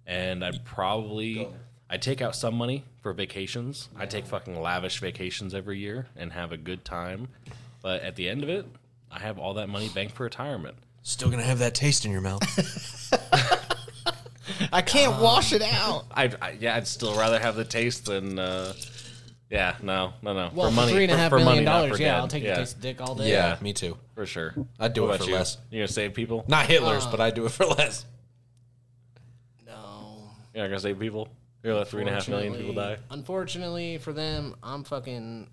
And I'd probably I take out some money for vacations. I take fucking lavish vacations every year and have a good time. But at the end of it, I have all that money banked for retirement.
Still gonna have that taste in your mouth.
I can't wash it out.
I'd, I yeah, I'd still rather have the taste than. Uh, yeah, no, no, no.
Well,
for money,
three and a
for-
half
for
million
money, not
dollars.
for
Yeah,
dead.
I'll take
yeah,
a taste of dick all day.
yeah, me too.
for sure.
I'd do
What
it
about
for
you?
less.
You gonna save people?
Not
Uh.
Hitler's, but I do it for less.
No.
You're not gonna save people. You're gonna let three and a half million people die.
Unfortunately for them, I'm fucking.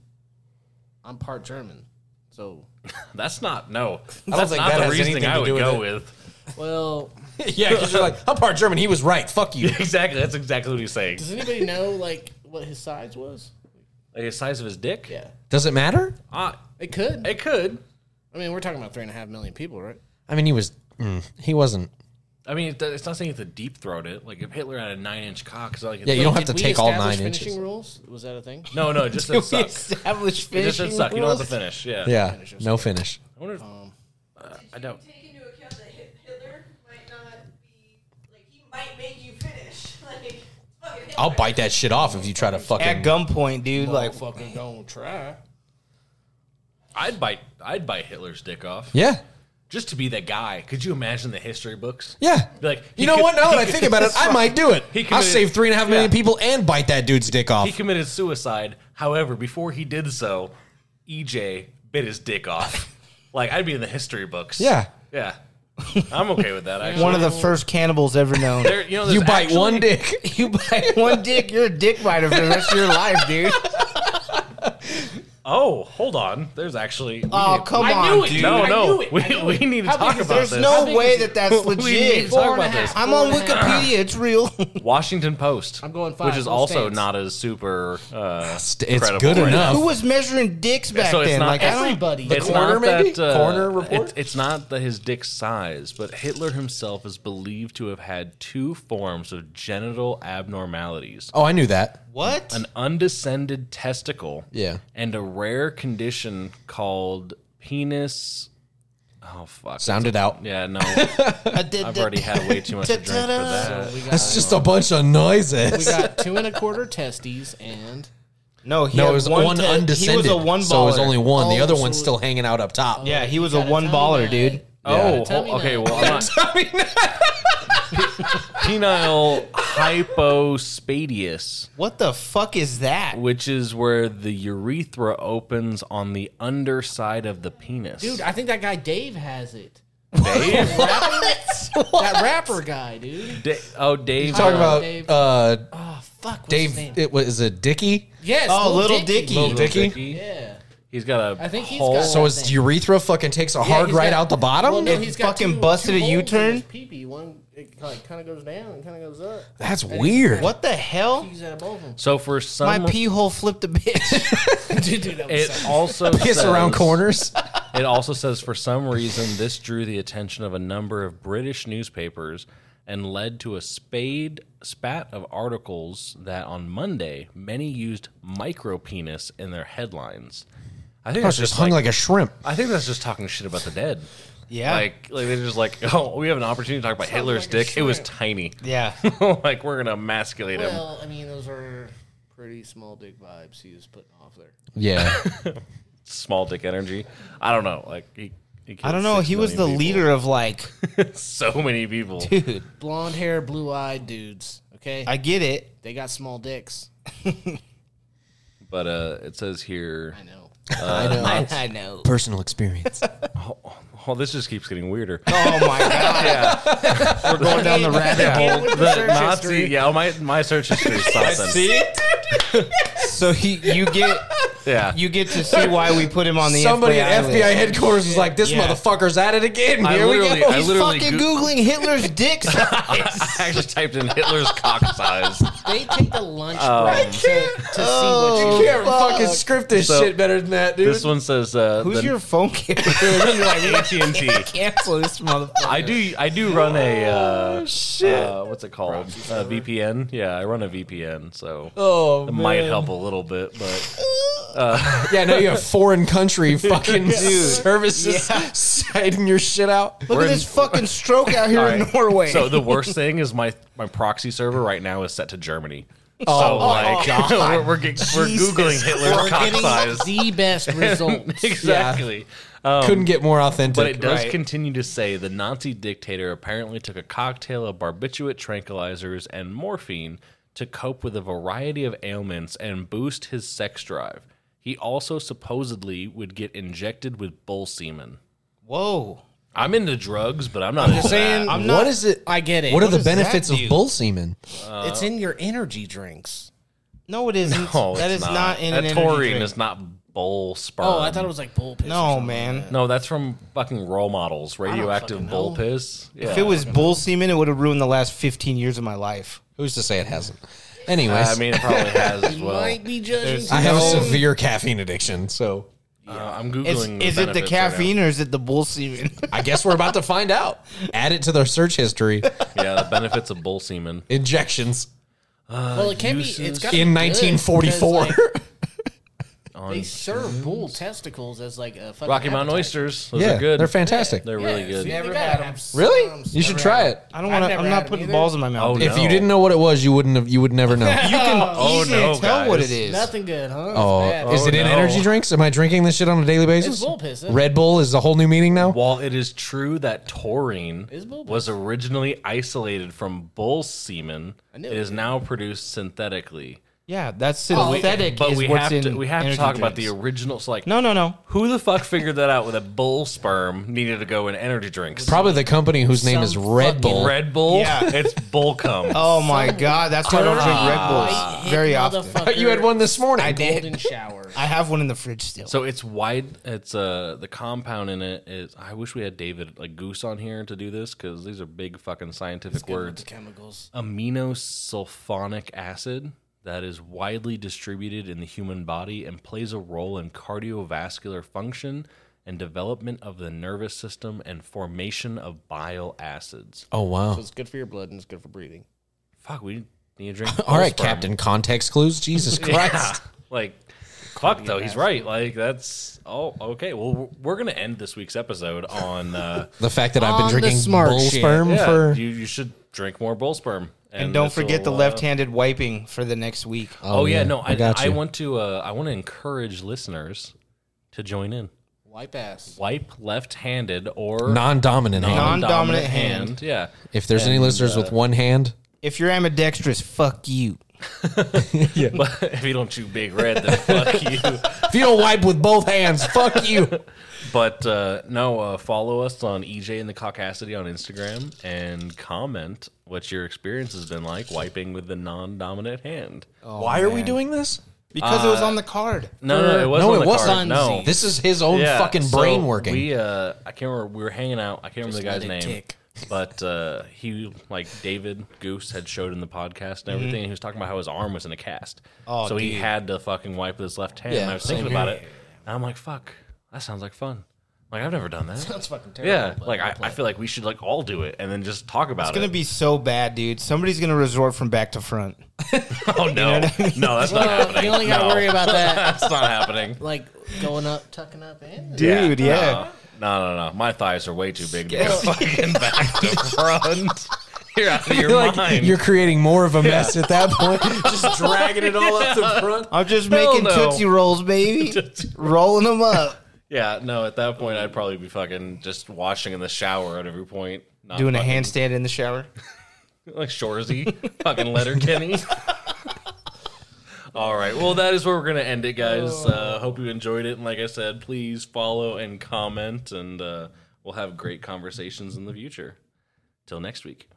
I'm part German, so
That's not no.
don't
That's
think
not
that
the
has
reasoning
anything
I
to
would
do with
go
it.
with.
well.
yeah, because you're like, I'm part German. He was right. Fuck you.
exactly. That's exactly what he's saying.
Does anybody know like what his size was?
Like the size of his dick.
Yeah,
Does it matter?
Ah,
it could.
it could.
I mean, we're talking about three and a half million people, right?
I mean, he was. Mm, he wasn't.
I mean, it- it's not saying you have to deep throat it. Like if Hitler had a nine inch cock, it's not like it's
Yeah, you
like-
don't have to
Did we
take all
establish
nine
finishing
inches.
rules. Was that a thing?
No, no, it just said
We
suck. It
established
just
finishing
said suck. You don't have to
rules.
finish. Yeah.
Yeah, no finish.
I wonder. If,
Um,
uh, I
Did you
don't.
Take into account that Hit- Hitler might not be like he might make you finish. Like fucking Hitler.
I'll bite that shit off if you try to
At
fucking.
gunpoint, dude. Like,
fucking don't try.
I'd bite. I'd bite Hitler's dick off.
Yeah,
Just to be that guy. Could you imagine the history books?
yeah.
Be like, he
you know
could-
what? Now
he
that I
could-
think about it, I might do it.
He
I'll
committed-
save three and a half million
Yeah.
people and bite that dude's dick off.
He committed suicide. However, before he did so, EJ bit his dick off. like I'd be in the history books.
Yeah.
yeah. I'm okay with that. Actually,
one of the first cannibals ever known.
There- you know, there's
you bite
actually-
one dick.
you bite one dick, you're a dick biter for the rest of your life, dude.
Oh, hold on. There's actually.
Oh, come
I
on,
knew it,
dude.
Uh,
no,
dude. I
no.
knew it.
We,
I knew
we
it.
need to
How
talk
big is
about
There's
this.
no
big
way
is
that
it?
that's
We need to
legit.
talk
Four and a
about this.
half.
I'm on
Four and a half.
Wikipedia. It's real.
Washington Post.
I'm going
Which
five.
is
Full
also
stance.
not as super. Uh,
It's
Incredible,
good
right?
enough.
Who was measuring dicks back
so it's
then?
not
Like, I don't-
everybody.
it's
corner,
not that,
maybe?
uh,
Corner report?
it- it's not that his dick size, but Hitler himself is believed to have had two forms of genital abnormalities.
Oh, I knew that.
what?
an undescended testicle
Yeah.
and a rare condition called penis Oh fuck.
Sound it out.
yeah, no.
I did
I've already had way too much to drink for that.
That's just a bunch of noises.
We got two and a quarter testes and
No, he
no,
had
it was
one,
one,
te-
undescended.
He was a one baller.
So it was only one. the
Oh,
other
so-
one's still hanging out up top.
Yeah, he was a
Gotta
one
tell
baller,
me.
dude.
Oh,
tell me
ho- okay.
that.
Well, I'm not penile hypospadias,
What the fuck is that?
which is where the urethra opens on the underside of the penis.
dude, I think that guy Dave has it. Dave, that rapper guy, dude.
Da- oh, Dave.
You talking
uh,
about
Dave.
uh,
Oh fuck, what's his
Dave?
name?
It was is it Dicky?
Yes,
Oh, Little Dicky.
Dicky.
Little Dicky?
Yeah,
He's got a
I think he's
hole.
got-
So his
thing.
urethra fucking takes a hard
he's
right
got-
out the bottom.
Well, no,
It
he's got
fucking
two-
busted
two
a
holes in his
U-turn?
Pee-pee. One it like kind of goes down and kind of goes up.
That's weird.
What the hell?
He's at both of them.
So for some,
My pee hole flipped a bitch.
Dude, dude, that was
it
so-
also
Piss
says-
around corners.
It also says for some reason this drew the attention of a number of British newspapers and led to a spade spat of articles that on Monday many used micro penis in their headlines. I think
I was
that's
just
just
hung
like,
like a shrimp.
I think that's just talking shit about the dead.
yeah.
Like like they're just like, oh, we have an opportunity to talk about Hitler's dick. It was tiny.
yeah.
like we're gonna emasculate him.
well, I mean, those are pretty small dick vibes he was putting off there.
Yeah.
Small dick energy. I don't know. Like he, he
I
killed
don't know.
six
He was the
million people.
leader of like,
So many people.
dude,
Blonde hair, blue eyed dudes. Okay,
I get it.
they got small dicks.
But uh, it says here.
I know.
I, I know.
Personal experience.
Oh, this just keeps getting weirder.
Oh my god. We're going down the rabbit hole.
the Nazi, yeah, my my search history is something.
See? so he, you get,
Yeah,
you get to see why we put him on the
Somebody
FBI
at FBI
list.
headquarters is like, this
Yeah.
motherfucker's at it again.
I
Here we
literally,
go.
I
He's
literally,
fucking
Goo-
googling Hitler's dick size.
I actually typed in Hitler's cock size.
They take the lunch
Oh.
break to, to see what
You
you
can't fucking script this
So-
shit better than that, dude.
This one says, uh,
Who's
the-
your phone carrier? You're
AT
like,
and T?
cancel this motherfucker.
I do, I do run a
Oh,
uh, uh, what's it called? Uh, VPN. Yeah, I run a VPN, so
oh,
it
man.
might help a little bit, but
Yeah, now you have foreign country fucking services
Yeah.
citing your shit out.
Look
We're
at
in-
this fucking stroke out here in
Alright.
Norway.
So the worst thing is my my proxy server right now is set to Germany. so
Oh,
like we're we're, get, we're
Jesus
googling Hitler's cock size.
the best results.
exactly.
Couldn't get more authentic.
But it does
Right.
continue to say the Nazi dictator apparently took a cocktail of barbiturate tranquilizers and morphine to cope with a variety of ailments and boost his sex drive. He also supposedly would get injected with bull semen.
Whoa.
I'm into drugs, but I'm not into
saying-
that.
I'm
what
not-
is it?
I get it.
What, are
What
the
does that
benefits of
do?
bull semen? Oh.
it's in your energy drinks.
No, it isn't.
No,
that
it's
is not, in
that
an
taurine
energy drink.
is not bull sperm.
Oh, I thought it was like bull piss. or
No,
something.
man.
No, that's from fucking role models, radioactive
fucking
bull
know.
piss. Yeah.
If it was bull semen, it would have ruined the last 15 years of my life.
Who's to say it hasn't? Anyways,
I mean, it probably has as well.
Might be judging.
I have a
No.
severe caffeine addiction, so
Uh, I'm
It's,
googling.
is it the
benefits right now.
caffeine or is it the bull semen?
I guess we're about to find out. Add it to their search history.
yeah, the benefits of bull semen.
Injections
well, it can be. It's
uses
got
in 1944.
They serve bull testicles as like a fucking
Rocky Mountain
appetite.
oysters. Those
yeah,
are good.
they're fantastic.
They're
Yeah,
really
so
good.
you
Never
gotta
had 'em.
have some-
really? You should
Never
try
had 'em.
it.
I don't want to.
never
I'm
had
not
'em
putting
either.
balls in my mouth.
Oh,
dude.
If you
No.
didn't know what it was, you wouldn't have. You would never know.
You can
Oh,
easily
no,
tell what it
guys.
is.
Nothing good, huh?
Oh,
It's bad.
is it in
no.
energy drinks? Am I drinking this shit on a daily basis?
It's bull piss, isn't it?
Red Bull is a whole new meaning now.
While it is true that taurine
Is bull
was originally isolated from bull semen, it
knew
is now produced synthetically.
Yeah, that's
we-
synthetic.
But
is
we
what's
have to
in
we have to
energy
talk about the
drinks.
original. So like,
No, no, no.
who the fuck figured that out? With a bull sperm needed to go in energy drinks.
Probably the company whose name is
Some
Red Bull.
Red Bull.
Yeah.
it's bull cum.
Oh my god, that's why I don't drink Red
Ah.
Bulls
Hit
very often.
motherfucker
you had one this morning.
I did.
Golden shower.
I have one in the fridge still.
So it's wide. It's uh the compound in it is. I wish we had David like Goose on here to do this because these are big fucking scientific words.
Chemicals.
amino sulfonic acid that is widely distributed in the human body and plays a role in cardiovascular function and development of the nervous system and formation of bile acids.
Oh wow!
It's good for your blood and it's good for breathing.
Fuck, we need to drink.
All right,
Colesperm.
Captain. Context clues. Jesus Christ.
Like Fuck though, he's right. Like that's oh okay. Well, we're gonna end this week's episode on uh,
The fact that I've been
On the
drinking
smart
bull
shit.
sperm
yeah.
for
you, you should drink more bull sperm.
And, don't
this
forget the
will, uh,
left-handed wiping for the next week.
Oh, yeah, no, I,
got
I,
you.
want to. Uh, I want to encourage listeners to join in.
Wipe ass.
Wipe left-handed or
non-dominant hand.
non-dominant
Non- Non-dominant
hand.
hand.
Yeah,
If there's any listeners
uh,
with one hand,
If you're ambidextrous, fuck you.
but if you don't chew big red, then fuck you.
if you don't wipe with both hands, fuck you.
But uh, no, uh, follow us on EJ and the Caucasity on Instagram and comment what your experience has been like wiping with the non-dominant hand.
Uh,
Why are we doing this?
Because
uh,
it was on the card.
Oh, No, no, it wasn't.
no,
on
it
the card.
wasn't.
No,
This is his own
Yeah,
fucking
so
brain working.
We, uh, I can't remember. We were hanging out. I can't remember the
let
guy's
it
name,
tick.
but uh, he, like David Goose, had showed in the podcast and everything. And he was talking about how his arm was in a cast,
Oh,
so he
dude.
had to fucking wipe with his left hand. and I was thinking about it, and I'm like, fuck, that sounds like fun. Like I've never done that.
That's fucking terrible.
yeah, like I, I feel like we should like all do it and then just talk about
It's gonna
it.
be so bad, dude. Somebody's gonna resort from back to front.
oh no, no, that's not happening.
you only got
No.
to worry about that.
That's not happening.
Like going up, tucking up in.
Dude, yeah.
No, no, no. My thighs are way too big to go fucking back to front. You're out of your mind.
You're creating more of a mess at that point. Just dragging it all up the front.
I'm just
Hell
making
no.
tootsie rolls, baby. Rolling them up,
yeah, no, at that point, I'd probably be fucking just washing in the shower at every point. Not
doing a
fucking-
handstand in the shower.
Like Shorzy. fucking letter Kenny. All right. Well, that is where we're going to end it, guys.
Oh.
Uh, hope you enjoyed it. And like I said, please follow and comment, and uh, we'll have great conversations in the future. Till next week.